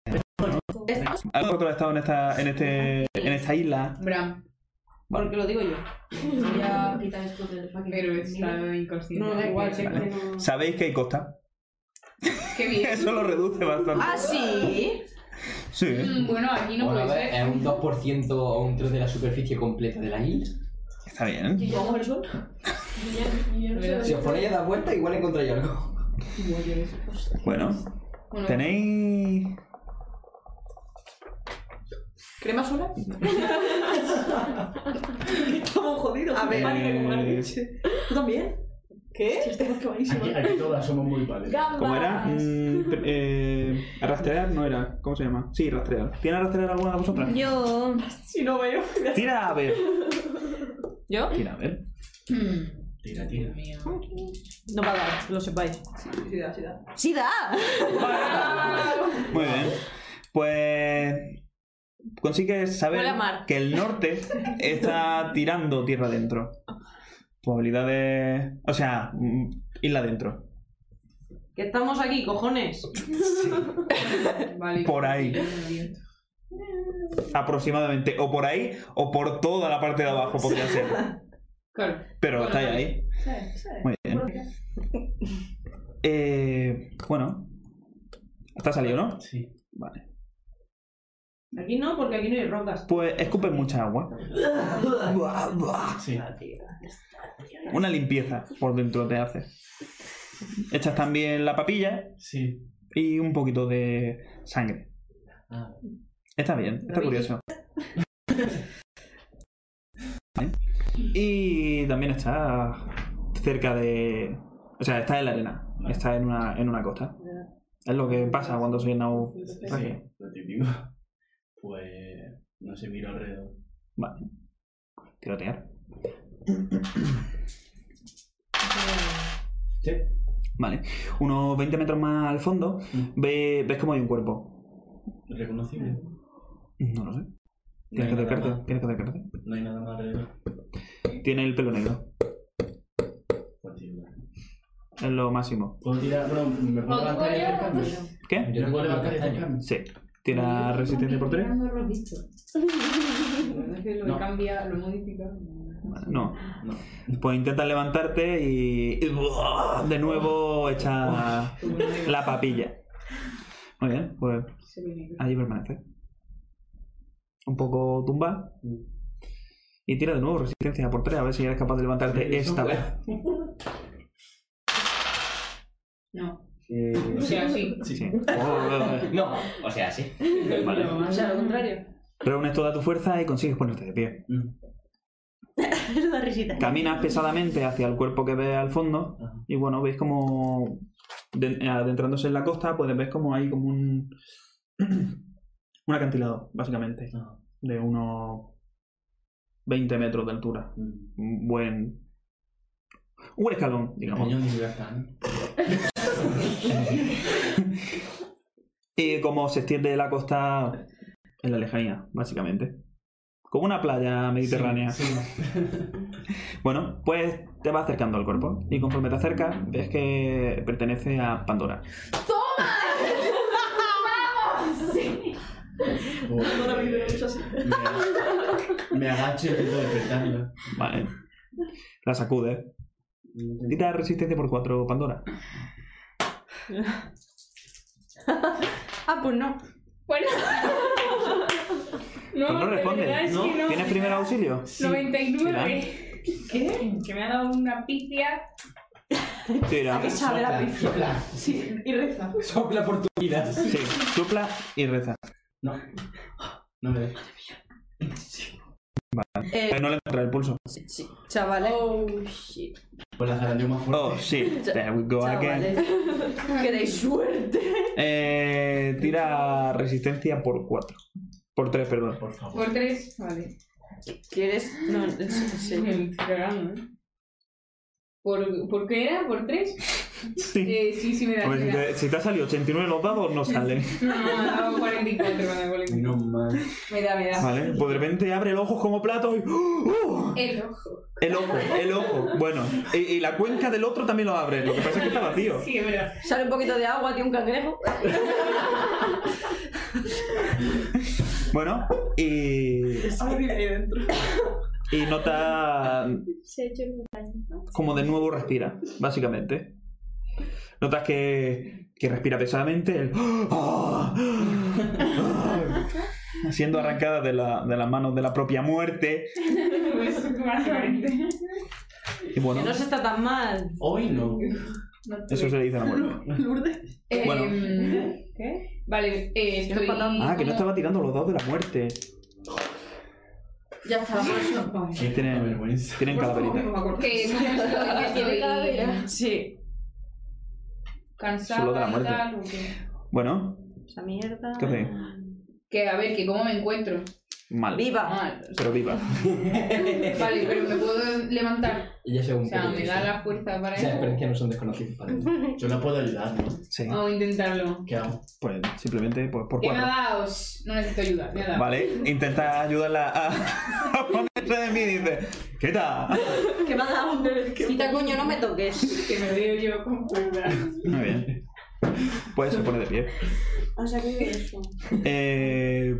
Speaker 9: Pero no, la
Speaker 1: ¿Algo otro ha estado en esta, en este, en esta isla?
Speaker 9: Bram,
Speaker 6: Porque lo digo yo.
Speaker 2: Ya quita esto del fucking
Speaker 9: pero está inconsciente.
Speaker 6: No, da igual, sé
Speaker 1: Vale.
Speaker 6: que no.
Speaker 1: Sabéis que hay costa.
Speaker 9: Qué bien.
Speaker 1: Eso lo reduce bastante.
Speaker 6: Ah, sí.
Speaker 1: Sí.
Speaker 9: Mm, Bueno, aquí no
Speaker 4: bueno, a
Speaker 9: puede
Speaker 4: ver,
Speaker 9: ser.
Speaker 4: es un 2% o un 3% de la superficie completa de la isla.
Speaker 1: Está bien.
Speaker 2: ¿Y llevamos el sol?
Speaker 4: Si os ponéis a dar vuelta, igual encontráis algo.
Speaker 1: Bueno,
Speaker 9: Bueno,
Speaker 1: tenéis.
Speaker 2: ¿Crema sola?
Speaker 6: Estamos jodidos. A ver.
Speaker 1: eh,
Speaker 2: ¿Tú también? ¿Qué? Estamos
Speaker 5: Aquí,
Speaker 2: cabadísimos.
Speaker 5: aquí todas somos muy padres.
Speaker 8: ah,
Speaker 1: ¿Cómo era? Mm, pr- eh, rastrear no era. ¿Cómo se llama? Sí, rastrear. ¿Tiene rastrear alguna de vosotras?
Speaker 6: Yo.
Speaker 2: Si no veo.
Speaker 1: Tira a ver.
Speaker 6: ¿Yo?
Speaker 1: Tira a ver. em.
Speaker 9: mm,
Speaker 5: Tira,
Speaker 9: Dios
Speaker 5: tira.
Speaker 9: mío.
Speaker 6: No va a dar, que lo sepáis.
Speaker 2: Sí, da, sí, da.
Speaker 6: ¡Sí da!
Speaker 1: Muy bien. Pues. Consigues saber
Speaker 6: Huele a mar.
Speaker 1: que el norte está tirando tierra adentro. Probabilidades. O sea, mm, isla adentro.
Speaker 6: Que estamos aquí, cojones.
Speaker 9: Vale.
Speaker 1: Por ahí. Aproximadamente. O por ahí, o por toda la parte de abajo podría ser.
Speaker 9: Claro.
Speaker 1: Pero está ahí.
Speaker 2: Sí, sí.
Speaker 1: Muy bien. Eh, bueno. Está salido, ¿no?
Speaker 5: Sí.
Speaker 1: Vale.
Speaker 8: Aquí no, porque aquí no hay rocas.
Speaker 1: Pues escupen mucha agua. Buah, buah.
Speaker 5: Sí.
Speaker 1: Una limpieza por dentro te hace. Echas también la papilla
Speaker 5: Sí.
Speaker 1: y un poquito de sangre.
Speaker 5: Ah.
Speaker 1: Está bien, está curioso. Vale. Y también está cerca de... O sea, está en la arena. Está en una, en una costa. Es lo que pasa cuando soy náufrago.
Speaker 5: Sí, Este, lo típico. Pues no se mira alrededor.
Speaker 1: Vale. Tirotear.
Speaker 5: Sí.
Speaker 1: Vale. Unos 20 metros más al fondo,
Speaker 5: Mm.
Speaker 1: ve- ves como hay un cuerpo.
Speaker 5: Reconocible.
Speaker 1: No lo sé.
Speaker 5: No hay
Speaker 1: Tienes que
Speaker 5: nada
Speaker 1: acercarte.
Speaker 5: más.
Speaker 1: Tienes que acercarte.
Speaker 5: No hay nada más alrededor.
Speaker 1: Tiene el pelo negro.
Speaker 5: Pues sí, bueno.
Speaker 1: Es lo máximo.
Speaker 5: Puedo tirar, bueno, me puedo
Speaker 3: ¿Puedo
Speaker 5: levantar y
Speaker 3: yo?
Speaker 5: acercarme.
Speaker 1: ¿Qué?
Speaker 5: Yo me puedo levantar y
Speaker 4: castaño.
Speaker 5: acercarme.
Speaker 1: Sí. Tira resistencia por 3.
Speaker 9: No lo he visto. La verdad es que lo he
Speaker 5: No.
Speaker 9: cambiado, lo he modificado.
Speaker 1: No.
Speaker 5: No.
Speaker 1: Pues intentas levantarte y. y ¡buah! De nuevo echa la papilla. Muy bien, pues
Speaker 9: Se ve negro.
Speaker 1: Allí permanece. Un poco tumba. Y tira de nuevo resistencia por 3, a ver si eres capaz de levantarte
Speaker 5: Eso,
Speaker 1: esta
Speaker 5: pues.
Speaker 1: vez.
Speaker 9: No.
Speaker 4: Eh,
Speaker 9: O sea, sí.
Speaker 1: pues Sí. Oh,
Speaker 4: No, o sea, sí.
Speaker 1: Vale.
Speaker 9: No,
Speaker 8: O sea, lo contrario.
Speaker 1: Reúnes toda tu fuerza y consigues ponerte de pie.
Speaker 6: Es una risita.
Speaker 1: Caminas pesadamente hacia el cuerpo que ves al fondo
Speaker 5: Ajá.
Speaker 1: y bueno, veis como de- adentrándose en la costa, pues ves como hay como un un acantilado, básicamente,
Speaker 5: Ajá.
Speaker 1: de unos 20 metros de altura.
Speaker 5: Mm.
Speaker 1: Un buen un buen escalón, digamos.
Speaker 5: Pequeño Michoacán.
Speaker 1: Y como se extiende la costa en la lejanía, básicamente. Como una playa mediterránea.
Speaker 5: Sí, sí.
Speaker 1: Bueno, pues te vas acercando al cuerpo. Y conforme te acercas, ves que pertenece a Pandora.
Speaker 5: Pues, me- Me agacho y intento despertarlo.
Speaker 1: Vale. La sacudes. Quita resistencia por 4, Pandora.
Speaker 6: Ah, pues no.
Speaker 3: Bueno.
Speaker 1: Pues no
Speaker 3: de verdad
Speaker 1: responde.
Speaker 3: es que no.
Speaker 1: ¿Tienes primer auxilio?
Speaker 3: 99. ¿Qué? Que me ha dado una pifia.
Speaker 1: Tira.
Speaker 6: Esa de la
Speaker 4: Sopla,
Speaker 6: pifia.
Speaker 4: sopla,
Speaker 9: Sí, y reza.
Speaker 4: sopla por tu vida.
Speaker 1: Sí. Supla y reza.
Speaker 5: No. No me deja.
Speaker 6: Eh,
Speaker 1: Eh, No le encuentra el pulso.
Speaker 6: sí, sí. Chavales.
Speaker 9: Oh, shit.
Speaker 5: Pues la zarandeo más fuerte.
Speaker 1: Oh, sí. There we go again.
Speaker 6: Chavales. Queréis suerte.
Speaker 1: Eh, tira resistencia por 4. Por 3, perdón.
Speaker 5: Por favor.
Speaker 3: Por tres. Vale.
Speaker 6: ¿Quieres? No, en serio.
Speaker 9: El cagando, ¿eh? ¿Por, ¿Por qué era? ¿Por tres?
Speaker 1: Sí.
Speaker 9: Eh, sí, sí me da.
Speaker 1: A ver,
Speaker 9: me
Speaker 1: si
Speaker 9: da.
Speaker 1: te, si te ha salido 89 los dados, no sale.
Speaker 9: No, no, me ha dado 44 me ha dado 44.
Speaker 5: No más.
Speaker 9: Me da, me da.
Speaker 1: Vale, pues de repente abre el ojo como plato y. ¡Uh!
Speaker 3: El ojo.
Speaker 1: El ojo, el ojo. Bueno, y, y la cuenca del otro también lo abre. Lo que pasa es que está vacío.
Speaker 3: Sí, es verdad.
Speaker 6: Sale un poquito de agua, tiene un cangrejo.
Speaker 1: Bueno, y. Y nota
Speaker 8: Se ha hecho el daño.
Speaker 1: como de nuevo respira, básicamente. Notas que, que respira pesadamente, el- ¡ah! siendo arrancada de, la- de las manos de la propia muerte.
Speaker 3: Pues básicamente.
Speaker 1: Y bueno,
Speaker 6: Que no se está tan mal.
Speaker 5: Hoy no.
Speaker 1: eso se le dice a la muerte.
Speaker 3: Eh,
Speaker 1: Bueno.
Speaker 9: ¿Qué?
Speaker 3: Vale, eh, estoy.
Speaker 1: Ah, que no estaba tirando los dados de la muerte.
Speaker 2: Ya está.
Speaker 5: Qué
Speaker 1: Tienen-
Speaker 5: vergüenza.
Speaker 1: Tienen calaverita.
Speaker 3: Que no estoy, que estoy
Speaker 6: Sí.
Speaker 3: cansada
Speaker 1: Solo de la muerte.
Speaker 3: y tal. o que-
Speaker 1: Bueno,
Speaker 6: Esa mierda.
Speaker 1: ¿qué hace?
Speaker 3: Que a ver, que cómo me encuentro.
Speaker 1: Mal,
Speaker 6: Viva.
Speaker 3: Mal.
Speaker 1: pero viva.
Speaker 3: Vale, pero me puedo levantar.
Speaker 4: Ella se ve
Speaker 3: O
Speaker 4: un
Speaker 3: sea,
Speaker 4: poco
Speaker 3: me
Speaker 4: triste.
Speaker 3: da la fuerza para
Speaker 4: O sea,
Speaker 3: eso.
Speaker 4: experiencias no son desconocidas para mí.
Speaker 5: Yo la puedo ayudar, ¿no?
Speaker 1: Sí,
Speaker 3: Vamos a intentarlo.
Speaker 5: ¿Qué hago?
Speaker 1: pues simplemente pues, por
Speaker 3: Que me ha
Speaker 1: cuatro.
Speaker 3: dado. shh, No necesito ayuda. Me ha dado.
Speaker 1: Vale, intenta ayudarla a, a ponerse de mí y dice, ¿qué tal?
Speaker 6: Que me ha dado un Quita, coño, no me toques.
Speaker 9: Que me veo yo con cuerda.
Speaker 1: Muy bien. Pues se pone de pie.
Speaker 8: O sea, que eso.
Speaker 1: Eh,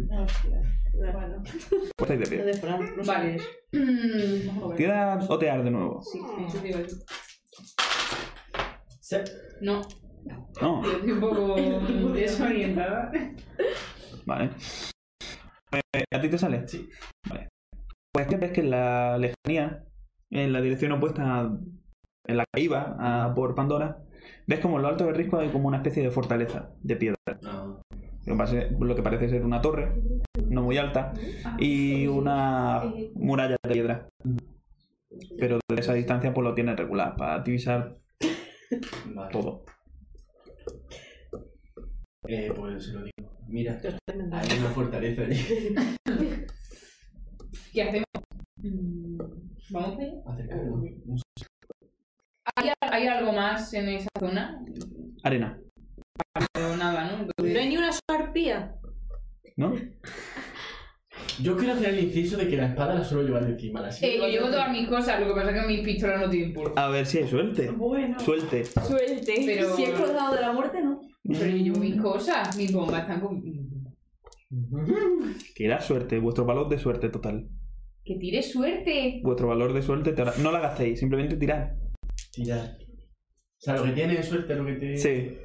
Speaker 1: pues estáis de pie.
Speaker 3: Vale. Mm,
Speaker 1: Tira otear de nuevo.
Speaker 3: Sí, eso te iba a decir.
Speaker 5: Sí.
Speaker 3: No,
Speaker 1: No,
Speaker 3: yo estoy un poco desorientada.
Speaker 1: vale. Eh, ¿A ti te sale?
Speaker 5: Sí.
Speaker 1: Vale. Pues que ves que en la lejanía, en la dirección opuesta, a- en la que iba a por Pandora, ves como en lo alto del risco hay como una especie de fortaleza de piedra. Lo que parece- Lo que parece ser una torre, no muy alta,
Speaker 8: Ah,
Speaker 1: y una muralla de piedra. Pero de esa distancia pues lo tiene regular para divisar
Speaker 5: Vale.
Speaker 1: todo.
Speaker 5: Eh, pues lo digo. Mira, hay una fortaleza allí.
Speaker 3: ¿Qué hacemos? Mm, Vamos allá.
Speaker 5: Acercarnos.
Speaker 3: ¿Hay, hay algo más en esa zona?
Speaker 1: Arena,
Speaker 3: Pero nada, ¿no?
Speaker 7: No
Speaker 3: Entonces,
Speaker 7: hay ni una sola arpía.
Speaker 1: ¿no?
Speaker 5: Yo quiero hacer el inciso de que la espada la suelo llevar de encima. La
Speaker 3: eh, yo llevo todas mis cosas, lo que pasa es que mis pistolas no tienen pulso.
Speaker 1: A ver si hay suerte.
Speaker 2: Bueno.
Speaker 1: Suelte.
Speaker 8: Suelte.
Speaker 3: Pero,
Speaker 2: Si es cruzado de la muerte, ¿no?
Speaker 3: pero yo llevo mis cosas, mis bombas están con...
Speaker 1: Que era suerte, vuestro valor de suerte total.
Speaker 3: ¡Que tire suerte!
Speaker 1: Vuestro valor de suerte, te- no la gastéis, simplemente tirad.
Speaker 5: Tirar. O sea, lo que tiene es suerte, lo que te...
Speaker 1: Sí.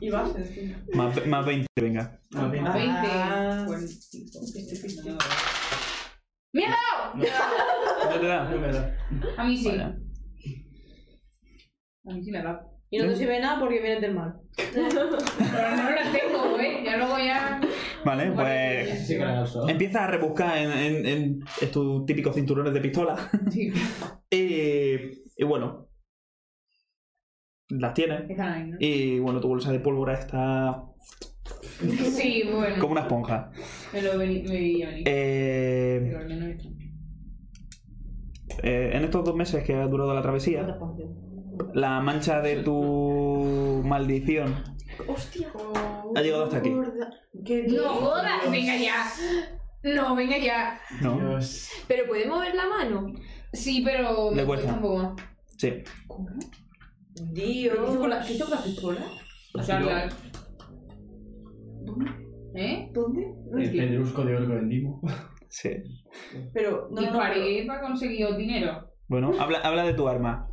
Speaker 2: Y vas encima.
Speaker 1: Más, ve- más 20, venga.
Speaker 5: Más bien.
Speaker 3: 20.
Speaker 6: Ah.
Speaker 3: Pues, ¡Me ha
Speaker 1: ¿No te da?
Speaker 5: No me da.
Speaker 3: dado! A mí sí.
Speaker 1: Vaya.
Speaker 3: A mí sí me ha dado.
Speaker 6: Y no te sirve nada porque vienes del mar.
Speaker 3: Pero no las tengo, ¿eh? Ya luego ya...
Speaker 1: Vale,
Speaker 3: Vale,
Speaker 1: pues.
Speaker 4: Sí, que la uso.
Speaker 1: Empiezas a rebuscar en, en- en estos típicos cinturones de pistola.
Speaker 3: Sí,
Speaker 1: Y, y bueno. Las tienes.
Speaker 3: están ahí, ¿no?
Speaker 1: Y bueno, tu bolsa de pólvora está
Speaker 3: Sí, bueno.
Speaker 1: como una esponja.
Speaker 3: Me lo veni- me veía venir.
Speaker 1: Eh,
Speaker 3: Pero al menos están.
Speaker 1: eh, en estos dos meses que ha durado la travesía, la mancha de tu maldición
Speaker 2: Hostia.
Speaker 1: ha llegado hasta aquí.
Speaker 3: ¡No jodas! ¡Venga ya! No, venga ya.
Speaker 1: ¿No?
Speaker 5: Dios.
Speaker 7: Pero puede mover la mano.
Speaker 3: Sí, pero
Speaker 1: Le
Speaker 3: me
Speaker 1: cuesta.
Speaker 3: cuesta un poco más.
Speaker 1: Sí.
Speaker 2: ¿Pero ¿Qué hizo con la-
Speaker 6: Dios.
Speaker 2: qué hizo con la pistola?
Speaker 3: O sea,
Speaker 5: Así
Speaker 3: la... ¿Eh?
Speaker 2: ¿Dónde? No
Speaker 5: El
Speaker 2: entiendo.
Speaker 5: pedrusco de oro que vendimos.
Speaker 1: Sí.
Speaker 2: Pero no,
Speaker 3: ¿Y
Speaker 2: no, no,
Speaker 3: para
Speaker 2: pero-
Speaker 3: qué para conseguir dinero?
Speaker 1: Bueno, habla, habla de tu arma.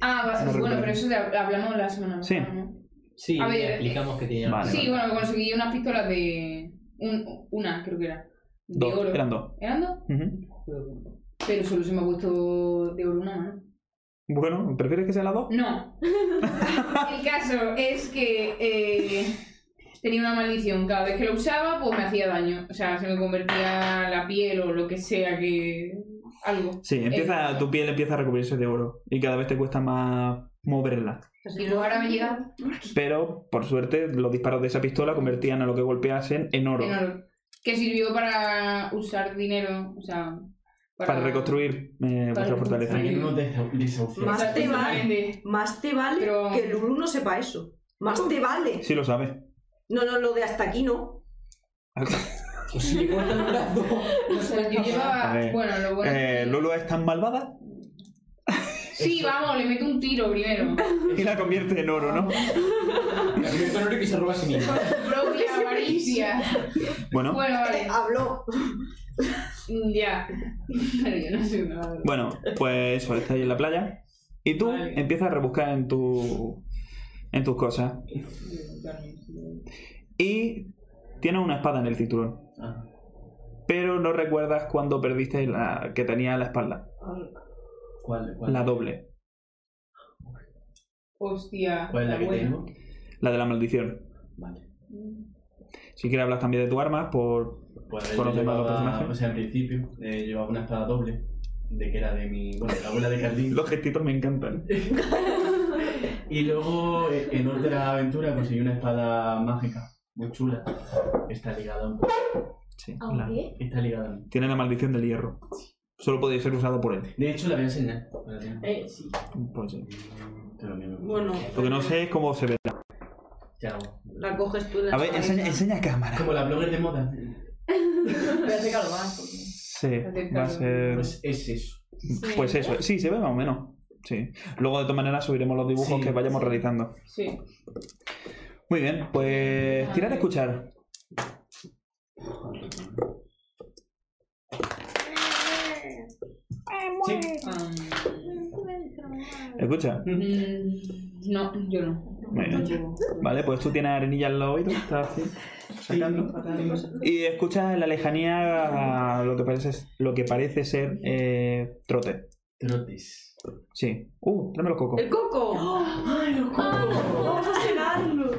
Speaker 3: Ah, va-
Speaker 1: No
Speaker 3: bueno,
Speaker 1: recuerdo.
Speaker 3: pero eso de- hablamos la semana
Speaker 1: Sí.
Speaker 3: pasada, ¿no?
Speaker 4: Sí,
Speaker 3: A ver, eh,
Speaker 4: le explicamos que tiene
Speaker 1: Vale.
Speaker 3: Sí, bueno, conseguí unas pistolas de... un- una, creo que era. De
Speaker 1: Dos.
Speaker 3: oro.
Speaker 1: Eran dos.
Speaker 3: ¿Eran dos?
Speaker 1: Ujú.
Speaker 3: Pero solo se me ha puesto de oro una mano.
Speaker 1: Bueno, ¿prefieres que sea la dos?
Speaker 3: No. El caso es que eh, tenía una maldición. Cada vez que lo usaba, pues me hacía daño. O sea, se me convertía la piel o lo que sea que... Algo.
Speaker 1: Sí, empieza,
Speaker 3: Eh,
Speaker 1: tu piel empieza a recubrirse de oro y cada vez te cuesta más moverla.
Speaker 3: Y luego ahora me llega
Speaker 1: Pero, por suerte, los disparos de esa pistola convertían a lo que golpeasen en oro.
Speaker 3: en oro. Que sirvió para usar dinero, o sea...
Speaker 1: Para reconstruir eh, vuestra fortaleza.
Speaker 5: Para que no nos desau- desahuciemos.
Speaker 6: Más te vale,
Speaker 3: Exactamente.
Speaker 6: más te vale
Speaker 3: Pero-
Speaker 6: que Lulu no sepa eso. Más te vale.
Speaker 1: Sí lo sabes.
Speaker 6: No, no, lo de hasta aquí no.
Speaker 4: Que si le corta Pues el brazo.
Speaker 3: O sea, yo
Speaker 1: A
Speaker 3: llevaba.
Speaker 1: ver,
Speaker 3: Bueno, lo bueno.
Speaker 1: Eh, Lolo es tan malvada
Speaker 3: Sí, vamos, le meto un tiro primero.
Speaker 1: y la convierte en oro, ¿no?
Speaker 4: La convierte en oro y que se roba a sí mismo.
Speaker 3: Propia avaricia.
Speaker 1: Bueno,
Speaker 3: Bueno, vale.
Speaker 6: Eh, habló.
Speaker 3: Ya. Pero yo no sé nada.
Speaker 1: bueno, pues eso, está ahí en la playa. Y tú
Speaker 3: Vale.
Speaker 1: empiezas a rebuscar en tu. en tus cosas. Y tienes una espada en el cinturón.
Speaker 5: Ah.
Speaker 1: Pero no recuerdas cuando perdiste la que tenía en la espalda.
Speaker 5: ¿Cuál, cuál,
Speaker 1: La doble.
Speaker 3: Hostia.
Speaker 5: ¿Cuál es la que
Speaker 3: buena.
Speaker 5: tengo?
Speaker 1: La de la maldición.
Speaker 5: Vale.
Speaker 1: Si quieres hablar también de tu arma, por...
Speaker 5: Pues
Speaker 1: ¿Por
Speaker 5: yo
Speaker 1: dónde va los
Speaker 5: llevaba-
Speaker 1: personajes?
Speaker 5: O sea, en principio eh, llevaba una espada doble, de que era de mi. Bueno, de la abuela de Carlín.
Speaker 1: Los gestitos me encantan.
Speaker 5: Y luego, eh, en otra aventura, conseguí una espada mágica, muy chula. que Está ligada a un
Speaker 1: Sí,
Speaker 8: ¿A un
Speaker 1: la-
Speaker 8: pie?
Speaker 5: que Está ligada a mí.
Speaker 1: Tiene la maldición del hierro. Solo podría ser usado por él.
Speaker 5: De hecho, la voy a enseñar. la tengo.
Speaker 6: Eh, sí.
Speaker 1: Pues sí.
Speaker 5: Pero me-
Speaker 6: Bueno,
Speaker 1: Lo que no sé es cómo se ve.
Speaker 5: ¿Qué hago?
Speaker 6: la coges tú.
Speaker 1: A ver, enseña, enseña a cámara.
Speaker 5: Como la blogger de moda.
Speaker 2: Espérate que lo más.
Speaker 1: Sí, va a ser...
Speaker 5: Pues es eso.
Speaker 1: Pues eso. Sí, se ve más o menos. Sí. Luego, de todas maneras, subiremos los dibujos
Speaker 5: Sí,
Speaker 1: que vayamos realizando.
Speaker 3: Sí.
Speaker 1: Muy bien, pues... Tirar a escuchar.
Speaker 3: Um,
Speaker 1: Escucha.
Speaker 3: mm, no, yo no.
Speaker 1: Bueno. Vale, pues tú tienes arenilla al oído, estás así, sacando. Y escuchas en la lejanía lo que parece, lo que parece ser eh, trote.
Speaker 5: Trotis.
Speaker 1: Sí. Uh, tráeme los cocos.
Speaker 7: ¡El coco!
Speaker 2: ¡Ay, los
Speaker 8: Vamos a cenarlo.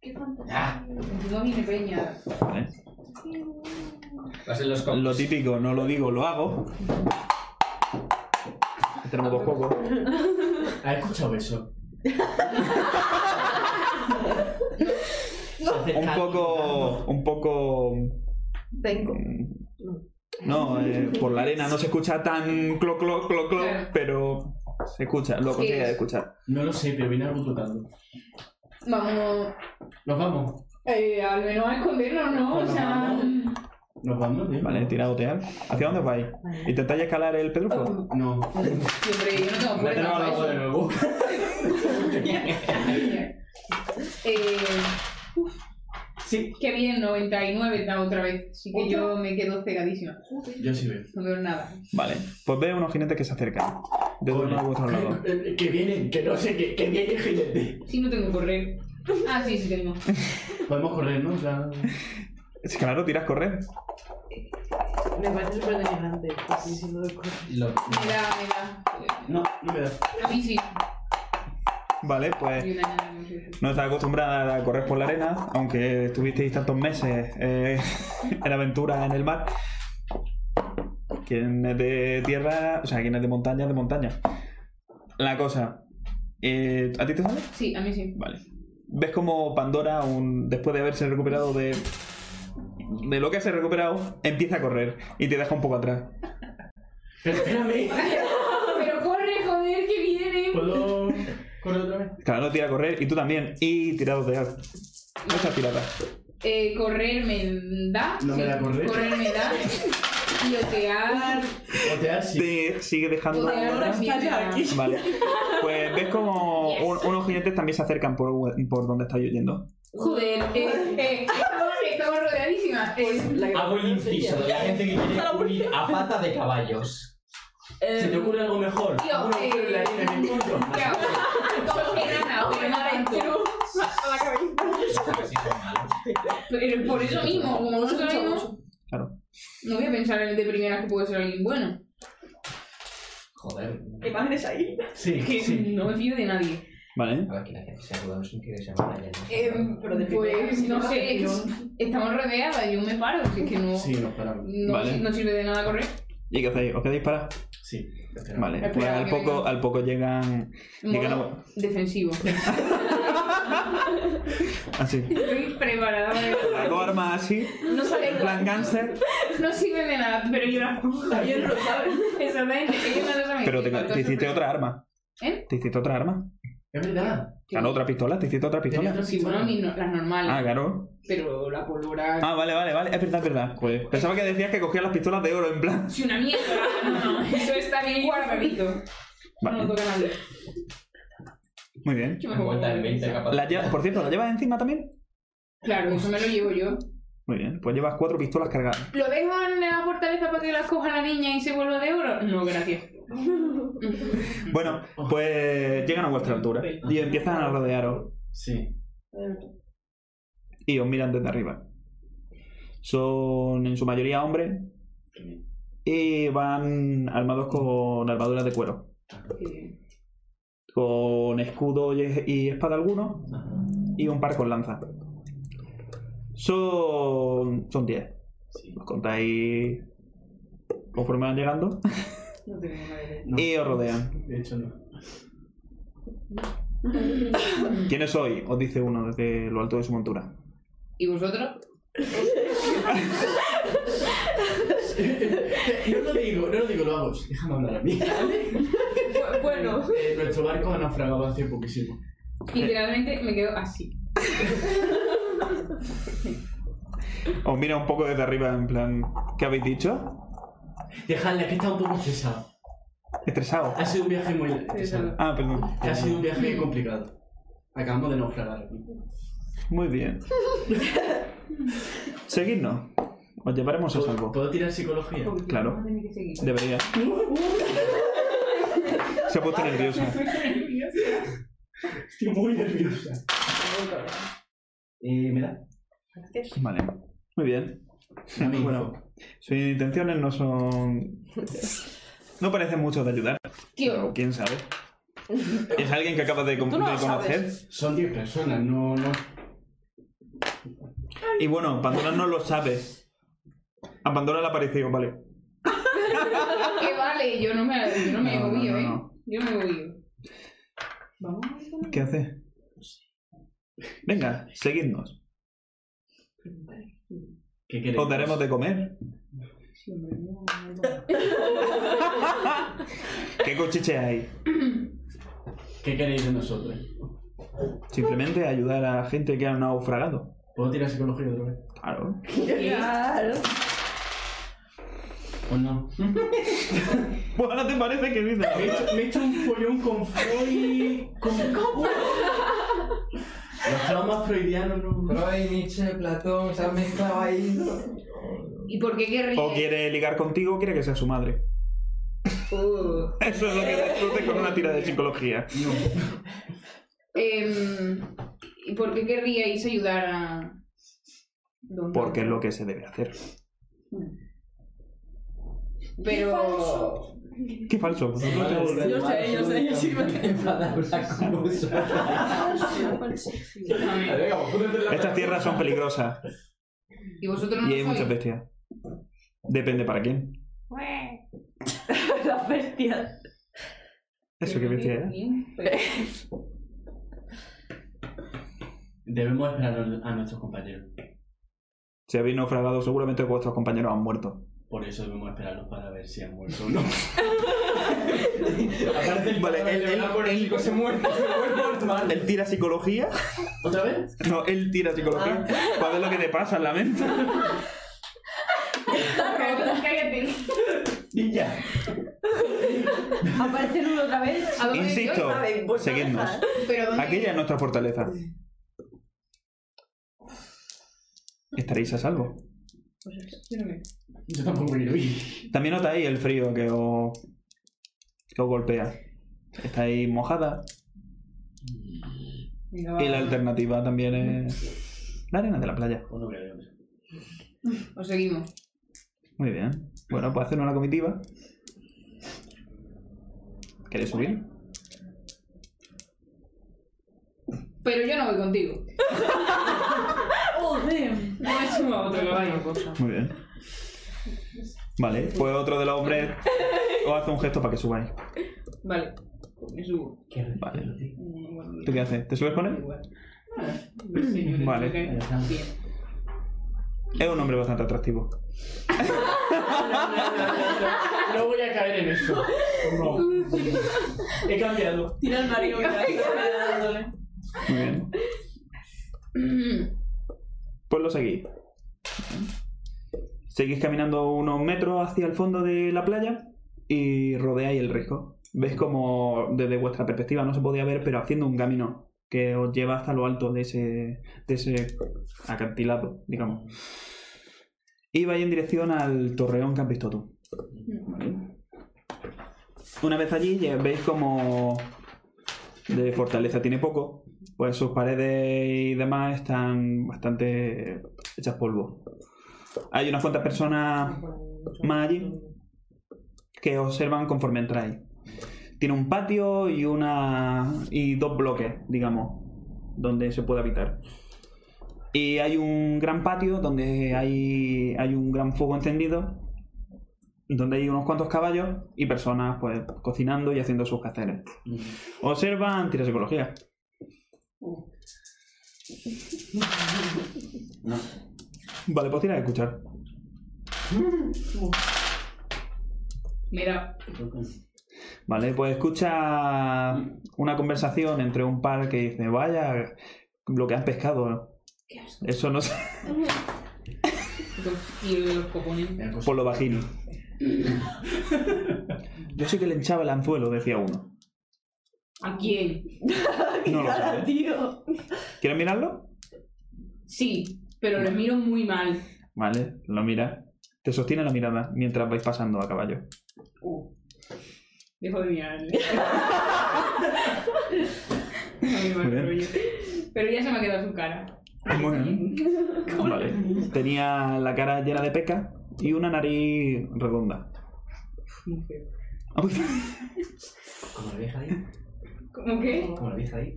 Speaker 3: Qué
Speaker 8: Ah.
Speaker 3: fantasía. No viene peña.
Speaker 1: Vale.
Speaker 4: Va a ser los
Speaker 1: Lo típico, no lo digo, lo hago. Tenemos dos cocos.
Speaker 5: ¿Has escuchado eso?
Speaker 1: Un poco. Un poco. mm,
Speaker 6: Tengo.
Speaker 1: No, eh, por la arena no se escucha tan clo clo clo clo, pero se escucha, lo consigues escuchar.
Speaker 5: No lo sé, pero viene algo tocando.
Speaker 3: Vamos.
Speaker 5: Nos vamos.
Speaker 3: Eh, al menos a escondernos, ¿no? O sea.
Speaker 5: Nos vamos, tío.
Speaker 1: Vale, tira a botear. ¿Hacia dónde vais? ¿Intentáis escalar el pedrufo?
Speaker 5: No.
Speaker 3: Siempre yo no tengo
Speaker 4: Me he
Speaker 3: fuerza
Speaker 4: tragado el
Speaker 3: para
Speaker 4: agua de
Speaker 3: eso.
Speaker 4: nuevo.
Speaker 3: Eh,
Speaker 5: Sí.
Speaker 3: qué bien, 99 da otra vez. Así que yo me quedo cegadísima.
Speaker 5: Yo sí veo.
Speaker 3: No veo nada.
Speaker 1: Vale, pues veo unos jinetes que se acercan. De
Speaker 5: Corre.
Speaker 1: uno a vuestro lado.
Speaker 5: Eh, eh, Que vienen, que no sé, que, que viene gente.
Speaker 3: Sí, no tengo correr. Ah, sí, sí tengo.
Speaker 5: Podemos correr, ¿no? O sea,
Speaker 1: Sí, Claro, tiras correr.
Speaker 7: Me parece súper delirante. Estoy diciendo de cosas.
Speaker 4: Lo-
Speaker 3: Me da, me da.
Speaker 5: no, no me da.
Speaker 3: A mí sí.
Speaker 1: Vale, pues
Speaker 5: Eh.
Speaker 3: Y una nana, no sé.
Speaker 1: no estás acostumbrada a correr por la arena, aunque estuvisteis tantos meses eh, en aventura en el mar. Quien es de tierra, o sea, quien es de montaña, es de montaña. La cosa, eh, ¿a ti te sale?
Speaker 3: Sí, a mí sí.
Speaker 1: Vale. ¿Ves como Pandora, un- después de haberse recuperado de, de lo que se ha recuperado, empieza a correr y te deja un poco atrás?
Speaker 5: Pero espérame.
Speaker 3: Pero corre, joder, eh. que viene.
Speaker 5: ¿Puedo correr otra vez?
Speaker 1: Claro, tira a correr y tú también. Y tirados de ar. Muchas tiradas.
Speaker 3: Eh, correr me da.
Speaker 5: No me da correr.
Speaker 3: Correr me da. Y otear.
Speaker 5: Botear sí.
Speaker 1: Te sigue dejando.
Speaker 3: Otear también. me da.
Speaker 1: Vale. Pues ves como un- unos jinetes también se acercan por, por donde estáis huyendo.
Speaker 3: Joder, eh, eh, estamos, estamos rodeadísimas.
Speaker 5: Pues,
Speaker 3: Eh,
Speaker 6: La que-
Speaker 4: Hago el inciso de la gente que quiere huir a pata de caballos.
Speaker 3: Eh,
Speaker 5: ¿Se te ocurre algo mejor?
Speaker 3: Tío,
Speaker 5: Alguna
Speaker 3: eh,
Speaker 5: mujer en la arena que encuentro.
Speaker 3: ¿qué hago? Como que nada, pero no tanto.
Speaker 4: Así son malos.
Speaker 3: Pero por eso mismo, como no sabemos.
Speaker 1: Claro.
Speaker 3: No voy a pensar en el de primera que puede ser alguien bueno.
Speaker 4: Joder.
Speaker 6: ¿Qué imágenes ahí?
Speaker 5: Sí,
Speaker 3: Que
Speaker 5: sí.
Speaker 3: no me fío de nadie.
Speaker 1: Vale.
Speaker 4: A ver, ¿quién hace que se ha dudado? ¿Quién quiere llamar a ella?
Speaker 6: pero de
Speaker 3: Pues no sé, es- estamos rodeadas, yo me paro, si es que no,
Speaker 5: Sí, nos paramos.
Speaker 3: no,
Speaker 1: Vale.
Speaker 3: no sirve de nada correr.
Speaker 1: ¿Y qué hacéis? ¿Os quedáis para?
Speaker 5: Sí. espera.
Speaker 1: Vale. Pues
Speaker 3: Espera,
Speaker 1: al
Speaker 3: que
Speaker 1: poco,
Speaker 3: venga.
Speaker 1: al poco llegan. Llegan
Speaker 3: Modo defensivo.
Speaker 1: Así.
Speaker 3: Estoy preparada. para-
Speaker 1: Hago armas así.
Speaker 6: No sale
Speaker 1: En plan gánster.
Speaker 3: No sirve de nada, pero yo las
Speaker 6: Yo no lo sabes.
Speaker 3: Exactamente, ellos no lo saben.
Speaker 1: Pero te,
Speaker 3: Me faltó
Speaker 1: te hiciste
Speaker 3: sorpresa.
Speaker 1: otra arma.
Speaker 3: ¿Eh?
Speaker 1: Te hiciste otra arma.
Speaker 5: Es verdad.
Speaker 1: Claro, otra pistola. Te hiciste otra
Speaker 5: Tenía
Speaker 1: pistola.
Speaker 5: otra
Speaker 3: Sí, bueno,
Speaker 5: pistola.
Speaker 3: mi no- las normales.
Speaker 1: Ah, claro.
Speaker 3: Pero la pólvora.
Speaker 1: Ah, vale, vale, vale. Es verdad, es verdad. Pues pensaba que decías que cogías las pistolas de oro, en plan.
Speaker 3: Si una mierda. No, no, eso está bien guardadito. No
Speaker 1: Vale.
Speaker 3: toca nadie.
Speaker 1: Muy bien.
Speaker 3: Yo me
Speaker 4: Me vuelta en 20 capaz.
Speaker 1: La lle- por cierto, ¿la llevas encima también?
Speaker 3: Claro, eso me lo llevo yo.
Speaker 1: Muy bien. Pues llevas cuatro pistolas cargadas.
Speaker 3: ¿Lo dejo en la fortaleza para que las coja la niña y se vuelva de oro? No, gracias.
Speaker 1: Bueno,
Speaker 3: Oh.
Speaker 1: pues llegan a vuestra altura y empiezan a rodearos.
Speaker 5: Sí.
Speaker 1: y os miran desde arriba. Son en su mayoría hombres y van armados con armaduras de cuero,
Speaker 3: Eh,
Speaker 1: con escudo y, y espada alguno y un par con lanza. Son son 10.
Speaker 5: Sí.
Speaker 1: Os contáis conforme van llegando
Speaker 3: No tengo nada de
Speaker 5: No.
Speaker 1: y os rodean.
Speaker 5: De hecho, no.
Speaker 1: ¿Quiénes sois? Os dice uno desde lo alto de su montura.
Speaker 3: ¿Y vosotros?
Speaker 5: No lo digo, no lo digo, lo hago. Déjame hablar a mí.
Speaker 6: Bueno.
Speaker 5: Eh, nuestro barco ha naufragado hace poquísimo.
Speaker 3: Literalmente me quedo así.
Speaker 1: Os mira un poco desde arriba en plan, ¿qué habéis dicho?
Speaker 5: Dejadla, que está un poco estresado.
Speaker 1: Estresado.
Speaker 5: Ha sido un viaje muy estresado.
Speaker 1: Ah, perdón.
Speaker 5: Ha sido un viaje complicado. Acabamos de naufragar aquí.
Speaker 1: Muy bien. Seguidnos. Os llevaremos a
Speaker 5: ¿Puedo,
Speaker 1: salvo.
Speaker 3: Pues,
Speaker 5: puedo tirar psicología?
Speaker 1: Claro.
Speaker 3: Vamos a tener pues, que seguir.
Speaker 1: Deberías. Se ha puesto nerviosa.
Speaker 5: Estoy muy nerviosa. Eh, ¿Me da?
Speaker 1: Vale. Muy bien.
Speaker 5: Dame info.
Speaker 1: Bueno, sus intenciones no son. No parecen mucho de ayudar.
Speaker 3: Tío,
Speaker 1: Pero quién sabe. Es alguien que acabas de, com-
Speaker 7: Tú no
Speaker 1: de
Speaker 7: lo
Speaker 1: conocer.
Speaker 5: Son 10 personas, no, no.
Speaker 1: Y bueno, Pandora no lo sabe. A Pandora le ha parecido, vale.
Speaker 3: que vale, yo no me, yo no me
Speaker 1: No, no,
Speaker 3: movío,
Speaker 1: no,
Speaker 3: ¿eh?
Speaker 1: no.
Speaker 3: Yo me movío. Vamos.
Speaker 1: ¿Qué hace? Venga, seguidnos.
Speaker 5: ¿Qué queréis?
Speaker 1: Os daremos de comer. ¿Qué cochiche hay?
Speaker 5: ¿Qué queréis de nosotros?
Speaker 1: Simplemente ayudar a gente que ha naufragado.
Speaker 5: ¿Puedo tirar psicología otra vez?
Speaker 1: Claro.
Speaker 6: Claro.
Speaker 5: ¿O no?
Speaker 1: Bueno, ¿te parece que dices?
Speaker 5: Me he hecho, me he hecho un follón con Freud. Con... Los traumas freudianos, no.
Speaker 4: Freud, Nietzsche, Platón, se han mezclado ahí.
Speaker 3: ¿Y por qué querría?
Speaker 1: O quiere ligar contigo o quiere que sea su madre.
Speaker 6: Uh.
Speaker 1: Eso es lo que discute con una tira de psicología.
Speaker 3: Em, ¿Y por qué querríais ayudar a.? don
Speaker 1: Porque es
Speaker 3: Pablo?
Speaker 1: lo que se debe hacer.
Speaker 3: Pero.
Speaker 1: Qué falso.
Speaker 5: Vosotros te volvéis
Speaker 6: Yo sé, yo sé, yo sí me-
Speaker 3: Escúchame,
Speaker 1: Estas tierras son peligrosas
Speaker 3: Y vosotros no
Speaker 1: y hay
Speaker 3: sois.
Speaker 1: muchas bestias. Depende para quién.
Speaker 6: Las bestias.
Speaker 1: Eso que bestia ¿eh? era.
Speaker 5: Debemos esperar a nuestros compañeros.
Speaker 1: Si habéis naufragado, seguramente vuestros compañeros han muerto.
Speaker 5: Por eso debemos esperarlos para ver si han muerto o no. Aparte, el
Speaker 1: Vale,
Speaker 5: cadáver
Speaker 1: él-
Speaker 5: de
Speaker 1: él-
Speaker 5: Blackburn,
Speaker 1: él-
Speaker 5: Ah, el chico se muere.
Speaker 1: ¿Él tira psicología?
Speaker 5: ¿Otra vez?
Speaker 1: No, él tira psicología.
Speaker 6: Ah.
Speaker 1: Para ver lo que te pasa en la mente.
Speaker 3: Cállate.
Speaker 5: Y ya.
Speaker 6: Aparece Lulu otra vez.
Speaker 3: ¿A dónde
Speaker 1: Insisto.
Speaker 3: voy?
Speaker 6: Vale, pues no
Speaker 1: Seguidnos.
Speaker 6: deja, ¿eh?
Speaker 3: Pero ¿dónde
Speaker 1: Aquella es nuestra fortaleza. Estaréis a salvo.
Speaker 5: Yo tampoco quiero ir.
Speaker 1: También notáis el frío que os, que os golpea. Estáis mojada.
Speaker 3: Venga,
Speaker 1: Y la
Speaker 3: va.
Speaker 1: alternativa también es la arena de la playa.
Speaker 5: O no voy a ir, no sé.
Speaker 3: Os seguimos.
Speaker 1: Muy bien. Bueno, pues hacer una comitiva. ¿Queréis subir?
Speaker 3: Pero yo no voy contigo.
Speaker 8: Oh, damn.
Speaker 3: No me sumo a otro caballo.
Speaker 1: Muy bien. Vale, pues otro de los hombres os hace un gesto para que subáis.
Speaker 3: Vale. Me subo.
Speaker 1: Vale.
Speaker 3: Mm, Bueno,
Speaker 1: ¿Tú qué haces? ¿Te subes con él?
Speaker 3: igual. Ah, no sé, yo creo
Speaker 1: Vale.
Speaker 3: que- Bien.
Speaker 1: Es un hombre bastante atractivo.
Speaker 5: No voy a caer en eso. He cambiado.
Speaker 6: Tira el marido.
Speaker 1: Muy bien. Pues lo seguís. Seguís caminando unos metros hacia el fondo de la playa y rodeáis el risco. Ves como desde vuestra perspectiva no se podía ver, pero haciendo un camino que os lleva hasta lo alto de ese, de ese acantilado, digamos. Y vais en dirección al torreón que has visto tú. Vale. Una vez allí ya veis como de fortaleza tiene poco, pues sus paredes y demás están bastante hechas polvo. Hay unas cuantas personas más allí que observan conforme entráis. Tiene un patio y una y dos bloques, digamos, donde se puede habitar. Y hay un gran patio donde hay, hay un gran fuego encendido, donde hay unos cuantos caballos y personas pues cocinando y haciendo sus quehaceres. Observan, tira psicología. Vale, pues tira de escuchar.
Speaker 3: Mira.
Speaker 1: Vale, pues escucha una conversación entre un par que dice, vaya, lo que han pescado. Eso no sé,
Speaker 3: Y los cojones.
Speaker 5: Me ha costado.
Speaker 1: por lo bajini. Yo sí que le hinchaba el anzuelo, decía uno.
Speaker 3: ¿A quién?
Speaker 1: No lo
Speaker 6: Cara,
Speaker 1: sabe.
Speaker 6: tío.
Speaker 1: ¿Quieres mirarlo?
Speaker 3: Sí, pero les miro muy mal.
Speaker 1: Vale, lo mira. Te sostiene la mirada mientras vais pasando a caballo.
Speaker 3: Dejo de mirarle. mí me
Speaker 1: Muy
Speaker 3: rollo. Pero ya se me ha quedado su cara.
Speaker 1: Bueno, vale. Tenía la cara llena de peca y una nariz redonda.
Speaker 3: Muy feo.
Speaker 1: Ah, pues,
Speaker 4: Como la
Speaker 5: ¿eh?
Speaker 4: vieja ahí.
Speaker 3: ¿Cómo que?
Speaker 4: Como la vieja ahí.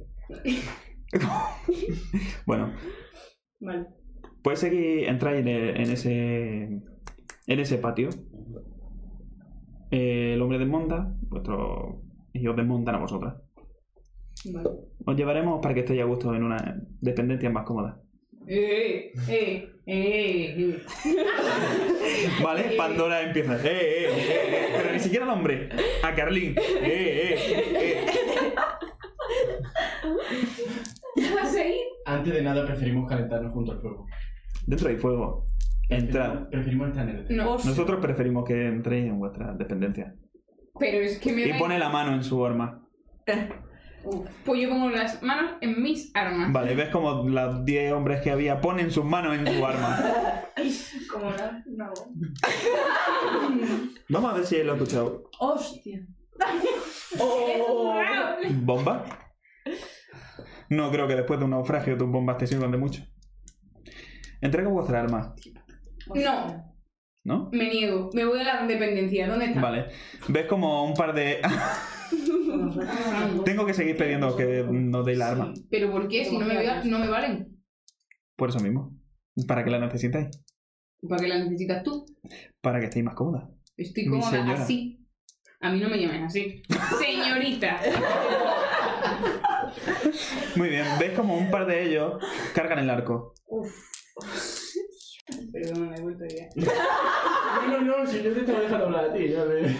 Speaker 1: Bueno,
Speaker 3: Vale.
Speaker 1: Puedes seguir, entrar en, e- en ese en ese patio. Eh, el hombre desmonta, vuestro, y os desmontan a vosotras.
Speaker 3: Vale.
Speaker 1: Os llevaremos para que estéis a gusto en una dependencia más cómoda.
Speaker 3: Eh, eh, eh, eh.
Speaker 1: Vale, Pandora empieza. Eh, eh, eh, eh. Pero ni siquiera el hombre. A Carlín. Eh, eh, eh, eh.
Speaker 3: ¿Te vas a ir?
Speaker 5: Antes de nada preferimos calentarnos junto al fuego.
Speaker 1: Dentro hay fuego. Entrad.
Speaker 5: Preferimos estar en el hotel.
Speaker 3: No.
Speaker 1: Nosotros preferimos que entréis en vuestra dependencia.
Speaker 3: Pero es que me
Speaker 1: Y
Speaker 3: da...
Speaker 1: pone la mano en su arma.
Speaker 3: Uf. Pues yo pongo las manos en mis armas.
Speaker 1: Vale, ves como los 10 hombres que había ponen sus manos en su arma.
Speaker 2: Como la. No.
Speaker 1: Vamos a ver si lo he escuchado.
Speaker 2: ¡Hostia!
Speaker 1: ¿Bomba? No creo que después de un naufragio tus bombas te sirvan de mucho. Entrega vuestra arma,
Speaker 3: No,
Speaker 1: ¿no?
Speaker 3: me niego. Me voy a la dependencia. ¿Dónde está?
Speaker 1: Vale. Ves como un par de... Ah, Tengo que seguir pidiendo que nos deis la arma.
Speaker 3: ¿Pero por qué? Si no me, vea- no me valen.
Speaker 1: Por eso mismo. Para que la necesitéis.
Speaker 3: ¿Para qué la necesitas tú?
Speaker 1: Para que estéis más cómoda.
Speaker 3: Estoy
Speaker 1: Mi
Speaker 3: cómoda
Speaker 1: señora.
Speaker 3: así. A mí no me llames así. Señorita.
Speaker 1: Muy bien. Ves como un par de ellos cargan el arco.
Speaker 3: Perdón, me he vuelto ya.
Speaker 5: No, no, no, si yo te estaba dejando hablar a ti, ya ves.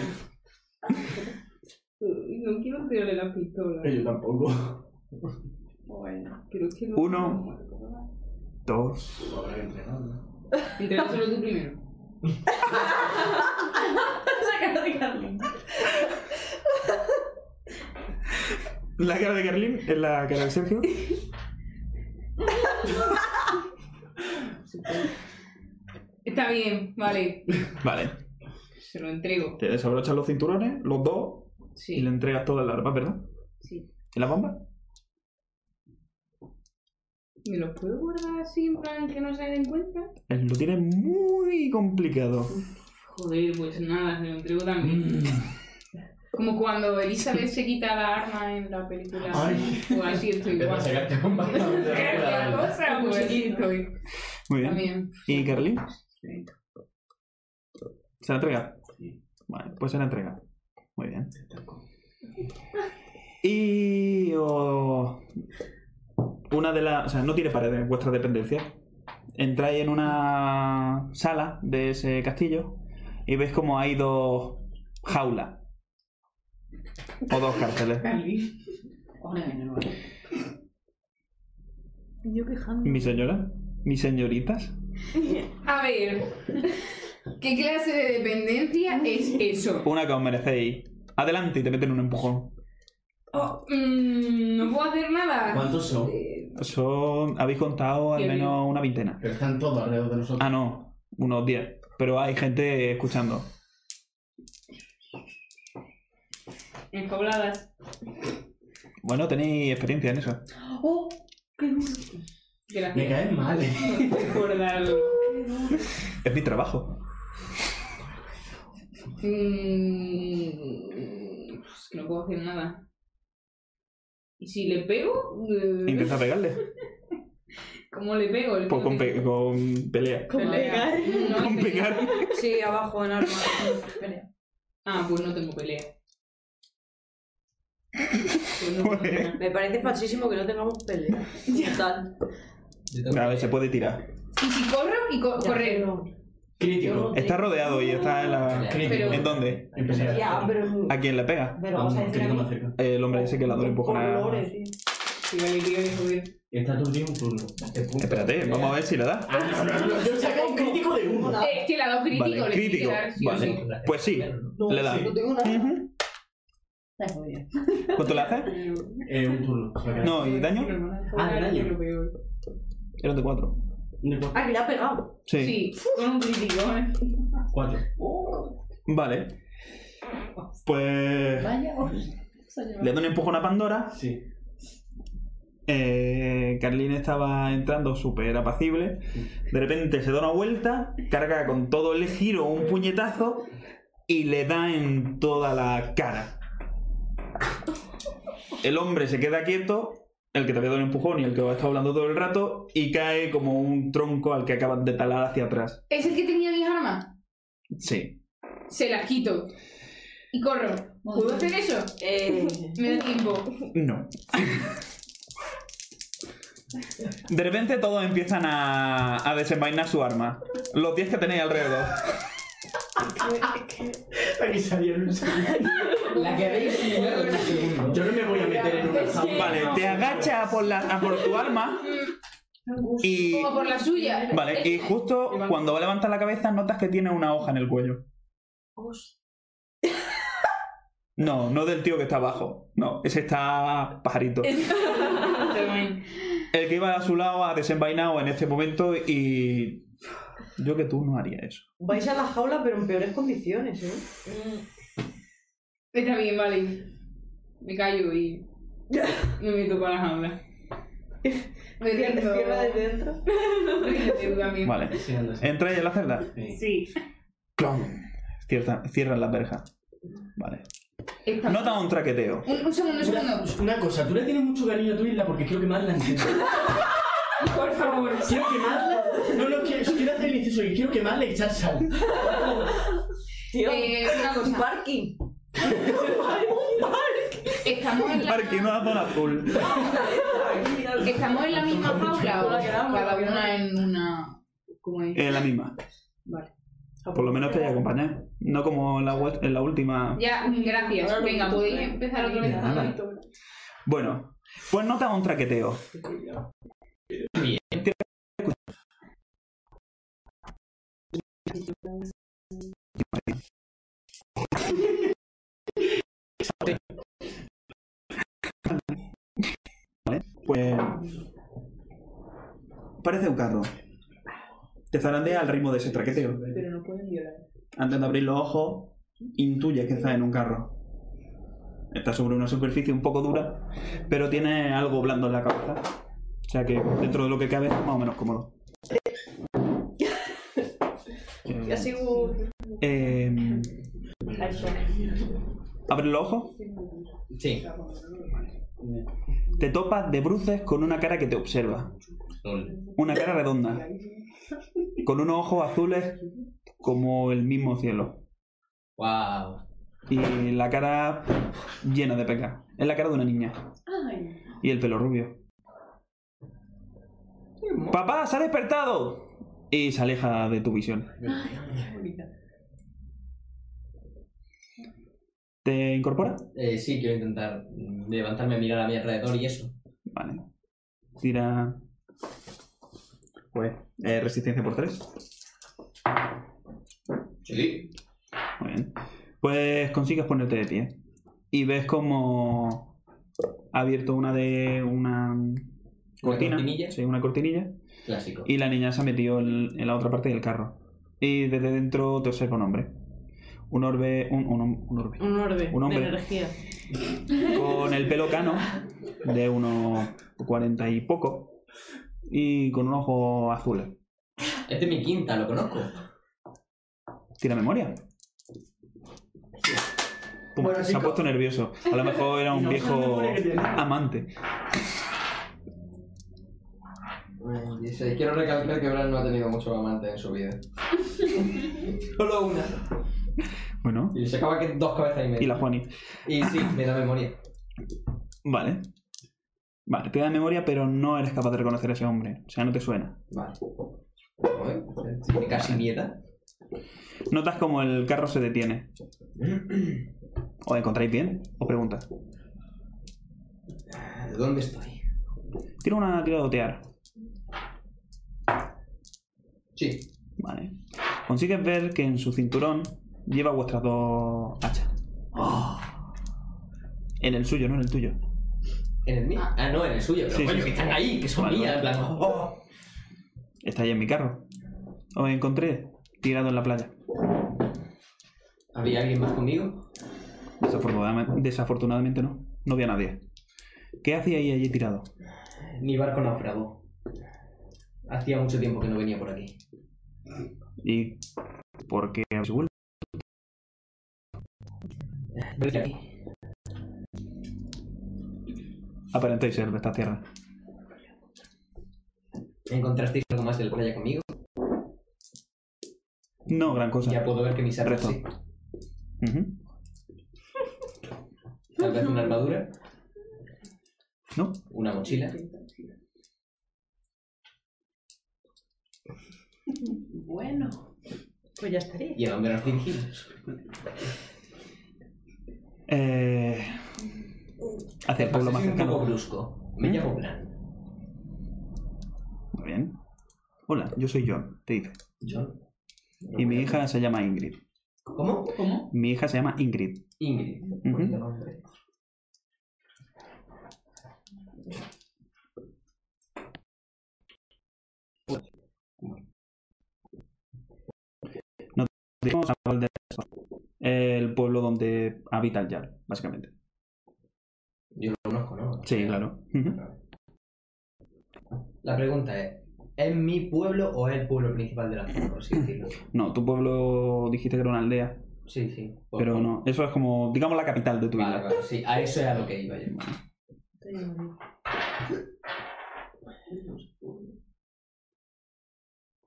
Speaker 3: No quiero tirarle la pistola. Oh,
Speaker 5: Yo tampoco.
Speaker 3: Bueno, pero es que no.
Speaker 1: Uno. Dos.
Speaker 5: Habrá que entrenar, ¿no?
Speaker 3: Entrena solo tú primero.
Speaker 1: La cara de Carlín es la cara de Sergio.
Speaker 3: Está bien, vale.
Speaker 1: Vale.
Speaker 3: Se lo entrego.
Speaker 1: Te desabrochas los cinturones, los dos, y
Speaker 3: Sí.
Speaker 1: le entregas toda la arma, ¿verdad?
Speaker 3: Sí.
Speaker 1: ¿Y la bomba?
Speaker 3: ¿Me lo puedo guardar así en plan que no se den cuenta?
Speaker 1: Pues Lo tiene muy complicado.
Speaker 3: Joder, pues nada, se lo entrego también.
Speaker 1: Mm.
Speaker 3: Como cuando Elizabeth se quita la arma en la película.
Speaker 5: Ay.
Speaker 3: O así estoy
Speaker 5: Te
Speaker 3: igual.
Speaker 5: vas a sacar con
Speaker 3: Qué cosa, pues así estoy.
Speaker 1: Muy bien.
Speaker 3: También.
Speaker 1: ¿Y Carly?
Speaker 3: Sí.
Speaker 1: ¿Se la entrega? Vale, pues se la entrega. Muy bien. Y. o- Una de las. O sea, no tiene paredes vuestra dependencia. Entráis en una sala de ese castillo y ves como hay dos jaulas. O dos cárceles.
Speaker 7: Y yo quejando.
Speaker 1: Mi señora, mis señoritas.
Speaker 3: A ver, ¿qué clase de dependencia es eso?
Speaker 1: Una que os merecéis. Adelante y te meten un empujón.
Speaker 3: Oh, mm, no puedo hacer nada.
Speaker 5: ¿Cuántos son?
Speaker 1: Son. Habéis contado al
Speaker 3: Qué
Speaker 1: menos una veintena.
Speaker 5: Pero están todos alrededor de nosotros.
Speaker 1: Ah, no, unos diez. Pero hay gente escuchando.
Speaker 3: Enjauladas.
Speaker 1: Bueno, tenéis experiencia en eso.
Speaker 5: Me
Speaker 3: Gracias
Speaker 5: caen mal. eh.
Speaker 3: por darlo.
Speaker 1: Es mi trabajo.
Speaker 3: Mm, es que no puedo hacer nada. ¿Y si le pego? Eh,
Speaker 1: Intenta pegarle.
Speaker 3: ¿Cómo le pego? ¿Le
Speaker 1: Pues
Speaker 3: pego
Speaker 1: con,
Speaker 3: que-
Speaker 1: pe- con pelea.
Speaker 3: Con
Speaker 8: pegar.
Speaker 3: No,
Speaker 1: Con
Speaker 3: pelea.
Speaker 1: pegar.
Speaker 6: Sí, abajo en arma.
Speaker 3: Ah, pues no tengo pelea. Pues no puedo hacer nada.
Speaker 6: Me parece falsísimo que no tengamos pelea. Total.
Speaker 4: Yo tengo
Speaker 1: A ver,
Speaker 4: que-
Speaker 1: se puede tirar.
Speaker 3: ¿Y si corro y co- correr?
Speaker 5: Crítico.
Speaker 1: Está rodeado y está en la.
Speaker 5: Crítico.
Speaker 1: ¿En dónde?
Speaker 5: Empecé a.
Speaker 9: Ya, pero.
Speaker 1: ¿A quién le pega?
Speaker 9: Pero vamos a
Speaker 5: Un
Speaker 9: decir.
Speaker 5: crítico más cerca.
Speaker 1: El hombre ese que la dado empujón a.
Speaker 9: Colores, sí.
Speaker 3: Sí, vale, tío, que joder.
Speaker 5: Está aturdido un turno.
Speaker 4: Este punto.
Speaker 1: Espérate, vamos a ver si le da.
Speaker 5: Ah, no, no, no, yo saco un crítico de uno.
Speaker 9: Hola.
Speaker 3: Es que la dos crítico.
Speaker 1: Vale,
Speaker 3: le tiene que
Speaker 1: crítico.
Speaker 3: dar sí o sí.
Speaker 1: Vale, pues sí.
Speaker 9: No,
Speaker 1: Le da.
Speaker 9: sí, No tengo una.
Speaker 1: Ujú.
Speaker 9: Está muy bien.
Speaker 1: ¿Cuánto le hace?
Speaker 5: Eh, un turno.
Speaker 1: No, ¿y daño?
Speaker 5: Ah, daño.
Speaker 1: Eran de cuatro.
Speaker 9: Ah, que le ha pegado.
Speaker 1: Sí.
Speaker 3: Sí, con un crítico. ¿eh?
Speaker 5: Cuatro. Oh.
Speaker 1: Vale. Pues.
Speaker 9: Vaya.
Speaker 1: Le da un empujón a Pandora
Speaker 5: Sí.
Speaker 1: Eh, Carlín estaba entrando súper apacible. De repente se da una vuelta, carga con todo el giro un puñetazo y le da en toda la cara. El hombre se queda quieto, el que te había dado el empujón y el que va a estar hablando todo el rato, y cae como un tronco al que acabas de talar hacia atrás.
Speaker 3: ¿Es el que tenía mis armas?
Speaker 1: Sí.
Speaker 3: Se las quito. Y corro. ¿Puedo hacer eso?
Speaker 6: Eh,
Speaker 3: Me da tiempo.
Speaker 1: No. De repente todos empiezan a, a desenvainar su arma. Los 10 que tenéis alrededor.
Speaker 5: Aquí salieron un segundo.
Speaker 4: La que habéis simulado en un segundo.
Speaker 5: Yo no me voy a meter en una jaula.
Speaker 1: Vale, te agacha a por, la, a por tu arma y...
Speaker 3: O por la suya.
Speaker 1: Vale, y justo cuando va a levantar la cabeza notas que tiene una hoja en el cuello. No, no del tío que está abajo. No, ese está pajarito. El que iba a su lado ha desenvainado en este momento y... Yo que tú no haría eso.
Speaker 6: vais a la jaula, pero en peores condiciones, ¿eh?
Speaker 3: Está bien, vale. Me callo y. Me meto para la jaula. Me
Speaker 6: Cierra cierra desde dentro.
Speaker 3: Ríete tú también.
Speaker 1: Vale.
Speaker 4: Sí, anda, sí.
Speaker 1: Entráis en la celda.
Speaker 3: Sí.
Speaker 1: ¡Clon! Cierran, cierran la verja. Vale.
Speaker 3: Está-
Speaker 1: Nota un traqueteo.
Speaker 3: Un, un segundo, un segundo.
Speaker 5: Una cosa, tú le tienes mucho cariño a tu isla porque quiero quemarla entera.
Speaker 3: Por favor.
Speaker 5: Quiero quemarla. No, no, quiero, quiero hacer el inciso que quiero quemarla y echar sal.
Speaker 6: Tío,
Speaker 3: Eh, una
Speaker 6: un
Speaker 3: cosa.
Speaker 6: parking.
Speaker 3: Estamos en la.
Speaker 1: Parque, una zona azul.
Speaker 3: Estamos en la misma jaula o cada una en una. ¿Cómo es?
Speaker 1: Eh, la misma.
Speaker 3: Vale.
Speaker 1: Por lo menos te voy a acompañar. No como en la, web- en la última.
Speaker 3: Ya, gracias. Venga, podéis
Speaker 7: ¿eh?
Speaker 3: empezar otra vez.
Speaker 1: De nada. Bueno, pues nota un traqueteo. Vale, pues. Parece un carro. Te zarandea al ritmo de ese traqueteo.
Speaker 2: Pero no pueden violar.
Speaker 1: Antes de abrir los ojos, intuyes que estás en un carro. Está sobre una superficie un poco dura, pero tiene algo blando en la cabeza. O sea que dentro de lo que cabe es más o menos cómodo.
Speaker 6: Ya sigo.
Speaker 1: Eh, abre los ojos,
Speaker 4: Sí.
Speaker 1: te topas de bruces con una cara que te observa. Una cara redonda, con unos ojos azules como el mismo cielo.
Speaker 4: Wow.
Speaker 1: Y la cara llena de peca. Es la cara de una niña.
Speaker 2: Ay,
Speaker 1: Y el pelo rubio. ¡Papá, se ha despertado! Y se aleja de tu visión. ¿Te incorpora?
Speaker 4: Eh, sí, quiero intentar mm, levantarme, mirar a mi alrededor y eso.
Speaker 1: Vale. Tira. Pues, eh, resistencia por tres.
Speaker 4: Sí.
Speaker 1: Muy bien. Pues consigues ponerte de pie. Y ves como ha abierto una de. una cortina.
Speaker 4: cortinilla?
Speaker 1: Sí, una cortinilla.
Speaker 4: Clásico.
Speaker 1: Y la niña se ha metido en, en la otra parte del carro. Y desde dentro te observa un hombre. Un orbe. Un, un- un orbe.
Speaker 7: Un orbe
Speaker 1: Un hombre.
Speaker 7: de energía.
Speaker 1: Con el pelo cano, de unos cuarenta y poco. Y con un ojo azul.
Speaker 4: Este es mi quinta, lo conozco.
Speaker 1: Tira memoria. Pum,
Speaker 4: Bueno,
Speaker 1: se ha
Speaker 4: chico.
Speaker 1: puesto nervioso. A lo mejor era un
Speaker 5: No,
Speaker 1: viejo
Speaker 5: no, no, no, no, no.
Speaker 1: amante.
Speaker 4: Ay, sí, Quiero recalcar que Bran no ha tenido muchos amantes en su vida. Solo una.
Speaker 1: Bueno,
Speaker 4: Y le sacaba que dos cabezas y media.
Speaker 1: y la Juani.
Speaker 4: Y sí, me da memoria.
Speaker 1: Vale. Vale, te da memoria, pero no eres capaz de reconocer a ese hombre. O sea, no te suena.
Speaker 4: Vale. Joder, tiene Casi nieta.
Speaker 1: Notas como el carro se detiene. ¿Os encontráis bien? Os preguntas.
Speaker 4: Ah, ¿De dónde estoy?
Speaker 1: Tira una tira de otear.
Speaker 4: Sí.
Speaker 1: Vale. Consigues ver que en su cinturón lleva vuestras dos hachas. ¡Oh! En el suyo, no en el tuyo.
Speaker 4: ¿En el mío? Ah, no, en el suyo, pero
Speaker 1: Sí,
Speaker 4: coño,
Speaker 1: sí,
Speaker 4: que
Speaker 1: sí.
Speaker 4: están ahí, que son
Speaker 1: Vale,
Speaker 4: mías, en
Speaker 1: vale.
Speaker 4: plan. oh.
Speaker 1: Está ahí en mi carro. Os encontré tirado en la playa.
Speaker 4: ¿Había alguien más conmigo?
Speaker 1: Desafortunadamente, desafortunadamente no. No vi a nadie. ¿Qué hacía ahí allí tirado?
Speaker 4: Mi barco naufragó. Hacía mucho tiempo que no venía por aquí.
Speaker 1: ¿Y por qué habéis vuelto?
Speaker 4: Venid aquí.
Speaker 1: Aparentáis ser de esta tierra.
Speaker 4: ¿Encontrasteis algo más de la playa conmigo?
Speaker 1: No, gran cosa.
Speaker 4: Ya puedo ver que mis armas
Speaker 1: Resto.
Speaker 4: sí.
Speaker 1: Ujú.
Speaker 4: Tal vez una armadura,
Speaker 1: ¿No?
Speaker 4: una mochila.
Speaker 2: Bueno.
Speaker 6: Pues ya estaría.
Speaker 4: Y el hombre nos dirigimos.
Speaker 1: Eh, hacia el
Speaker 4: Pues
Speaker 1: pueblo más
Speaker 4: soy un poco
Speaker 1: cercano.
Speaker 4: brusco. Me
Speaker 1: ¿Mm?
Speaker 4: llamo Blan.
Speaker 1: Muy bien. Hola, yo soy John, te dice.
Speaker 4: John.
Speaker 1: Y mi hija se llama Ingrid.
Speaker 4: ¿Cómo? ¿Cómo?
Speaker 1: Mi hija se llama Ingrid.
Speaker 4: Ingrid.
Speaker 1: Ujú.
Speaker 4: nombre.
Speaker 1: Dirigimos a Val del Sol, el pueblo donde habita el Jarl, básicamente.
Speaker 4: Yo lo conozco, ¿no?
Speaker 1: Sí, claro. Ujú.
Speaker 4: La pregunta es, ¿es mi pueblo o es el pueblo principal de la zona, por así decirlo?
Speaker 1: No, tu pueblo dijiste que era una aldea,
Speaker 4: Sí, sí. Por-
Speaker 1: pero no. Eso es como, digamos, la capital de tu isla.
Speaker 4: Vale, vale, sí, a eso es a lo que iba yo.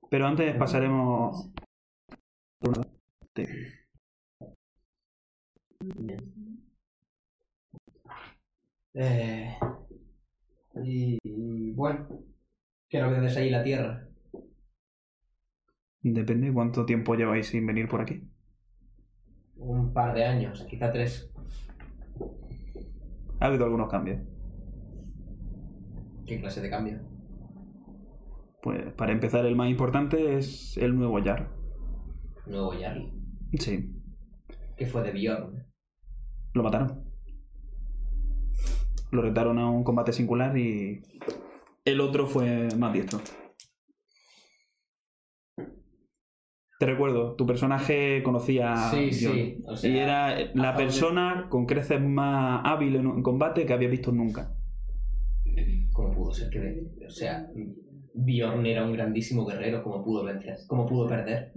Speaker 1: Pero antes pasaremos. por una- te-
Speaker 4: Eh, y, y bueno, ¿qué no vendes ahí la tierra?
Speaker 1: Depende de cuánto tiempo lleváis sin venir por aquí.
Speaker 4: Un par de años, quizá tres.
Speaker 1: Ha habido algunos cambios.
Speaker 4: ¿Qué clase de cambio?
Speaker 1: Pues para empezar, el más importante es el nuevo Yar.
Speaker 4: Nuevo Jarl,
Speaker 1: Sí,
Speaker 4: que fue de Bjorn.
Speaker 1: lo mataron. Lo retaron a un combate singular y. El otro fue más diestro. Te recuerdo, tu personaje conocía. a
Speaker 4: sí, sí.
Speaker 1: Ah, Bjorn.
Speaker 4: O sea,
Speaker 1: y era la
Speaker 4: favor de-
Speaker 1: persona con creces más hábil en un combate que había visto nunca.
Speaker 4: ¿Cómo pudo ser que... de- O sea, Bjorn era un grandísimo guerrero, ¿cómo pudo vencer? ¿Cómo pudo perder?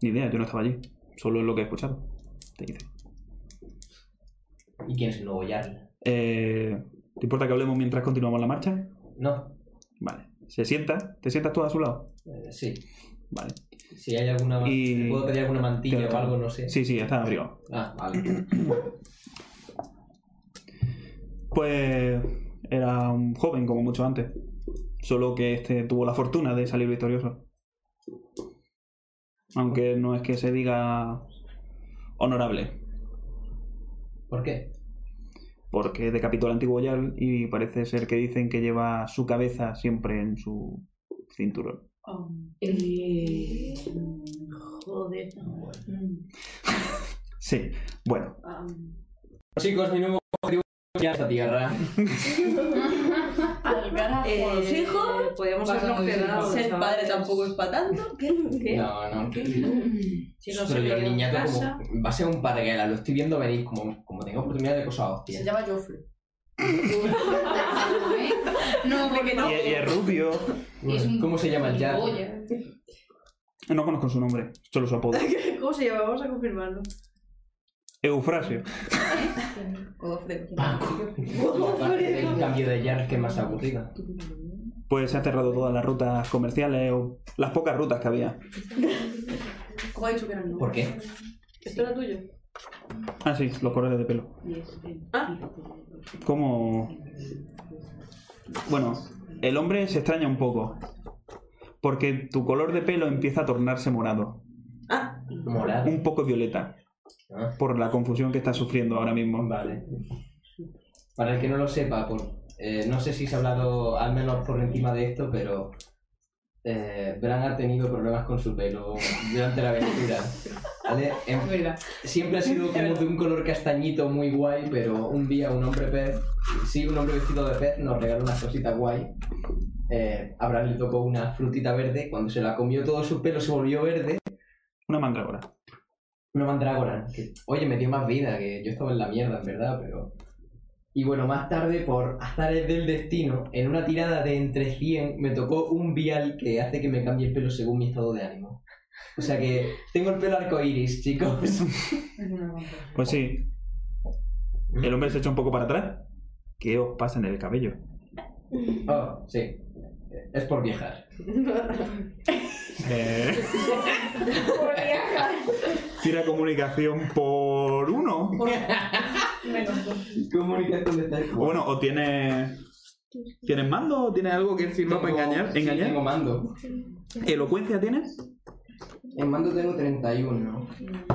Speaker 1: Ni idea, yo no estaba allí. Solo es lo que he escuchado. Te dice.
Speaker 4: ¿Y quién es el nuevo Jarl?
Speaker 1: Eh, ¿Te importa que hablemos mientras continuamos la marcha?
Speaker 4: No,
Speaker 1: Vale. ¿Se sienta? ¿Te sientas tú a su lado?
Speaker 4: eh, sí.
Speaker 1: Vale.
Speaker 4: Si hay alguna...
Speaker 1: Y-
Speaker 4: si ¿Puedo pedir alguna mantilla
Speaker 1: Claro.
Speaker 4: o algo? No sé.
Speaker 1: Sí, sí, está abrigado.
Speaker 4: Ah, vale.
Speaker 1: Pues era un joven como mucho antes. Solo que este tuvo la fortuna de salir victorioso. Aunque no es que se diga honorable,
Speaker 4: ¿Por qué?
Speaker 1: porque decapitó al antiguo Jarl y parece ser que dicen que lleva su cabeza siempre en su cinturón.
Speaker 7: Eh, joder.
Speaker 1: Sí, bueno,
Speaker 4: Chicos, mi nuevo objetivo es ya esta tierra.
Speaker 2: Al carajo
Speaker 6: Eh,
Speaker 2: los hijos.
Speaker 6: Podríamos
Speaker 3: Pasa
Speaker 6: habernos
Speaker 3: muy bien.
Speaker 6: quedado.
Speaker 2: Ser
Speaker 6: chavales.
Speaker 2: padre tampoco es para tanto. ¿Qué? ¿Qué?
Speaker 4: No, no.
Speaker 6: Si no
Speaker 4: pero
Speaker 6: se
Speaker 4: yo el
Speaker 6: queda en
Speaker 4: niñato
Speaker 6: casa.
Speaker 4: como, va a ser un parguela, lo estoy viendo venir como, como tengo oportunidad de cosas
Speaker 2: Se
Speaker 4: hostias.
Speaker 2: llama Joffrey.
Speaker 3: No, porque no.
Speaker 1: Y, y es rubio.
Speaker 3: Es un-
Speaker 4: ¿Cómo se llama el ya?
Speaker 3: Goya.
Speaker 1: No conozco su nombre, solo su apodo.
Speaker 6: ¿Cómo se llama? Vamos a confirmarlo.
Speaker 1: Eufrasio.
Speaker 2: Godofredo.
Speaker 4: El cambio de Jarl que es más aburrido.
Speaker 1: Pues se han cerrado todas las rutas comerciales o las pocas rutas que había.
Speaker 2: ¿Cómo ha dicho que era el
Speaker 4: ¿Por
Speaker 2: nombre?
Speaker 4: qué?
Speaker 6: ¿Esto era tuyo?
Speaker 1: Ah, sí, los colores de pelo. Como... Bueno, el hombre se extraña un poco. Porque tu color de pelo empieza a tornarse morado.
Speaker 4: Morado.
Speaker 1: Un poco violeta.
Speaker 4: Ah,
Speaker 1: Por la confusión que está sufriendo ahora mismo.
Speaker 4: vale. Para el que no lo sepa, por, eh, no sé si se ha hablado al menos por encima de esto, pero eh, Bran ha tenido problemas con su pelo durante la aventura. ¿Vale? En-
Speaker 3: Es verdad.
Speaker 4: Siempre ha sido como de un color castañito muy guay, pero un día un hombre pez, sí, un hombre vestido de pez nos regaló unas cositas guay. Eh, a Bran le tocó una frutita verde, cuando se la comió todo su pelo se volvió verde.
Speaker 1: Una mandrágora.
Speaker 4: Una mandrágora, que, oye, me dio más vida, que yo estaba en la mierda, en verdad, pero... Y bueno, más tarde, por azares del destino, en una tirada de entre 100, me tocó un vial que hace que me cambie el pelo según mi estado de ánimo. O sea que tengo el pelo arcoiris, chicos.
Speaker 1: Pues sí. El hombre se echa un poco para atrás. ¿Qué os pasa en el cabello?
Speaker 4: Oh, sí. Es por viajar.
Speaker 1: Eh,
Speaker 9: Por viajar.
Speaker 1: tira comunicación por uno.
Speaker 4: Comunicación de tal
Speaker 1: O bueno, o tienes. ¿Tienes mando o tienes algo que sirva para engañar?
Speaker 4: sí,
Speaker 1: engañar?
Speaker 4: tengo mando.
Speaker 1: ¿Elocuencia tienes?
Speaker 4: En mando tengo 31.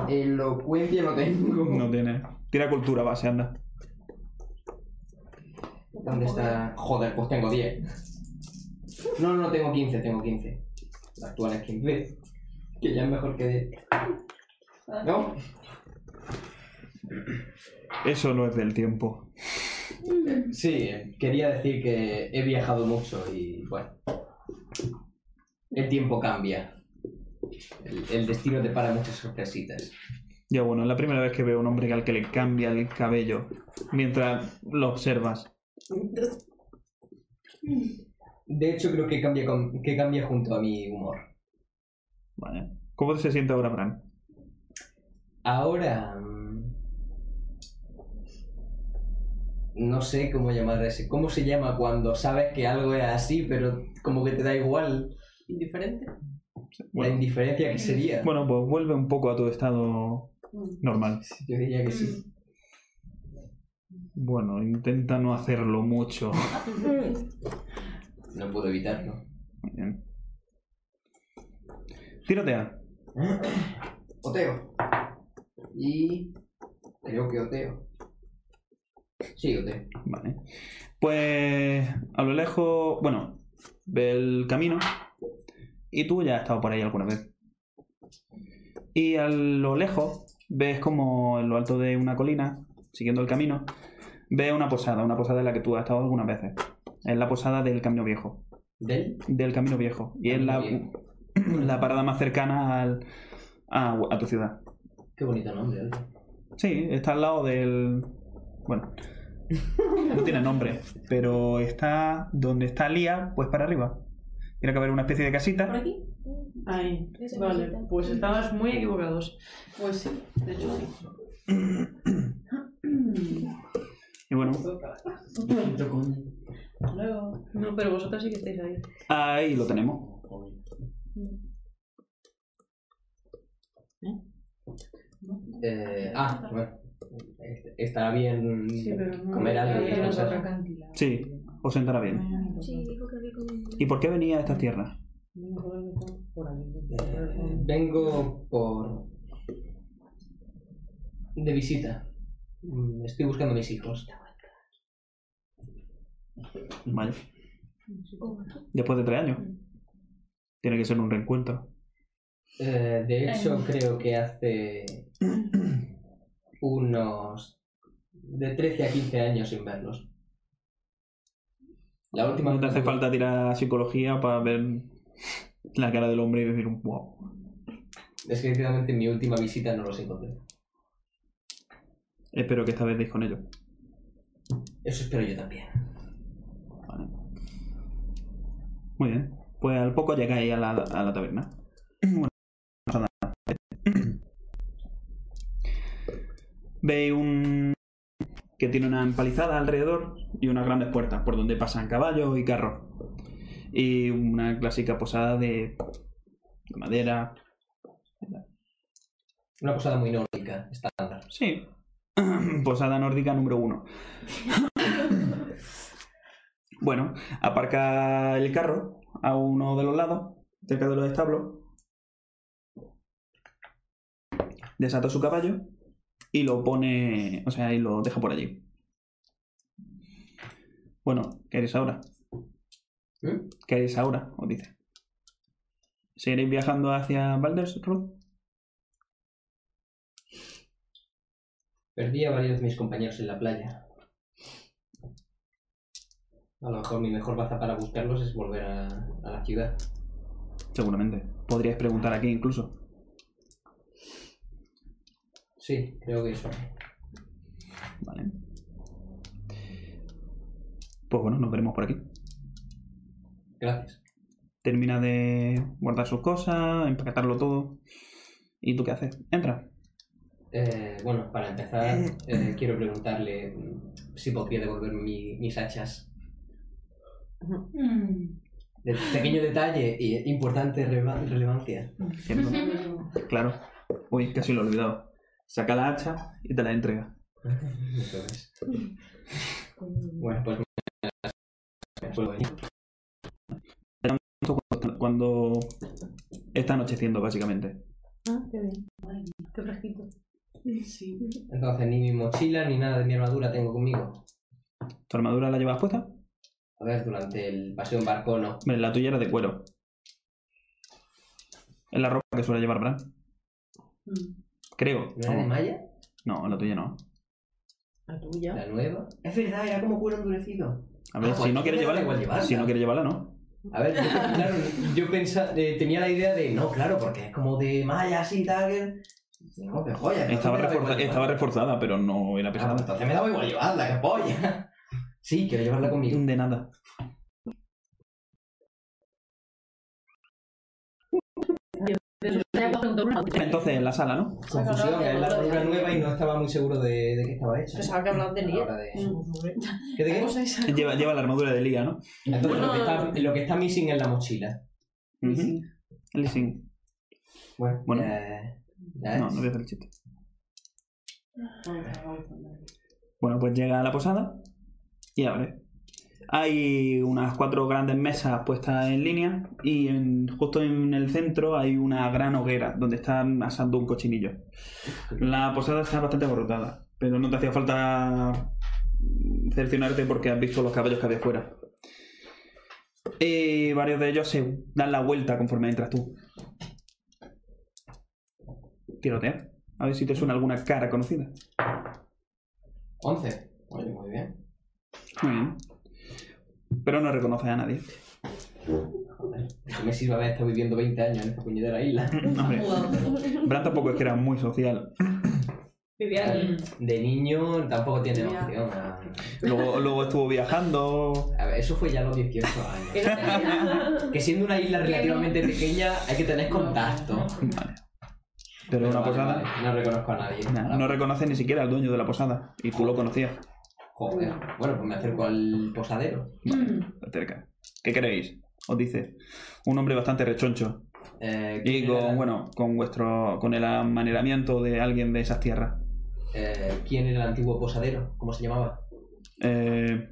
Speaker 4: Elocuencia no tengo.
Speaker 1: No tienes. Tira cultura base, anda.
Speaker 4: ¿Dónde está? Joder, pues tengo 10. No, no, tengo 15, tengo 15. La actual es 15. Que ya es mejor que 10. ¿No?
Speaker 1: Eso no es del tiempo.
Speaker 4: Sí, eh, quería decir que he viajado mucho y bueno. El tiempo cambia. El, el destino te para muchas sorpresitas.
Speaker 1: Ya bueno, es la primera vez que veo a un hombre al que le cambia el cabello mientras lo observas.
Speaker 4: De hecho, creo que cambia, con- que cambia junto a mi humor.
Speaker 1: Vale. ¿Cómo se siente ahora, Bran?
Speaker 4: Ahora... mm, No sé cómo llamar a ese. ¿Cómo se llama cuando sabes que algo es así, pero como que te da igual
Speaker 2: Indiferente.
Speaker 4: la
Speaker 1: Bueno,
Speaker 4: indiferencia que sería?
Speaker 1: bueno, pues vuelve un poco a tu estado normal.
Speaker 4: Yo diría que Mm. sí.
Speaker 1: Bueno, intenta no hacerlo mucho.
Speaker 4: No puedo evitarlo.
Speaker 1: Bien. Tirotea.
Speaker 4: Oteo. Y... Creo que Oteo. Sí, Oteo.
Speaker 1: Vale. Pues a lo lejos, bueno, ve el camino. Y tú ya has estado por ahí alguna vez. Y a lo lejos ves como en lo alto de una colina, siguiendo el camino, ves una posada, una posada en la que tú has estado algunas veces. Es la posada del Camino Viejo.
Speaker 4: ¿Del?
Speaker 1: Del Camino Viejo. Y es
Speaker 4: Camino
Speaker 1: la, la parada más cercana al- a- a tu ciudad.
Speaker 4: Qué bonito nombre, Oteo.
Speaker 1: Sí, está al lado del. Bueno. No tiene nombre. Pero está donde está Lía, pues para arriba. Tiene que haber una especie de
Speaker 2: ¿Por
Speaker 1: casita.
Speaker 2: aquí?
Speaker 7: Ahí. Vale, pues estabas muy equivocados.
Speaker 2: Pues sí, de hecho sí.
Speaker 1: Y bueno,
Speaker 7: Luego. No, pero vosotras sí que estáis ahí.
Speaker 1: ahí lo tenemos.
Speaker 4: Eh, ah, bueno. Est- Estará bien
Speaker 7: pero no.
Speaker 4: comer algo.
Speaker 3: Pero
Speaker 4: y
Speaker 3: no
Speaker 4: cosas.
Speaker 3: otra cantidad.
Speaker 1: Sí, os sentará bien.
Speaker 8: Sí, dijo que había comido.
Speaker 1: ¿Y por qué venía a estas tierras?
Speaker 4: Eh, Vengo por. de visita. Mm, Estoy buscando a mis hijos.
Speaker 1: Vale. Después de tres años. Tiene que ser un reencuentro.
Speaker 4: Eh, de hecho, creo que hace. unos. de 13 a 15 años sin verlos. La última.
Speaker 1: No te hace falta tirar psicología para ver la cara del hombre y decir, wow.
Speaker 4: Desgraciadamente, en mi última visita no los encontré.
Speaker 1: Espero que esta vez deis con ellos.
Speaker 4: Eso espero yo también.
Speaker 1: Vale. Muy bien. Pues al poco llegáis a la, a la taberna. Bueno, vamos a dar- Veis un... que tiene una empalizada alrededor y unas grandes puertas por donde pasan caballos y carros. Y una clásica posada de, de madera.
Speaker 4: Una posada muy nórdica. Estándar.
Speaker 1: Sí. Posada nórdica número uno. bueno, aparca el carro a uno de los lados, cerca de los establos. Desata su caballo y lo pone, o sea, y lo deja por allí. Bueno, ¿qué eres ahora?
Speaker 4: ¿Eh?
Speaker 1: ¿Qué eres ahora? Os dice. ¿Seguiréis viajando hacia Baldersrud?
Speaker 4: Perdí a varios de mis compañeros en la playa. A lo mejor mi mejor baza para buscarlos es volver a, a la ciudad.
Speaker 1: Seguramente. Podríais preguntar aquí incluso.
Speaker 4: Sí, creo que eso.
Speaker 1: Vale. pues bueno, nos veremos por aquí.
Speaker 4: Gracias.
Speaker 1: Termina de guardar sus cosas, empaquetarlo todo. ¿Y tú qué haces? Entra.
Speaker 4: Eh, bueno, para empezar, eh, quiero preguntarle mm, si podría devolverme mi- mis hachas. De- pequeño detalle y importante releva- relevancia.
Speaker 1: ¿Cierto? claro. Uy, casi lo he olvidado. Saca la hacha y te la entrega.
Speaker 4: Entonces, bueno, pues me me vuelvo a ir.
Speaker 1: Esto cuando, cuando está anocheciendo, básicamente.
Speaker 2: Qué fresquito. Sí.
Speaker 4: Entonces, ni mi mochila ni nada de mi armadura tengo conmigo.
Speaker 1: ¿Tu armadura la llevas puesta?
Speaker 4: A ver, durante el paseo en barco no.
Speaker 1: Hombre, La tuya era de cuero. Es la ropa que suele llevar Bran. Creo.
Speaker 4: ¿No era de malla?
Speaker 1: No, la tuya no.
Speaker 7: La tuya.
Speaker 4: ¿La nueva? Es verdad, era como cuero endurecido.
Speaker 1: A ver,
Speaker 4: Ah,
Speaker 1: si no
Speaker 4: cualquiera
Speaker 1: quieres
Speaker 4: da igual
Speaker 1: llevarla,
Speaker 4: llevarla.
Speaker 1: si no quieres llevarla, no.
Speaker 4: A ver, yo, claro, yo pensaba, tenía la idea de, no, claro, porque es como de malla así y tal. que- No, qué joya.
Speaker 1: Estaba,
Speaker 4: entonces me
Speaker 1: reforza-
Speaker 4: daba igual
Speaker 1: estaba reforzada, pero no era
Speaker 4: llevarla. Ah,
Speaker 1: pesada.
Speaker 4: entonces me daba igual llevarla, qué polla. Sí, quiero llevarla conmigo.
Speaker 1: De nada. Entonces, en la sala, ¿no?
Speaker 4: Confusión, es la armadura nueva y no estaba muy seguro de, de qué estaba hecha.
Speaker 7: Pensaba que hablabas de Mm.
Speaker 4: A la
Speaker 7: Lia.
Speaker 4: hora de- ¿Qué de qué?
Speaker 1: Lleva, lleva la armadura de liga, ¿no?
Speaker 4: Entonces, lo, que está, lo que está missing es la mochila.
Speaker 1: Ujú. Leasing.
Speaker 4: Bueno,
Speaker 1: Bueno.
Speaker 4: eh, ya
Speaker 1: No,
Speaker 4: es.
Speaker 1: no voy a hacer el chiste. Bueno, pues llega a la posada y abre. Hay unas cuatro grandes mesas puestas en línea y en- justo en el centro hay una gran hoguera donde están asando un cochinillo. La posada está bastante abarrotada, pero no te hacía falta cercionarte porque has visto los caballos que había afuera. Eh, varios de ellos se dan la vuelta conforme entras tú. Tirotea. A ver si te suena alguna cara conocida.
Speaker 4: 11. Oye, muy bien.
Speaker 1: Muy bien. Pero no reconoce a nadie.
Speaker 4: Joder, no me sirve haber estado viviendo 20 años en esta puñetera isla.
Speaker 1: Hombre, Bran tampoco es que era muy social.
Speaker 4: De niño tampoco tiene opción. A...
Speaker 1: Luego, luego estuvo viajando.
Speaker 4: a ver, eso fue ya a los 18 años. que siendo una isla
Speaker 3: Que no.
Speaker 4: relativamente pequeña hay que tener contacto.
Speaker 1: Vale. Pero una
Speaker 4: vale,
Speaker 1: posada.
Speaker 4: vale, no reconozco a nadie.
Speaker 1: Nah, no reconoce ni siquiera al dueño de la posada. Y tú lo conocías.
Speaker 4: Joder. Bueno, pues me acerco al posadero.
Speaker 1: de cerca. ¿Qué queréis? Os dice. Un hombre bastante rechoncho.
Speaker 4: Eh,
Speaker 1: Y
Speaker 4: ¿quién era-
Speaker 1: con, bueno, con vuestro. con el amaneramiento de alguien de esas tierras.
Speaker 4: eh, ¿Quién era el antiguo posadero? ¿Cómo se llamaba?
Speaker 1: Eh...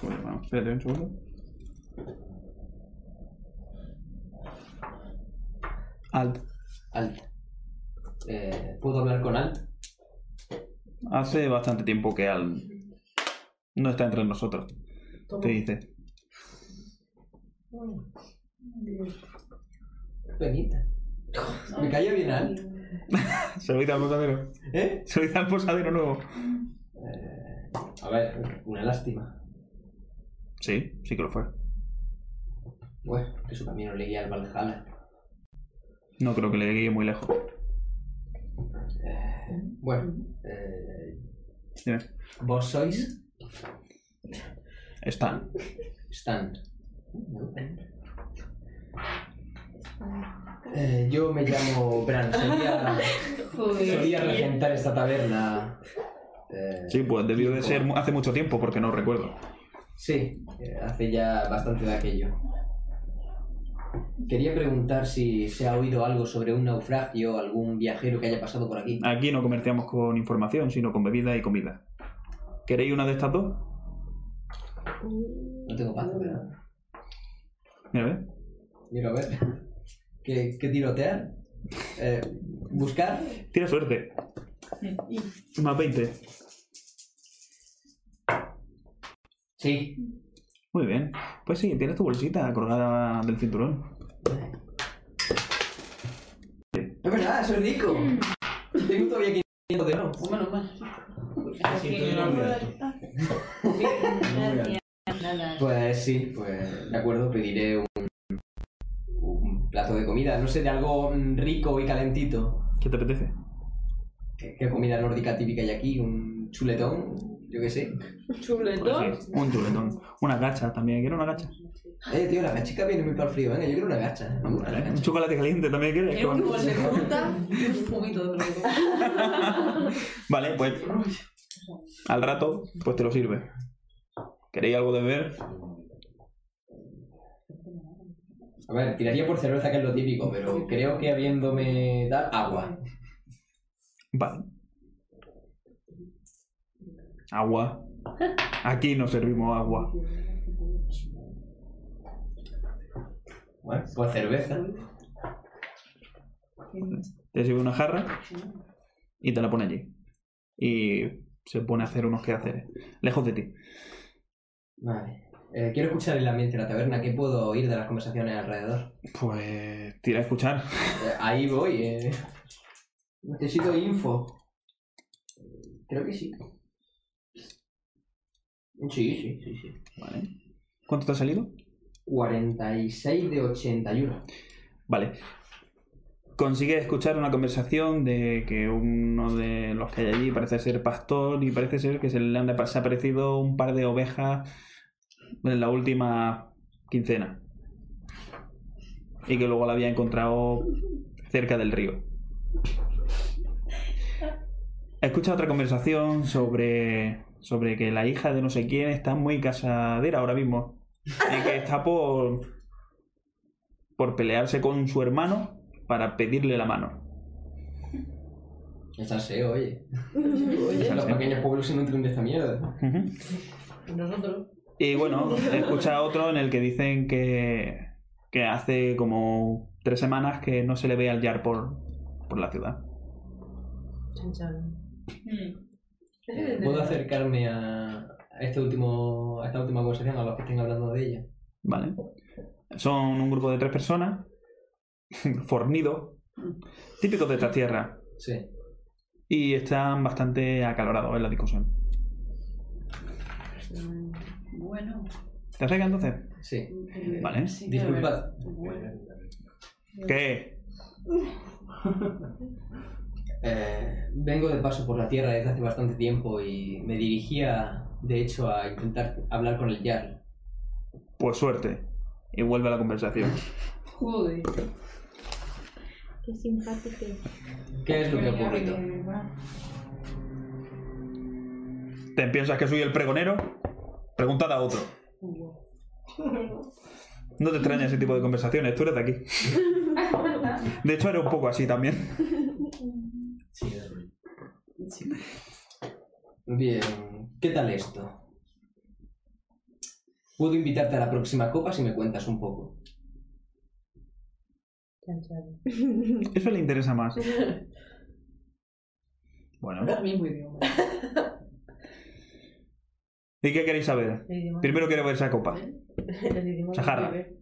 Speaker 1: joder, vamos, espérate un segundo. Alt.
Speaker 4: Alt. Eh, ¿Puedo hablar con Alt?
Speaker 1: Hace bastante tiempo que Alt no está entre nosotros. Te dice.
Speaker 4: Penita. Me cayó bien Alt.
Speaker 1: Se lo dice al posadero.
Speaker 4: ¿Eh?
Speaker 1: Se lo dice al posadero nuevo.
Speaker 4: A ver, una lástima.
Speaker 1: Sí, sí que lo fue.
Speaker 4: Bueno, que su camino le guía al Valhalla.
Speaker 1: No creo que le llegue muy lejos.
Speaker 4: Eh, bueno, eh,
Speaker 1: Dime.
Speaker 4: vos sois
Speaker 1: Está.
Speaker 4: Stan. Eh, yo me llamo Bran. Solía, solía regentar esta taberna. eh,
Speaker 1: Sí, pues debió de ser mu- hace mucho tiempo porque no recuerdo.
Speaker 4: Sí, eh, hace ya bastante de aquello. Quería preguntar si se ha oído algo sobre un naufragio, algún viajero que haya pasado por aquí.
Speaker 1: Aquí no comerciamos con información, sino con bebida y comida. ¿Queréis una de estas dos?
Speaker 4: No tengo paz, ¿verdad?
Speaker 1: Mira, a ver.
Speaker 4: Miro a ver. ¿Qué, qué tirotear? Eh, ¿Buscar?
Speaker 1: Tira suerte. Más 20.
Speaker 4: Sí.
Speaker 1: Muy bien. Pues sí, tienes tu bolsita colgada del cinturón.
Speaker 4: Es verdad, soy rico. Tengo todavía 500 de oro.
Speaker 3: Menos mal.
Speaker 5: Ah,
Speaker 4: Pues sí, pues de acuerdo, pediré un, un plato de comida, no sé, de algo mm, rico y calentito.
Speaker 1: ¿Qué te apetece?
Speaker 4: ¿Qué, qué comida nórdica típica hay aquí? ¿Un chuletón? Yo qué sé.
Speaker 7: Chuletón.
Speaker 1: Sí, un chuletón. Una gacha también. ¿Quiero una gacha?
Speaker 4: Eh, tío, la gachica viene muy para el frío, venga, yo quiero una gacha. ¿eh? Me gusta la
Speaker 1: Un
Speaker 4: gacha.
Speaker 1: chocolate caliente también quieres.
Speaker 2: Quiero un
Speaker 1: Con-
Speaker 2: bol de fruta y un fumito de pronto.
Speaker 1: Vale, pues al rato, pues te lo sirve. ¿Queréis algo de beber?
Speaker 4: A ver, tiraría por cerveza, que es lo típico, pero creo que habiéndome dar agua.
Speaker 1: Vale. Agua. Aquí nos servimos agua.
Speaker 4: Bueno, pues cerveza.
Speaker 1: Te sirve una jarra y te la pone allí. Y se pone a hacer unos quehaceres. Lejos de ti.
Speaker 4: Vale. Eh, quiero escuchar el ambiente en la taberna, ¿qué puedo oír de las conversaciones alrededor?
Speaker 1: Pues tira a escuchar.
Speaker 4: Eh, ahí voy, eh. Necesito info. Creo que sí. Sí, sí, sí, sí.
Speaker 1: Vale. ¿Cuánto te ha salido?
Speaker 4: 46 de 81.
Speaker 1: Vale. Consigues escuchar una conversación de que uno de los que hay allí parece ser pastor y parece ser que se le han apa- se ha aparecido un par de ovejas en la última quincena. Y que luego la había encontrado cerca del río. Escucha otra conversación sobre, sobre que la hija de no sé quién está muy casadera ahora mismo. Y que está por, por pelearse con su hermano para pedirle la mano.
Speaker 4: El salseo, oye.
Speaker 1: El
Speaker 4: Los
Speaker 1: salseo.
Speaker 4: pequeños pueblos se nutren de esta mierda.
Speaker 1: Ujú.
Speaker 2: Nosotros.
Speaker 1: Y bueno, he escuchado otro en el que dicen que, que hace como tres semanas que no se le ve al Yar por, por la ciudad.
Speaker 7: Mm,
Speaker 4: ¿Puedo acercarme a, a este último, a esta última conversación, a los que estén hablando de ella?
Speaker 1: ¿Vale? Son un grupo de tres personas, fornidos, típicos de estas tierras,
Speaker 4: Sí.
Speaker 1: y están bastante acalorados en la discusión.
Speaker 2: Bueno.
Speaker 1: ¿Te acercas entonces?
Speaker 4: Sí.
Speaker 1: Vale.
Speaker 2: Sí, que a ver.
Speaker 4: Disculpad.
Speaker 2: Bueno.
Speaker 1: ¿Qué?
Speaker 4: Eh, vengo de paso por la tierra desde hace bastante tiempo y me dirigía, de hecho, a intentar hablar con el Jarl.
Speaker 1: Pues suerte. Y vuelve a la conversación.
Speaker 3: Joder.
Speaker 8: Qué simpático.
Speaker 4: ¿Qué es lo que ha ocurrido?
Speaker 1: ¿Te piensas que soy el pregonero? Preguntad a otro. No te extraña ese tipo de conversaciones, tú eres de aquí. De hecho, era un poco así también.
Speaker 4: Bien, ¿qué tal esto? Puedo invitarte a la próxima copa si me cuentas un poco.
Speaker 1: Eso le interesa más. Bueno,
Speaker 2: Hablar mismo idioma.
Speaker 1: ¿y qué queréis saber?
Speaker 6: El idioma- ¿Eh?
Speaker 1: Primero quiero ver esa copa.
Speaker 6: el idioma del
Speaker 1: Sahara.
Speaker 6: beber.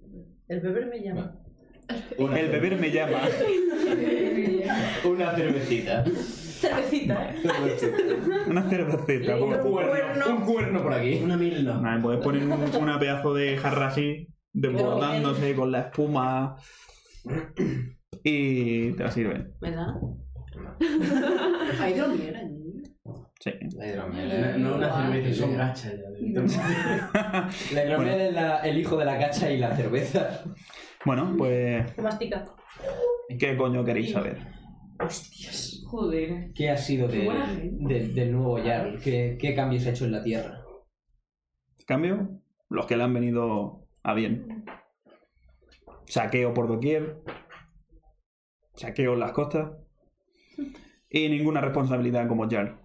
Speaker 6: El beber me llama.
Speaker 1: El beber me llama.
Speaker 4: Una cervecita.
Speaker 6: Cervecita, ¿eh?
Speaker 1: Una cervecita.
Speaker 4: un,
Speaker 1: bueno.
Speaker 4: cuerno. un cuerno por aquí.
Speaker 5: Una mil no.
Speaker 1: Vale, pues ponen un- una pedazo de jarra así, desbordándose con la espuma. Y te la sirven.
Speaker 7: ¿Me da?
Speaker 2: Hay hidromiel allí.
Speaker 1: Sí.
Speaker 4: La hidromiel.
Speaker 5: Eh,
Speaker 4: ¿eh?
Speaker 5: No una cerveza, son
Speaker 4: La
Speaker 5: gachas ya. directamente.
Speaker 4: hidromiel es la- el hijo de la cacha y la cerveza.
Speaker 1: Bueno, pues.
Speaker 6: Que mastica.
Speaker 1: ¿Qué coño queréis saber?
Speaker 3: Joder.
Speaker 4: ¿Qué ha sido de- de- del nuevo Jarl? ¿Qué, ¿Qué cambios ha hecho en la tierra?
Speaker 1: cambio, los que le han venido a bien. Saqueo por doquier, saqueo en las costas y ninguna responsabilidad como Jarl.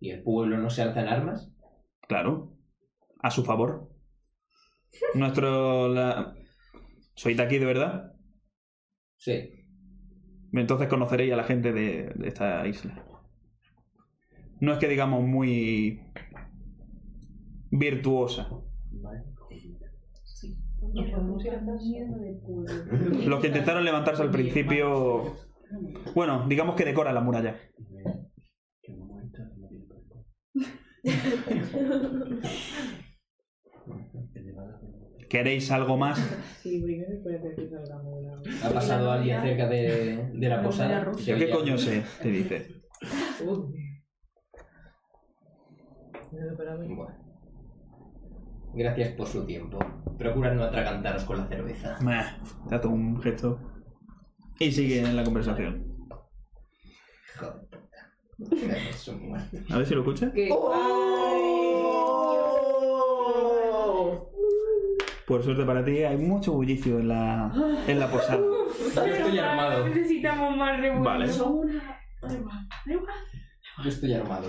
Speaker 4: ¿Y el pueblo no se alza en armas?
Speaker 1: Claro, a su favor. Nuestro... La... Soy de aquí de verdad,
Speaker 4: Sí.
Speaker 1: entonces conoceréis a la gente de, de esta isla. No es que digamos muy virtuosa. Los que intentaron levantarse al principio. Bueno, digamos que decora la muralla.
Speaker 5: Que no muerta, no tiene cuerpo. Que llevaba con-
Speaker 1: ¿Queréis algo más?
Speaker 4: ¿Ha pasado alguien cerca de, de la posada?
Speaker 1: ¿Qué coño sé? Te dice.
Speaker 7: Pero para mí.
Speaker 4: Bueno. Gracias por su tiempo. Procurad no atragantaros con la cerveza.
Speaker 1: Meh, Dato un gesto. Y sigue en la conversación.
Speaker 4: Hijo de puta. Gracias, son muertos.
Speaker 1: A ver si lo escucha.
Speaker 3: Que-
Speaker 4: ¡Oh!
Speaker 7: Oh.
Speaker 1: Por suerte para ti hay mucho bullicio en la, en la posada.
Speaker 4: Yo estoy armado.
Speaker 9: Necesitamos más revueltos.
Speaker 1: Vale.
Speaker 4: Yo estoy armado.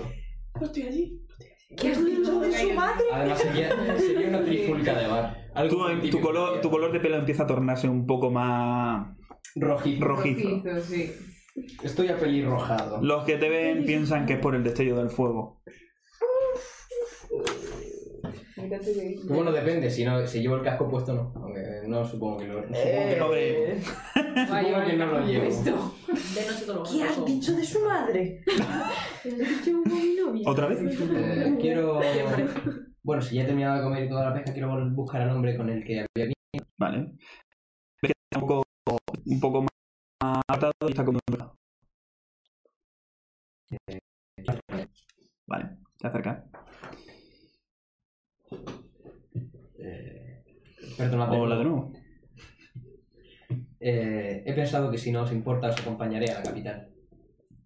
Speaker 2: ¿Qué has dicho de su madre?
Speaker 4: Además, sería, sería una trifulca de bar. Algo
Speaker 1: Tu,
Speaker 4: muy
Speaker 1: tu, color, tu
Speaker 4: típico.
Speaker 1: color de pelo empieza a tornarse un poco más
Speaker 4: Rojizo.
Speaker 1: rojizo.
Speaker 3: Rojizo, sí.
Speaker 4: Estoy apelirrojado.
Speaker 1: Los que te ven piensan que es por el destello del fuego.
Speaker 4: Bueno, depende, si no, si llevo el casco puesto no. Aunque no supongo que lo. Supongo
Speaker 2: Eh.
Speaker 4: que, no,
Speaker 1: Hombre,
Speaker 4: supongo que no lo llevo.
Speaker 2: De noche todo lo
Speaker 6: ¿Qué has dicho de su madre?
Speaker 1: ¿Otra vez?
Speaker 4: Eh, quiero. Bueno, si ya he terminado de comer y toda la pesca, quiero vol- buscar al hombre con el que había venido.
Speaker 1: Vale. Ves que está un poco, un poco más atado y está como... Vale, te acercas.
Speaker 4: Eh, perdonad.
Speaker 1: Hola de nuevo.
Speaker 4: Eh, he pensado que si no os importa, os acompañaré a la capital.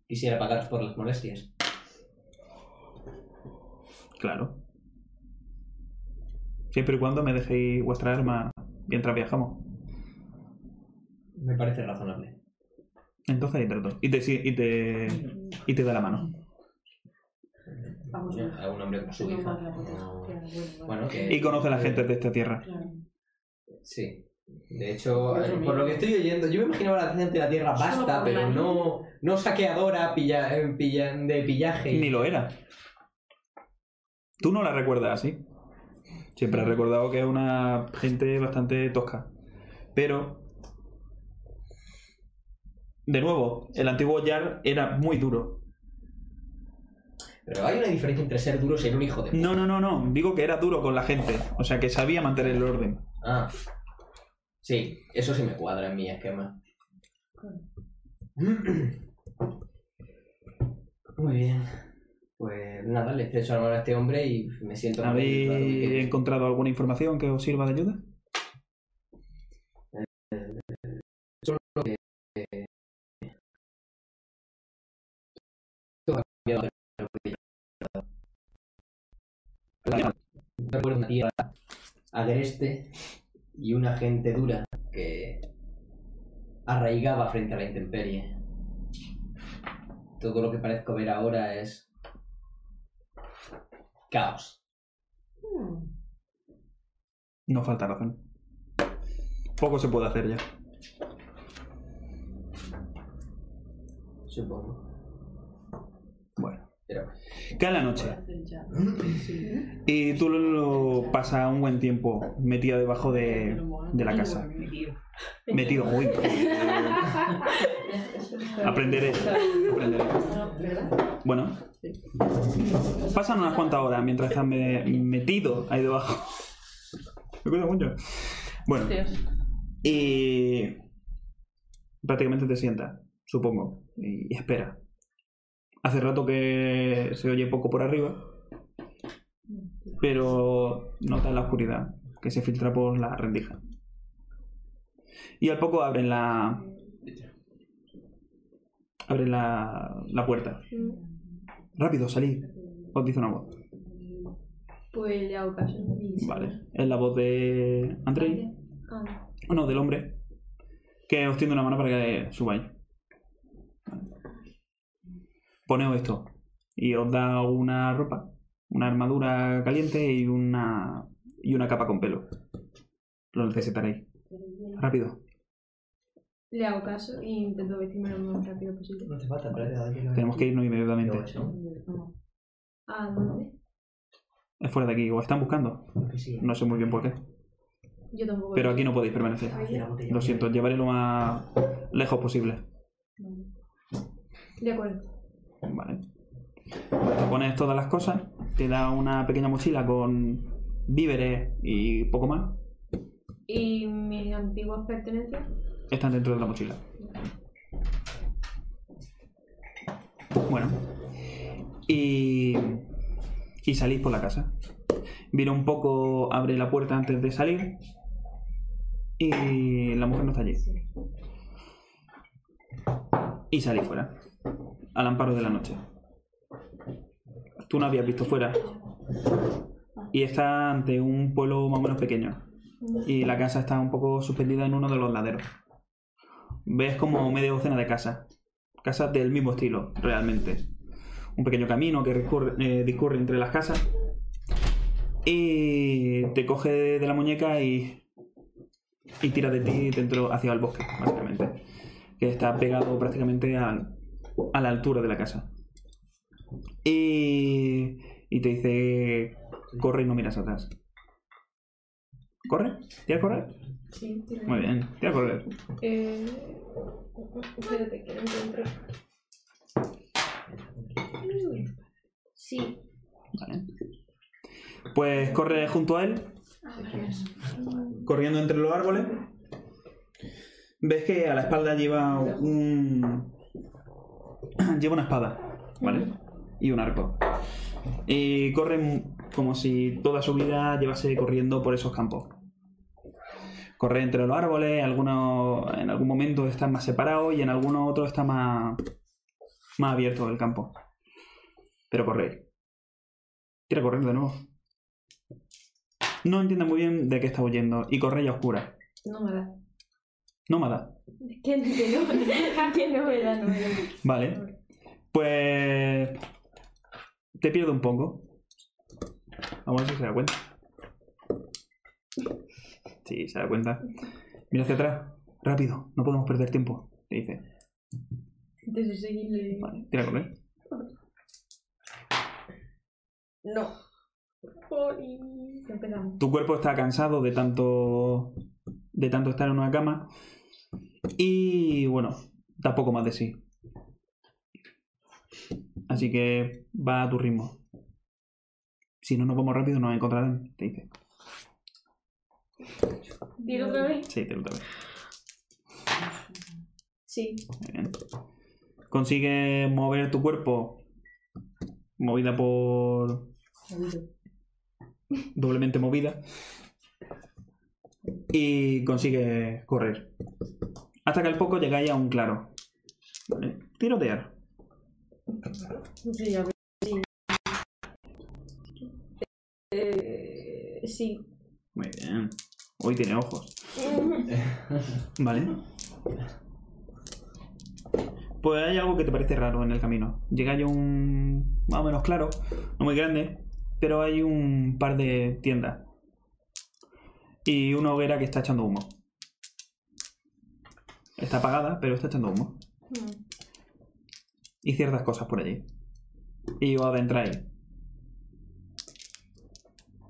Speaker 4: Quisiera pagaros por las molestias.
Speaker 1: Claro. Siempre y cuando me dejéis vuestra arma mientras viajamos.
Speaker 4: Me parece razonable.
Speaker 1: Entonces ahí trato. Y te, si- y te, y te da la mano.
Speaker 2: Vamos
Speaker 4: A un hombre como su
Speaker 2: No,
Speaker 4: hija.
Speaker 2: vale, vale,
Speaker 4: No.
Speaker 2: Claro, bueno, vale.
Speaker 4: Bueno, que.
Speaker 1: Y conoce a la gente de esta tierra.
Speaker 2: Claro.
Speaker 4: Sí. De hecho,
Speaker 2: Otro
Speaker 4: eh,
Speaker 2: miedo.
Speaker 4: por lo que estoy oyendo, yo me imaginaba a la gente de la Tierra
Speaker 2: Solo
Speaker 4: basta,
Speaker 2: por
Speaker 4: pero
Speaker 2: la-
Speaker 4: no, no saqueadora pilla, eh, pilla- de pillaje.
Speaker 1: Ni lo era. Tú no la recuerdas así. Siempre has recordado que es una gente bastante tosca. Pero. De nuevo, el antiguo Yar era muy duro.
Speaker 4: Pero hay una diferencia entre ser duro y ser un hijo de...
Speaker 1: No, no, no, no. Digo que era duro con la gente. O sea, que sabía mantener el orden.
Speaker 4: Ah. Sí, eso sí me cuadra en mi esquema. Muy bien. Pues nada, le echo la mano a este hombre y me siento... muy ayudado,
Speaker 1: ¿Habéis
Speaker 4: porque-
Speaker 1: encontrado alguna información que os sirva de ayuda?
Speaker 4: recuerdo una tierra agreste y una gente dura que arraigaba frente a la intemperie. Todo lo que parezco ver ahora es caos.
Speaker 1: No falta razón. Poco se puede hacer ya.
Speaker 4: Supongo.
Speaker 1: Bueno.
Speaker 4: Pero-
Speaker 1: Cae la noche. Y tú lo, lo pasas un buen tiempo metido debajo de, de la casa. Metido muy. Aprenderé. Aprenderé. Bueno. Pasan unas cuantas horas mientras estás me- metido ahí debajo. Me cuesta mucho. Bueno. Y prácticamente te sientas, supongo, y, y espera. Hace rato que se oye poco por arriba, pero notas la oscuridad que se filtra por la rendija. Y al poco abren la. abren la, la puerta. Rápido, salid, os dice una voz.
Speaker 8: Pues le hago caso.
Speaker 1: Vale, es la voz de Andrei,
Speaker 8: Ah,
Speaker 1: o no, del hombre, que os tiende una mano para que subáis. Poneos esto y os da una ropa, una armadura caliente y una, y una capa con pelo. Lo necesitaréis. Rápido,
Speaker 8: le hago caso e intento vestirme lo más rápido posible.
Speaker 4: No hace falta, pero
Speaker 1: tenemos que irnos inmediatamente.
Speaker 8: ¿A dónde?
Speaker 1: Es fuera de aquí, o están buscando. No sé muy bien por qué,
Speaker 8: Yo tampoco.
Speaker 1: pero aquí no podéis permanecer. Lo siento, os llevaré lo más lejos posible.
Speaker 8: De acuerdo.
Speaker 1: Vale. Te pones todas las cosas, te da una pequeña mochila con víveres y poco más.
Speaker 8: ¿Y mis antiguas pertenencias?
Speaker 1: Están dentro de la mochila. Bueno. Y y salís por la casa. Vira un poco, abre la puerta antes de salir y la mujer no está allí. Y salís fuera, al amparo de la noche. Tú no habías visto fuera y está ante un pueblo más o menos pequeño y la casa está un poco suspendida en uno de los laderos. Ves como media docena de casas, casas del mismo estilo, realmente. Un pequeño camino que recurre- eh, discurre entre las casas y te coge de la muñeca y, y tira de ti dentro hacia el bosque, básicamente, que está pegado prácticamente al- a la altura de la casa. Y, y te dice, corre y no miras atrás. ¿Corre? ¿Tienes correr?
Speaker 8: Sí, tiene-
Speaker 1: Muy bien, tira a correr.
Speaker 8: Eh, espérate, que lo encuentro. Sí,
Speaker 1: Vale. Pues corre junto a él. Corriendo entre los árboles. Ves que a la espalda lleva un. Lleva una espada, ¿vale? Y un arco. Y corre como si toda su vida llevase corriendo por esos campos. Corre entre los árboles, algunos, en algún momento está más separado y en algunos otros está más, más abierto el campo. Pero corre. Tira a correr de nuevo. No entiende muy bien de qué está huyendo y corre ya oscura.
Speaker 8: no me da.
Speaker 1: Nómada.
Speaker 8: Que, que no, que no me da, no me da.
Speaker 1: Vale. Pues. Te pierdo un poco. Vamos a ver si se da cuenta. Sí, se da cuenta. Mira hacia atrás. Rápido, no podemos perder tiempo. Te dice.
Speaker 8: Entonces seguirle.
Speaker 1: Vale, tira a correr.
Speaker 6: No.
Speaker 8: Jolín. Ya empezamos.
Speaker 1: Tu cuerpo está cansado de tanto. de tanto estar en una cama. Y bueno, da poco más de sí. Así que va a tu ritmo. Si no nos vamos rápido, nos encontrarán, te dice.
Speaker 8: Dilo otra vez.
Speaker 1: Sí, te lo vez.
Speaker 8: Sí.
Speaker 1: Muy bien. Consigues mover tu cuerpo. Movida por. Doblemente movida. Y consigues correr. Hasta que al poco llegáis a un claro. Vale. Tirotear.
Speaker 6: Sí, ya
Speaker 8: Eh, sí.
Speaker 1: Muy bien. Hoy tiene ojos. Vale. Pues hay algo que te parece raro en el camino. Llega a un. más o menos claro, no muy grande, pero hay un par de tiendas. Y una hoguera que está echando humo. Está apagada, pero está echando humo. Y ciertas cosas por allí. Y os adentráis.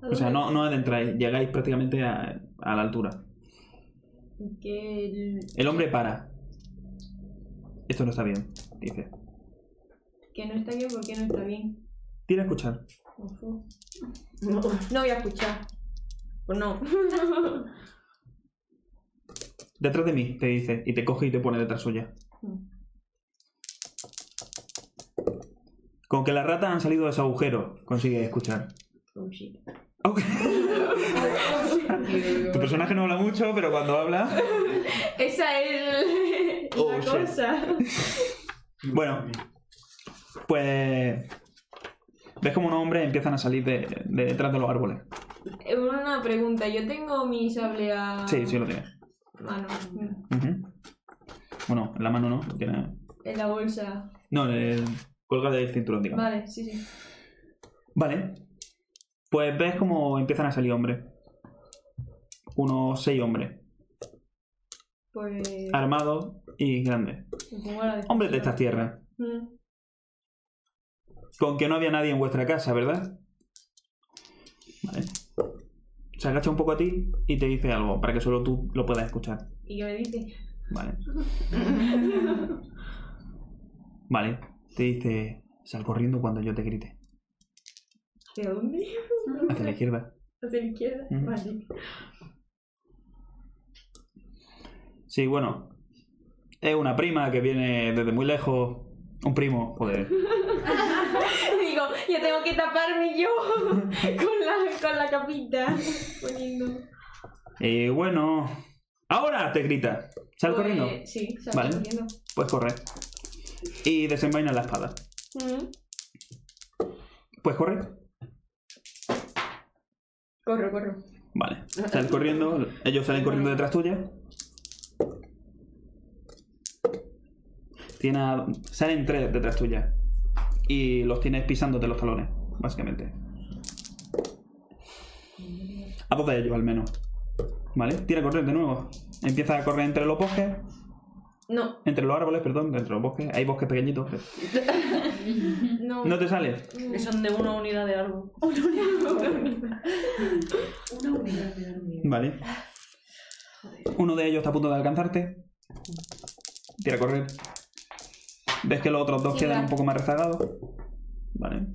Speaker 1: O sea, no, no adentráis, llegáis prácticamente a, a la altura.
Speaker 8: Que el-
Speaker 1: El hombre para. Esto no está bien, dice.
Speaker 8: que no está bien porque no está bien.
Speaker 1: Tira a escuchar.
Speaker 8: Ojo.
Speaker 6: No, no voy a escuchar. Pues no.
Speaker 1: Detrás de mí, te dice, y te coge y te pone detrás suya. Con que las ratas han salido de ese agujero, consigues escuchar.
Speaker 6: Oh, shit.
Speaker 1: Ok. tu personaje no habla mucho, pero cuando habla.
Speaker 8: Esa es el-
Speaker 1: Oh,
Speaker 8: la
Speaker 1: shit.
Speaker 8: cosa.
Speaker 1: Bueno, pues. Ves como unos hombres empiezan a salir de, de detrás de los árboles.
Speaker 8: Eh, Una pregunta. Yo tengo mi sable a.
Speaker 1: Sí, sí lo tiene.
Speaker 8: Ah, no.
Speaker 1: Ujú. Bueno, en la mano no, lo tiene.
Speaker 8: En la bolsa.
Speaker 1: No, el, colga del cinturón, digamos.
Speaker 8: Vale, sí, sí.
Speaker 1: Vale. Pues ves cómo empiezan a salir hombres. Unos seis hombres.
Speaker 8: Pues.
Speaker 1: Armados y grandes.
Speaker 8: me pongo la defensiva.
Speaker 1: Hombres de estas tierras.
Speaker 8: Mm,
Speaker 1: Con que no había nadie en vuestra casa, ¿verdad? Vale. Se agacha un poco a ti y te dice algo para que solo tú lo puedas escuchar.
Speaker 8: Y que me dice.
Speaker 1: Vale. Vale. Te dice, sal corriendo cuando yo te grite.
Speaker 8: ¿De dónde?
Speaker 1: Hacia la izquierda.
Speaker 8: Hacia la izquierda.
Speaker 1: Mm.
Speaker 8: Vale.
Speaker 1: Sí, bueno. Es una prima que viene desde muy lejos. Un primo, joder.
Speaker 8: Digo, Yo tengo que taparme yo con la, con la capita. Poniendo.
Speaker 1: Eh, bueno. ¡Ahora! te grita. Sal
Speaker 8: Pues,
Speaker 1: corriendo.
Speaker 8: Sí, salgo
Speaker 1: Vale.
Speaker 8: corriendo.
Speaker 1: Puedes correr. Y desenvaina la espada.
Speaker 8: Mm.
Speaker 1: Pues corre.
Speaker 8: Corro, corro.
Speaker 1: Vale. Sal corriendo. Ellos salen corriendo detrás tuya. Tiene a- Salen tres detrás tuya. Y los tienes pisándote los talones, básicamente. A dos de ellos, al menos. ¿Vale? Tira a correr de nuevo. Empieza a correr entre los bosques.
Speaker 6: No,
Speaker 1: Entre los árboles, perdón, entre los bosques. Hay bosques pequeñitos.
Speaker 6: no.
Speaker 1: No te sales.
Speaker 7: Que son de una unidad de algo.
Speaker 1: Vale. Uno de ellos está a punto de alcanzarte. Tira a correr. Ves que los otros dos
Speaker 8: Sí,
Speaker 1: quedan
Speaker 8: va.
Speaker 1: un poco más rezagados. Vale.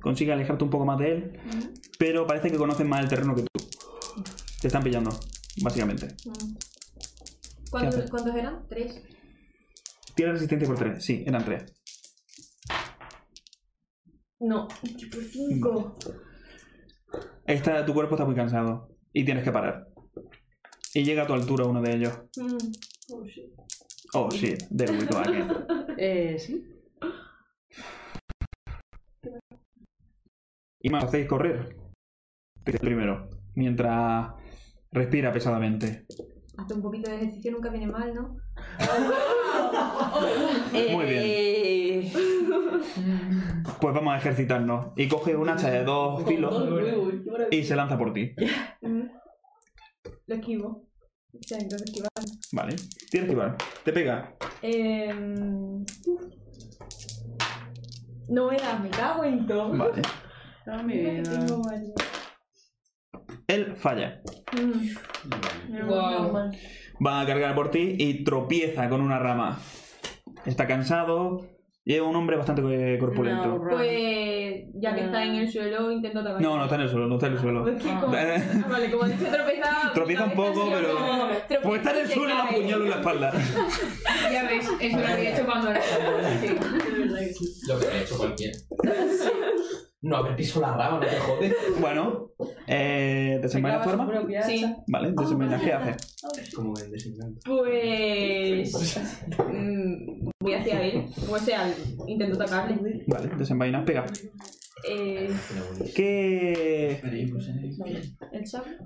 Speaker 1: Consigue alejarte un poco más de él. Pero parece que conocen más el terreno que tú. Te están pillando, básicamente. ¿Qué
Speaker 8: ¿Cuántos,
Speaker 1: haces?
Speaker 8: ¿Cuántos eran? Tres.
Speaker 1: Tira resistencia por tres. Sí, eran tres.
Speaker 6: No. Por cinco.
Speaker 1: Esta, tu cuerpo está muy cansado. Y tienes que parar. Y llega a tu altura uno de ellos.
Speaker 6: Mm. Oh, shit.
Speaker 1: Oh, shit. There we go again.
Speaker 7: Eh, sí.
Speaker 1: y más hacéis correr. Dice el Primero, mientras respira pesadamente.
Speaker 8: Hasta un poquito de ejercicio nunca viene mal, ¿no?
Speaker 1: Muy
Speaker 6: Eh,
Speaker 1: Pues vamos a ejercitarnos. Y coge un hacha de dos filos y se lanza por ti.
Speaker 8: Lo esquivo. O sea, entonces esquivar.
Speaker 1: Vale. Tienes que ir. Te pega.
Speaker 8: Eh, no era, me cago en todo.
Speaker 1: Vale.
Speaker 7: Ah, mi vida.
Speaker 8: Tengo mal.
Speaker 1: Él falla.
Speaker 8: Mm, me
Speaker 3: Guau.
Speaker 8: voy mal.
Speaker 1: Va a cargar por ti y tropieza con una rama. Está cansado. Y es un hombre bastante eh, corpulento.
Speaker 8: Pues ya que está en el suelo, intento atacar.
Speaker 1: No, no está en el suelo, no está en el suelo.
Speaker 8: Es que como- ah, vale, como dice tropezaba.
Speaker 1: Tropieza un poco, pero- Pues está en el suelo y la puñalo en la espalda.
Speaker 3: Ya ves, eso lo había hecho cuando era joven.
Speaker 4: Lo que ha hecho cualquiera. No haber piso la rama, no te jodes.
Speaker 1: Bueno, eh, desenvaina tu arma.
Speaker 3: Sí.
Speaker 1: Vale, desenvaina. ¿Qué haces?
Speaker 5: Como el designante.
Speaker 8: Pues. mm, voy hacia él. O sea, intento atacarle.
Speaker 1: Vale, desenvaina, pega.
Speaker 8: Eh,
Speaker 1: ¿Qué?
Speaker 8: ¿El sable?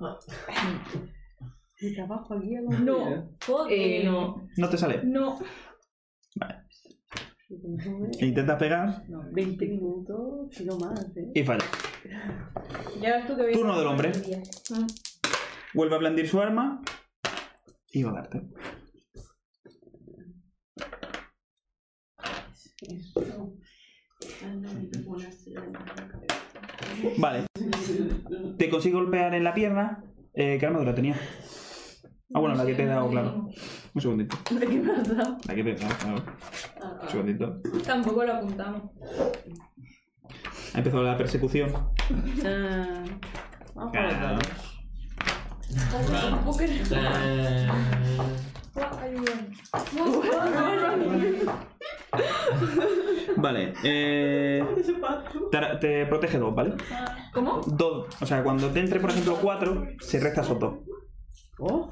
Speaker 7: Mi trabajo aquí a lo
Speaker 2: pues
Speaker 8: No. Joder.
Speaker 3: Eh, no.
Speaker 1: No te sale.
Speaker 8: No.
Speaker 1: Intentas pegar
Speaker 7: 20 minutos, no más, ¿eh?
Speaker 1: y falla.
Speaker 8: Ya ves tú que voy a-
Speaker 1: Turno del hombre.
Speaker 8: Mm.
Speaker 1: Vuelve a blandir su arma y va a darte. Vale. Te consigo golpear en la pierna. Eh, ¿Qué armadura tenía? Ah, bueno, la que te he dado, claro. Un segundito. La que te he dado, claro.
Speaker 8: Ah.
Speaker 1: Un segundito.
Speaker 8: Tampoco lo apuntamos.
Speaker 1: Ha empezado la persecución.
Speaker 7: Ah, vamos por el
Speaker 5: Claro.
Speaker 7: lado.
Speaker 1: Vale, eh. Te, te protege dos, ¿vale?
Speaker 8: ¿Cómo?
Speaker 1: Dos. O sea, cuando te entre, por ejemplo, cuatro, se resta esos dos. O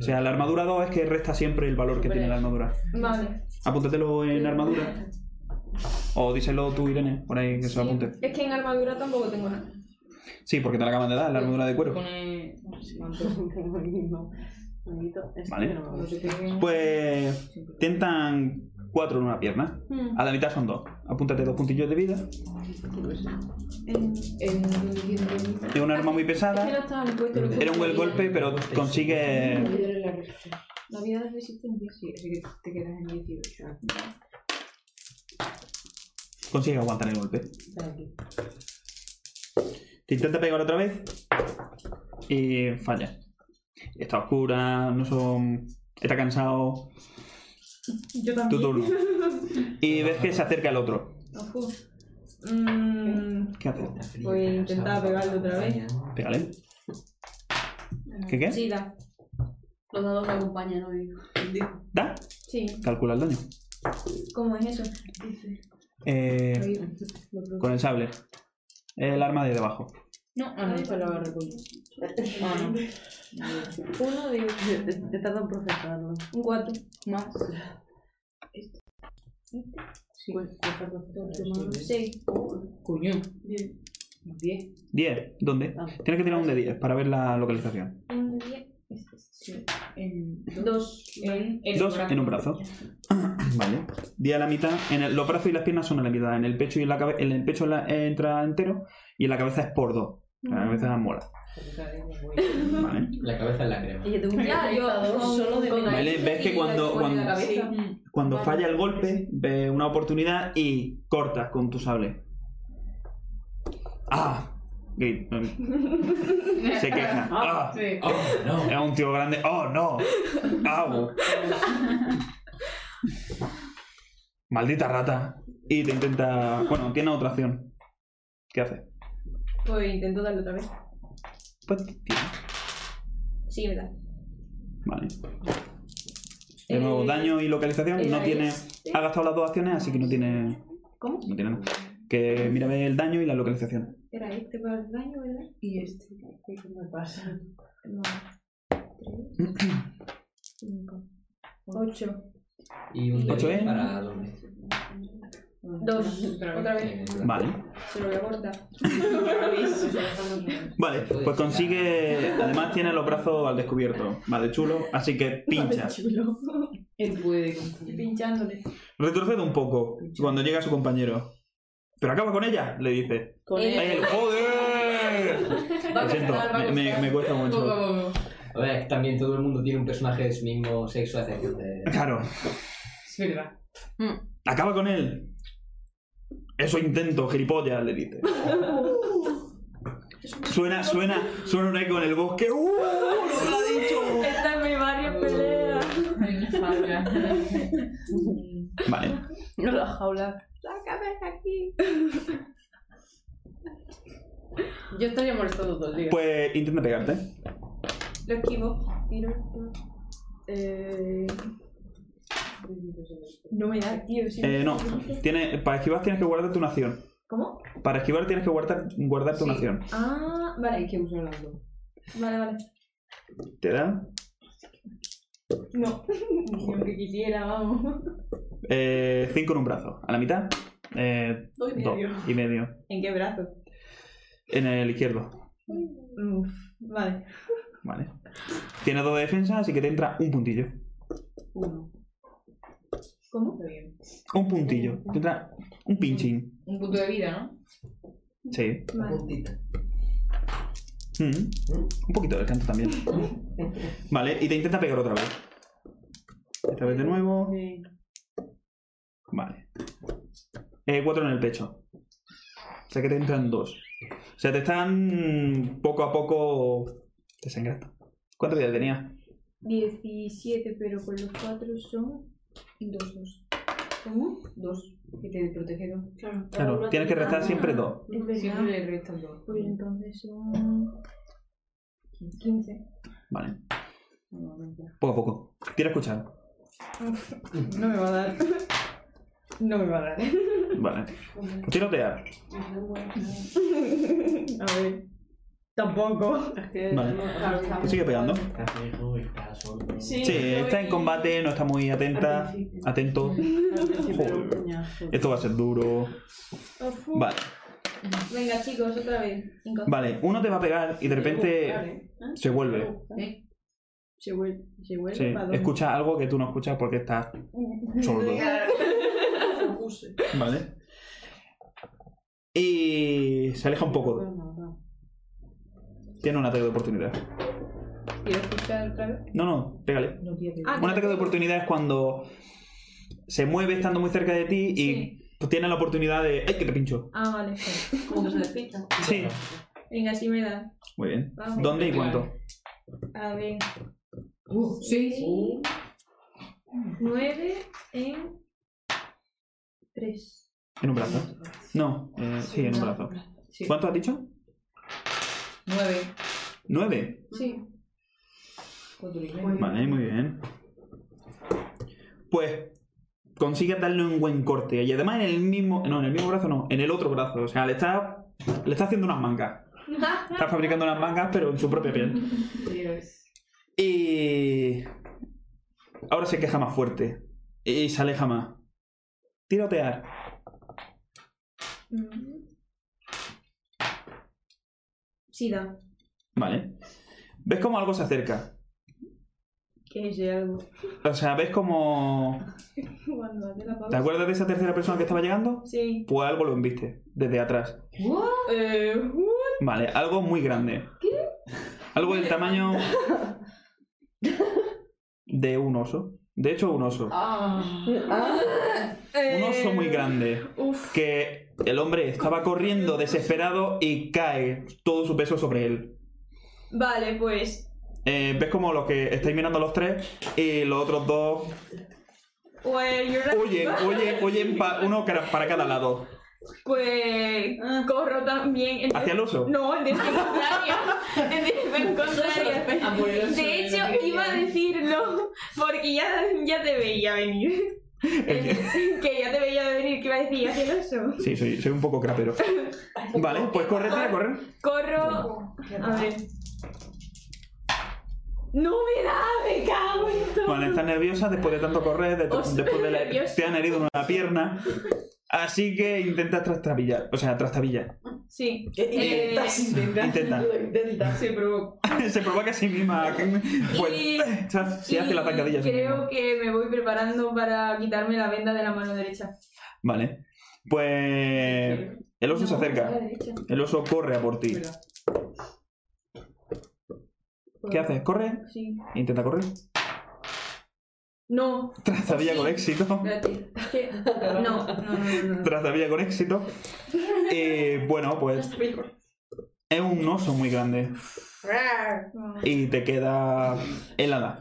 Speaker 1: sea, la armadura 2 es que resta siempre el valor que tiene la armadura.
Speaker 8: Vale.
Speaker 1: Apúntatelo en armadura. O díselo tú, Irene, por ahí que se lo apunte.
Speaker 8: Es que en armadura tampoco tengo nada.
Speaker 1: Sí, porque te la acaban de dar, la armadura de cuero.
Speaker 3: Pone.
Speaker 7: Qué bonito. Bonito. Este
Speaker 1: Vale.
Speaker 7: no me gusta.
Speaker 1: Pues tentan cuatro en una pierna.
Speaker 8: Mm.
Speaker 1: A la mitad son dos. Apúntate dos puntillos de vida. Es un arma muy
Speaker 8: Es que no
Speaker 1: pesada.
Speaker 8: estaba ni puesto.
Speaker 1: Era un buen golpe, pero consigue...
Speaker 8: La vida es resistencia. Sí, así que te quedas en 18.
Speaker 1: Consigue aguantar el golpe. Te intenta pegar otra vez y falla. Está oscura, no son. Está cansado.
Speaker 8: Yo
Speaker 1: Tu
Speaker 8: también.
Speaker 1: turno. Y ves que se acerca el otro.
Speaker 8: Ojo. Mm,
Speaker 1: ¿Qué haces?
Speaker 8: Voy a intentar pegarle otra vez.
Speaker 1: Pégale. ¿Qué qué?
Speaker 8: sí, da.
Speaker 2: Los dados me acompañan hoy.
Speaker 1: ¿Da?
Speaker 8: Sí.
Speaker 1: Calcula el daño.
Speaker 8: ¿Cómo es eso?
Speaker 1: Eh, con el sable. El arma de debajo.
Speaker 3: No, ah, no, esta la agarro con- Ah, no.
Speaker 6: Uno de te- te tarda en procesarlo.
Speaker 8: Un cuatro.
Speaker 3: Más. Sí.
Speaker 8: Sí.
Speaker 3: Coño. Diez.
Speaker 1: 10. ¿Dónde?
Speaker 3: Ah.
Speaker 1: Tienes que tirar un de 10 para ver la localización.
Speaker 8: Un este, de diez.
Speaker 3: Sí. En
Speaker 8: Dos.
Speaker 3: en, en
Speaker 1: Dos en un brazo. Vale. 10 a la mitad. En el- los brazos y las piernas son a la mitad. En el pecho y en la cabeza. En el pecho la- entra entero y en la cabeza es por dos. La cabeza mola. Vale.
Speaker 4: La cabeza en la crema.
Speaker 6: Y yo tengo un
Speaker 8: Ya, yo, con-
Speaker 6: solo de
Speaker 8: con-
Speaker 1: Vale, ves que
Speaker 8: y
Speaker 1: cuando-
Speaker 8: la-
Speaker 1: cuando-
Speaker 8: la cabeza.
Speaker 1: Cuando
Speaker 8: Vale.
Speaker 1: falla el golpe, ve una oportunidad y cortas con tu sable. ¡Ah! Y- em, Se queja. ¡Ah!
Speaker 3: Sí.
Speaker 1: ¡Oh, no! Es un tío grande. ¡Oh, no! ¡Au! Maldita rata. Y te intenta. Bueno, tiene otra acción. ¿Qué hace?
Speaker 8: Pues intento darle otra vez.
Speaker 1: Pues tiene.
Speaker 8: Sí, ¿verdad?
Speaker 1: Vale. De nuevo,
Speaker 8: Eh,
Speaker 1: daño y localización. No
Speaker 8: era
Speaker 1: tiene.
Speaker 8: este.
Speaker 1: Ha gastado las dos acciones, así que no tiene.
Speaker 8: ¿Cómo?
Speaker 1: No tiene nada. Que mira ve el daño y la localización.
Speaker 8: Era este para el daño, ¿verdad?
Speaker 7: Y este, ¿qué qué me pasa?
Speaker 8: No. Tres. Cinco. Ocho.
Speaker 4: Y un
Speaker 1: ¿Ocho ¿eh?
Speaker 4: dedo
Speaker 1: es?
Speaker 4: para eh, dormir.
Speaker 8: Dos. Otra vez.
Speaker 1: Vale.
Speaker 8: Se lo voy a cortar.
Speaker 1: Vale, pues consigue. Además, tiene los brazos al descubierto. Va de chulo, así que pincha.
Speaker 8: Chulo.
Speaker 3: Él puede.
Speaker 8: Pinchándole.
Speaker 1: Retrocede un poco cuando llega su compañero. Pero acaba con ella, le dice.
Speaker 7: Con
Speaker 8: Eh,
Speaker 7: él.
Speaker 1: ¡El joder! Lo siento, me, me- me cuesta mucho.
Speaker 4: A ver, también todo el mundo tiene un personaje de su mismo sexo hace de...
Speaker 1: Claro,
Speaker 3: Es verdad.
Speaker 1: acaba con él. Eso intento, gilipollas, le dice. Suena, suena, suena un eco en el bosque. ¡Uh! ¡Lo que le ha dicho!
Speaker 8: Esta es mi barrio pelea.
Speaker 3: Hay una falda.
Speaker 1: Vale.
Speaker 7: No la jaula.
Speaker 8: Sácame de aquí.
Speaker 3: Yo estaría molestado todo el día.
Speaker 1: Pues intenta pegarte.
Speaker 8: Lo esquivo. Tiro. tiro. Eh... No me da, tío. sí.
Speaker 1: Eh, no. Tiene, para esquivar tienes que guardarte una acción.
Speaker 8: ¿Cómo?
Speaker 1: Para esquivar tienes que guardar, guardarte una
Speaker 3: Sí.
Speaker 1: acción.
Speaker 8: Ah, vale.
Speaker 7: que usar las dos.
Speaker 8: Vale, vale.
Speaker 1: ¿Te da?
Speaker 8: No. Ni aunque quisiera, vamos.
Speaker 1: Eh, cinco en un brazo. A la mitad. Eh,
Speaker 8: Doy
Speaker 1: dos
Speaker 8: medio.
Speaker 1: y medio.
Speaker 8: ¿En qué brazo?
Speaker 1: En el izquierdo.
Speaker 8: Uf, vale.
Speaker 1: Vale. Tiene dos de defensa, así que te entra un puntillo.
Speaker 8: ¿Cómo?
Speaker 1: Un puntillo. Te entra un pinchín.
Speaker 3: Un punto de vida, ¿no?
Speaker 1: Sí.
Speaker 8: Vale.
Speaker 1: Mm. Un poquito del canto también. Vale, y te intenta pegar otra vez. Esta vez de nuevo. Vale. Eh, cuatro en el pecho. O sea que te entran dos. O sea, te están poco a poco desengrando. ¿Cuántos días tenía?
Speaker 8: 17, pero con los 4 son 2 dos. ¿Cómo?
Speaker 1: Pues-
Speaker 7: Dos. Que te protegieron.
Speaker 8: Claro.
Speaker 1: Claro, tienes que restar siempre dos.
Speaker 8: Es verdad.
Speaker 7: Siempre le restan dos.
Speaker 8: Pues entonces son 15.
Speaker 1: Vale. Poco a poco. Tira a escuchar.
Speaker 8: No me va a dar. No me va a dar.
Speaker 1: Vale. Tirotear.
Speaker 8: A ver. Tampoco.
Speaker 7: Es que. Ah.
Speaker 1: Vale.
Speaker 7: Claro, está
Speaker 1: Pues sigue pegando.
Speaker 5: Cacejo está sordo.
Speaker 1: Sí, está en combate, no está muy atenta. Atento.
Speaker 7: al principio era un
Speaker 1: Joder.
Speaker 7: coñazo.
Speaker 1: Esto va a ser duro. Vale.
Speaker 8: Venga, chicos, otra vez. Cinco.
Speaker 1: Vale, uno te va a pegar y de repente se vuelve.
Speaker 8: ¿Eh? Se vuelve. Se vuelve
Speaker 1: Sí,
Speaker 8: para dónde?
Speaker 1: escucha algo que tú no escuchas porque estás sordo. Vale. Y se aleja un poco. Tiene un ataque de oportunidad.
Speaker 8: Quiero escuchar otra vez.
Speaker 1: No, no, pégale.
Speaker 7: No quería pegar.
Speaker 8: Ah,
Speaker 1: Un ataque de oportunidad es cuando se mueve estando muy cerca de ti y pues tiene la oportunidad de. ¡Ay, que te pincho!
Speaker 8: Ah, vale.
Speaker 7: Como que se despista.
Speaker 1: Sí. Ah,
Speaker 8: Venga, sí me da.
Speaker 1: Muy bien.
Speaker 8: Vamos.
Speaker 1: ¿Dónde y cuánto?
Speaker 8: A ver.
Speaker 3: Sí.
Speaker 8: 9 en 3.
Speaker 1: En un brazo. No, eh, sí, en un brazo.
Speaker 3: Sí.
Speaker 1: ¿Cuánto has dicho?
Speaker 3: Nueve.
Speaker 1: Nueve.
Speaker 8: Sí.
Speaker 7: Cuatro y medio.
Speaker 1: Vale, muy bien. Pues consigues darle un buen corte. Y además en el mismo. No, en el mismo brazo no, en el otro brazo. O sea, le está, le está haciendo unas mangas. Está fabricando unas mangas, pero en su propia piel.
Speaker 3: Dios.
Speaker 1: Y. Ahora se queja más fuerte. Y se aleja más. Tirotear.
Speaker 8: Sí, da.
Speaker 1: Vale. ¿Ves cómo algo se acerca?
Speaker 6: ¿Qué es de algo?
Speaker 1: O sea, ¿ves cómo.
Speaker 8: Cuando hace la pausa.
Speaker 1: ¿Te acuerdas de esa tercera persona que estaba llegando?
Speaker 8: Sí.
Speaker 1: Pues algo lo embiste desde atrás.
Speaker 8: Eh, uh,
Speaker 1: Vale, algo muy grande. Algo del tamaño de un oso. De hecho, un oso. Un oso
Speaker 8: Eh.
Speaker 1: muy grande. Que el hombre estaba corriendo desesperado y cae todo su peso sobre él.
Speaker 8: vale, pues.
Speaker 1: Eh, ¿Ves como los que estáis mirando los tres y los otros dos
Speaker 8: Well, you're right.
Speaker 1: huyen, huyen, huyen pa- uno cara- para cada lado?
Speaker 8: Pues. Corro también. en-
Speaker 1: Ah. Hacia el oso.
Speaker 8: No, en dirección contraria. En dirección
Speaker 3: A
Speaker 8: contraria.
Speaker 3: por el oso,
Speaker 8: De hecho,
Speaker 3: lo que
Speaker 8: iba a decirlo porque ya, ya te veía venir. eh.
Speaker 1: El-
Speaker 8: Que ya te veía venir, que iba a decir hacia el oso.
Speaker 1: Sí, soy, soy un poco crapero. Vale, pues corre, tira, corre.
Speaker 8: Corro. A ver. ¡No me da! ¡Me cago en todo!
Speaker 1: Bueno, estás nerviosa después de tanto correr, de-
Speaker 8: Os-
Speaker 1: después de la-
Speaker 8: nerviosa.
Speaker 1: te han herido en una pierna. Así que intenta trastabillar. O sea, trastabillar.
Speaker 8: Sí.
Speaker 6: Intentas.
Speaker 4: Eh,
Speaker 1: Intenta.
Speaker 6: Lo intentas.
Speaker 3: Se probó.
Speaker 1: se provoca a sí misma. Pues,
Speaker 8: Y-
Speaker 1: se hace
Speaker 8: Y
Speaker 1: la zancadilla. a sí
Speaker 8: Creo
Speaker 1: misma.
Speaker 8: que me voy preparando para quitarme la venda de la mano derecha.
Speaker 1: Vale. Pues. El oso se
Speaker 8: La
Speaker 1: acerca.
Speaker 8: derecha.
Speaker 1: El oso corre a por ti. ¿Qué haces? ¿Corre?
Speaker 8: Sí.
Speaker 1: Intenta correr.
Speaker 8: No,
Speaker 1: Trastabilla con éxito.
Speaker 8: espérate. Es que- No, no, no, no. no.
Speaker 1: Trastabilla con éxito. Eh, bueno, pues. Es un oso muy grande. Y te queda helada,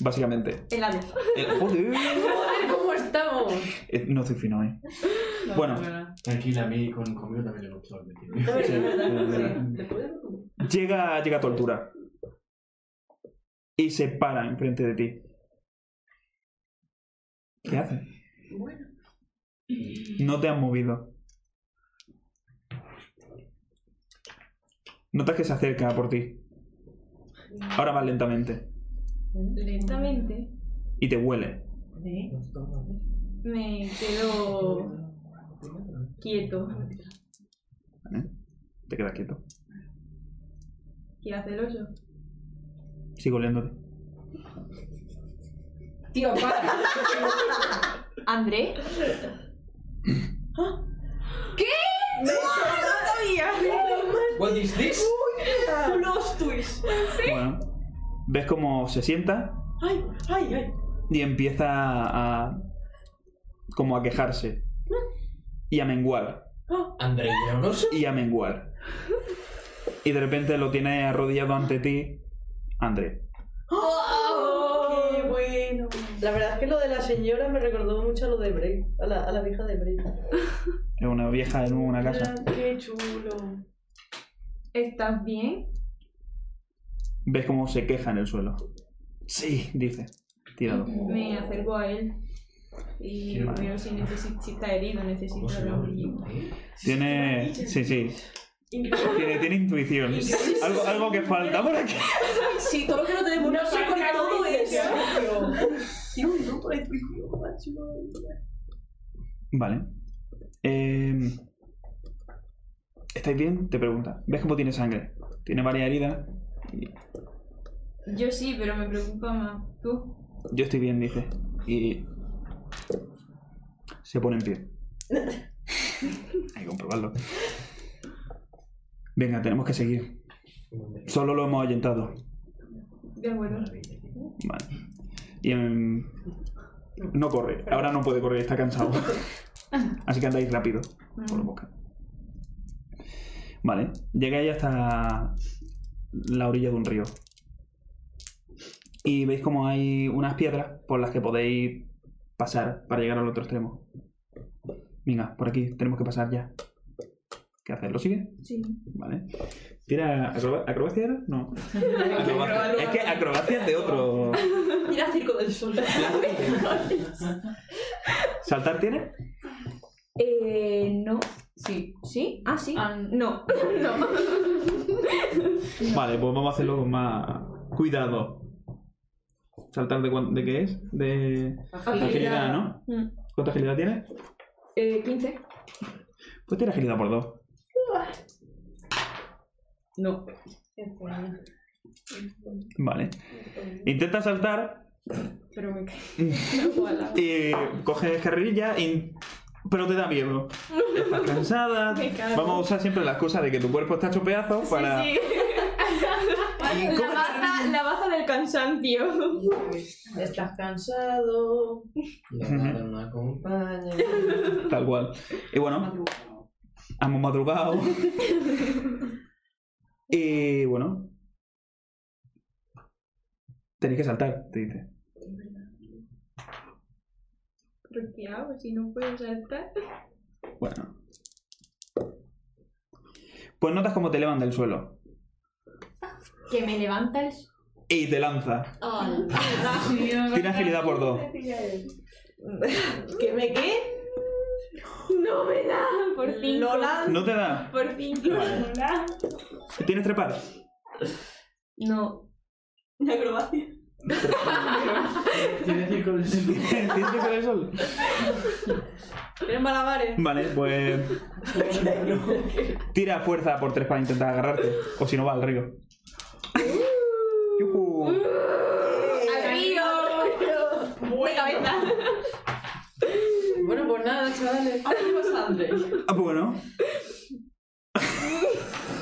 Speaker 1: básicamente.
Speaker 8: El ave.
Speaker 1: El- joder,
Speaker 7: ¿Cómo estamos?
Speaker 1: eh, no estoy fino, ¿eh? Bueno,
Speaker 5: Tranquila, a mí con, conmigo también le gustó el metido.
Speaker 1: sí, llega, llega a tu altura. Y se para enfrente de ti. ¿Qué haces? No te han movido. Notas que se acerca por ti. Ahora más lentamente.
Speaker 8: Lentamente
Speaker 1: Y te huele.
Speaker 8: me quedo quieto.
Speaker 1: Te quedas quieto.
Speaker 8: ¿Qué hace el oso?
Speaker 1: Sigo oliéndote.
Speaker 3: Tío, para.
Speaker 8: ¿André?
Speaker 4: What is this?
Speaker 1: Bueno, ves cómo se sienta. Y empieza a, a- como a quejarse. Y a menguar.
Speaker 4: André era un oso.
Speaker 1: Y a menguar. Y de repente lo tiene arrodillado ante ti, André.
Speaker 6: ¡Qué bueno! La verdad es que lo de la señora me recordó mucho a lo de Bray, a la, a la vieja de Bray.
Speaker 1: Es una vieja en una casa.
Speaker 6: ¡Qué chulo!
Speaker 8: ¿Estás bien?
Speaker 1: Ves cómo se queja en el suelo. Sí, dice. Tirado.
Speaker 8: Me acerco a él y
Speaker 5: Qué
Speaker 8: veo si, necesi- si está herido, necesito
Speaker 5: ¿Cómo se llama?
Speaker 8: remedio.
Speaker 4: eh?
Speaker 1: Tiene. Sí, sí. Tiene, tiene intuición. Algo, algo que falta por aquí.
Speaker 6: Sí, todo lo que no tenemos no sé con todo eso.
Speaker 1: Vale. Em, ¿Estáis bien? Te pregunta. ¿Ves cómo tiene sangre? Tiene varias heridas.
Speaker 8: Yo sí, pero me preocupa más. ¿Tú?
Speaker 1: Yo estoy bien, dice. Y. Se pone en pie. Hay que comprobarlo. Venga, tenemos que seguir. Solo lo hemos ahuyentado.
Speaker 8: De acuerdo.
Speaker 1: Vale. Y em, no corre. Ahora no puede correr, está cansado. Así que andáis rápido por boca. Vale. Llegáis hasta la orilla de un río. Y veis como hay unas piedras por las que podéis pasar para llegar al otro extremo. Venga, por aquí, tenemos que pasar ya. ¿Qué hacer? ¿Lo sigue?
Speaker 8: Sí.
Speaker 1: Vale. ¿Tira acroba- acrobacia era? No.
Speaker 3: Acrobacia.
Speaker 1: Acrobacia. Es que acrobacia es de otro.
Speaker 6: Mira Circo del Sol.
Speaker 1: ¿Saltar tiene?
Speaker 8: Eh, no.
Speaker 3: Sí.
Speaker 8: ¿Sí? Ah, sí.
Speaker 9: Ah,
Speaker 8: No. no.
Speaker 1: Vale, pues vamos a hacerlo con más cuidado. ¿Saltar de, cuán- de qué es? De agilidad, ¿no?
Speaker 8: Mm.
Speaker 1: ¿Cuánta agilidad tiene?
Speaker 8: Eh, 15.
Speaker 1: Pues tiene agilidad por dos.
Speaker 6: No.
Speaker 8: Este,
Speaker 1: Vale. Intenta saltar eh,
Speaker 8: Pero me cae.
Speaker 1: y coges carrerilla, y- pero te da miedo. Estás cansada.
Speaker 8: Me cago.
Speaker 1: Vamos a usar siempre la excusa de que tu cuerpo está hecho pedazos para.
Speaker 8: Sí. la, baza, la baza del cansancio.
Speaker 3: Estás cansado.
Speaker 4: La nada no acompaña.
Speaker 1: Tal cual. Y bueno, hemos madrugado. y bueno. Tenéis que saltar, te dice.
Speaker 8: ¿Pero qué hago si no puedo saltar?
Speaker 1: Bueno. Pues notas cómo te levanta el suelo.
Speaker 9: Que me levanta el...
Speaker 1: Y te lanza. Tira agilidad por dos.
Speaker 6: ¿Que me qué?
Speaker 8: No me da. Por fin.
Speaker 6: ¿Lola?
Speaker 1: ¿No te da?
Speaker 8: Por fin.
Speaker 1: Vale. ¿Tienes trepar?
Speaker 6: No. Acrobacia.
Speaker 5: Tiene cinco de sentido.
Speaker 1: ¿Tienes trepar el sol?
Speaker 6: ¿Tienes malabares?
Speaker 1: Vale, pues. Tira fuerza por tres para intentar agarrarte. O si no, va al río.
Speaker 8: Uh.
Speaker 1: Yujú.
Speaker 8: Al río. De cabeza.
Speaker 3: Bueno, pues nada, chavales.
Speaker 1: Ah, bueno.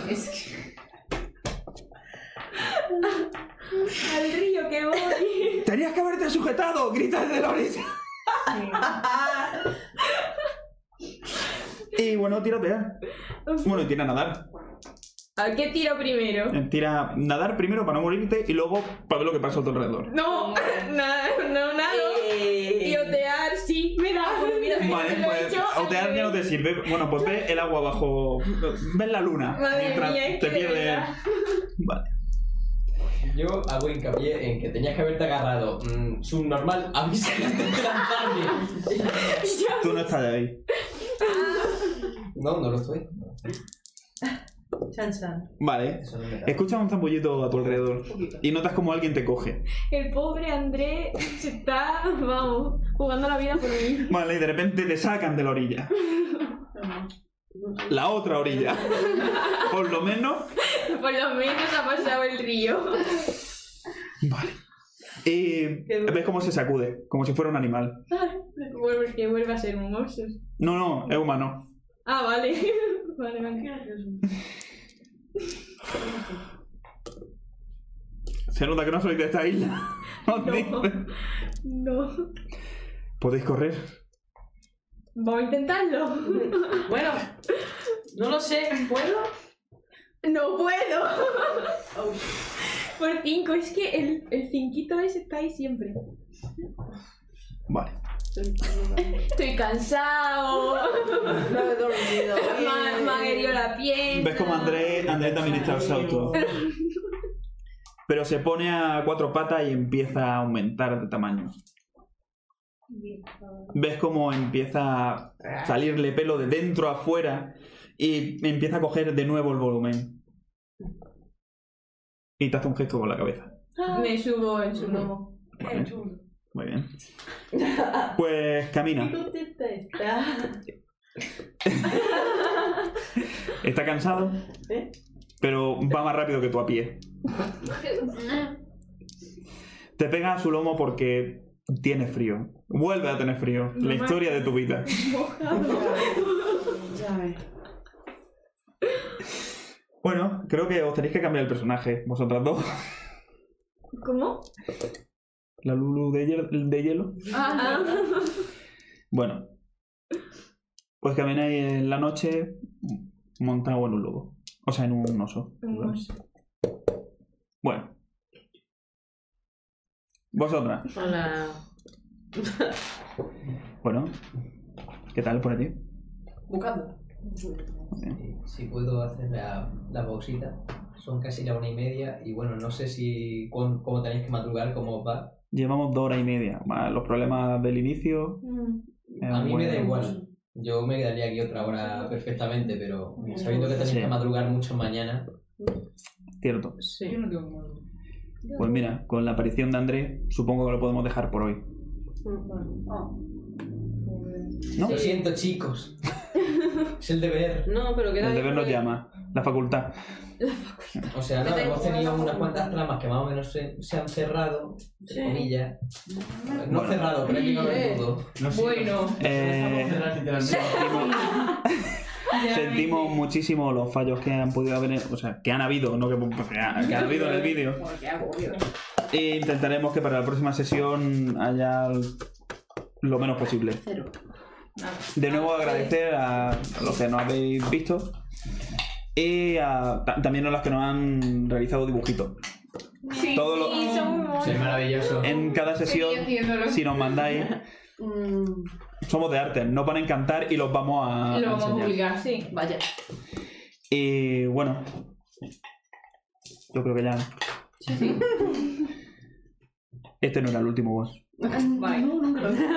Speaker 3: Es que...
Speaker 8: Al río que voy.
Speaker 1: ¡Tenías que haberte sujetado! ¡Grita desde la orilla! y bueno, tira a pegar. Bueno, y tira a nadar.
Speaker 8: ¿A qué tiro primero?
Speaker 1: Eh, Tira a nadar primero para no morirte y luego para ver lo que pasa a tu alrededor.
Speaker 8: No, nada, no, nada. Y otear, sí, me da. Mira,
Speaker 1: Vale,
Speaker 8: lo he
Speaker 1: pues
Speaker 8: hecho al
Speaker 1: otear ya no te
Speaker 8: revés.
Speaker 1: sirve. Bueno, pues ve el agua bajo. Ves la luna.
Speaker 8: Madre
Speaker 1: mientras
Speaker 8: mía, es
Speaker 1: te
Speaker 8: que de
Speaker 1: pierdes.
Speaker 8: verdad.
Speaker 1: Vale.
Speaker 4: Yo hago hincapié en que tenías que haberte agarrado mm, subnormal a mí se me de lanzarme.
Speaker 1: Tú no estás ahí.
Speaker 4: No, no lo estoy.
Speaker 6: Chan, chan.
Speaker 1: Vale.
Speaker 4: Eso no me da.
Speaker 1: Escuchas un zambullito a tu alrededor y notas como alguien te coge.
Speaker 8: El pobre André se está, vamos, jugando la vida por mí.
Speaker 1: Vale, y de repente te sacan de la orilla. La otra orilla. Por lo menos.
Speaker 8: Por lo menos ha pasado el río.
Speaker 1: Vale. Y ves cómo se sacude, como si fuera un animal.
Speaker 8: Vuelve, que vuelve a ser un monstruo.
Speaker 1: No, no, es humano.
Speaker 8: Ah, vale. Vale, vale.
Speaker 1: Se nota que no soy de esta isla. Os dice.
Speaker 8: No.
Speaker 1: Podéis correr.
Speaker 8: Vamos a intentarlo.
Speaker 6: Bueno, no lo sé. ¿Puedo?
Speaker 8: No puedo. Por cinco, es que el, el cinquito ese está ahí siempre.
Speaker 1: Vale.
Speaker 8: Estoy cansado.
Speaker 6: No he dormido.
Speaker 8: Me ha- me ha herido la piel.
Speaker 1: Ves como Andrés Andrés también está exhausto. Pero se pone a cuatro patas y empieza a aumentar de tamaño. Ves cómo empieza a salirle pelo de dentro a afuera y empieza a coger de nuevo el volumen. Y te hace un gesto con la cabeza.
Speaker 8: Me subo en su lomo.
Speaker 1: Vale, Muy bien. Pues camina.
Speaker 6: contenta está.
Speaker 1: Está cansado,
Speaker 6: ¿Eh?
Speaker 1: pero va más rápido que tú a pie. Te pega a su lomo porque tiene frío. Vuelve a tener frío. La historia de tu vida.
Speaker 6: Ya ves.
Speaker 1: Bueno, creo que os tenéis que cambiar el personaje, vosotras dos.
Speaker 8: ¿Cómo?
Speaker 1: La Lulu de, hiel- de hielo.
Speaker 8: Ajá.
Speaker 1: Bueno. Pues camináis en la noche montado en un lobo. O sea, en un oso.
Speaker 8: Un
Speaker 1: Bueno. Vosotras.
Speaker 7: Hola.
Speaker 1: Bueno, ¿qué tal por aquí?
Speaker 3: Buscando.
Speaker 4: Si puedo hacer la, la pausita Son casi la una y media y bueno, no sé si cuán- cómo tenéis que madrugar, cómo os va.
Speaker 1: Llevamos dos horas y media. más Los problemas del inicio. eh,
Speaker 4: A mí me
Speaker 1: bueno.
Speaker 4: da igual. Yo me quedaría aquí otra hora perfectamente, pero sabiendo que tenéis
Speaker 1: Sí.
Speaker 4: que madrugar mucho mañana,
Speaker 1: Cierto.
Speaker 3: Yo no tengo miedo.
Speaker 1: Pues mira, con la aparición de Andrés, supongo que lo podemos dejar por hoy. ¿No?
Speaker 4: lo siento chicos, es el deber.
Speaker 7: No, pero queda
Speaker 1: El
Speaker 7: ahí
Speaker 1: deber nos
Speaker 7: porque-
Speaker 1: llama. La facultad.
Speaker 4: O sea, nada, hemos tenido unas cuantas tramas que más o menos se, se han cerrado, entre comillas. No
Speaker 1: Bueno.
Speaker 4: cerrado, prácticamente todo.
Speaker 5: No sé,
Speaker 3: Bueno.
Speaker 5: no sé, estamos
Speaker 1: Eh,
Speaker 5: cerrados literalmente.
Speaker 1: Sentimos muchísimo los fallos que han podido haber, o sea, que han habido, no que, que ha- que han habido en el vídeo.
Speaker 3: Joder, qué agobio.
Speaker 1: E intentaremos que para la próxima sesión haya lo menos posible. De nuevo agradecer a a los que nos habéis visto y a, ta- también a los que nos han realizado dibujitos.
Speaker 3: Sí,
Speaker 1: Todo lo-
Speaker 3: sí, son muy
Speaker 4: Sí,
Speaker 3: monos.
Speaker 4: es maravilloso.
Speaker 1: En cada
Speaker 3: Seguí
Speaker 1: sesión,
Speaker 3: haciéndolo.
Speaker 1: si nos mandáis,
Speaker 2: Mm,
Speaker 1: somos de arte, nos van a encantar y los vamos a, a
Speaker 3: Lo vamos a
Speaker 1: Ah, enseñar.
Speaker 3: publicar, sí.
Speaker 2: vaya.
Speaker 1: Y bueno, yo creo que ya. Este no era el último boss.
Speaker 3: Vale.
Speaker 2: No, nunca lo he visto.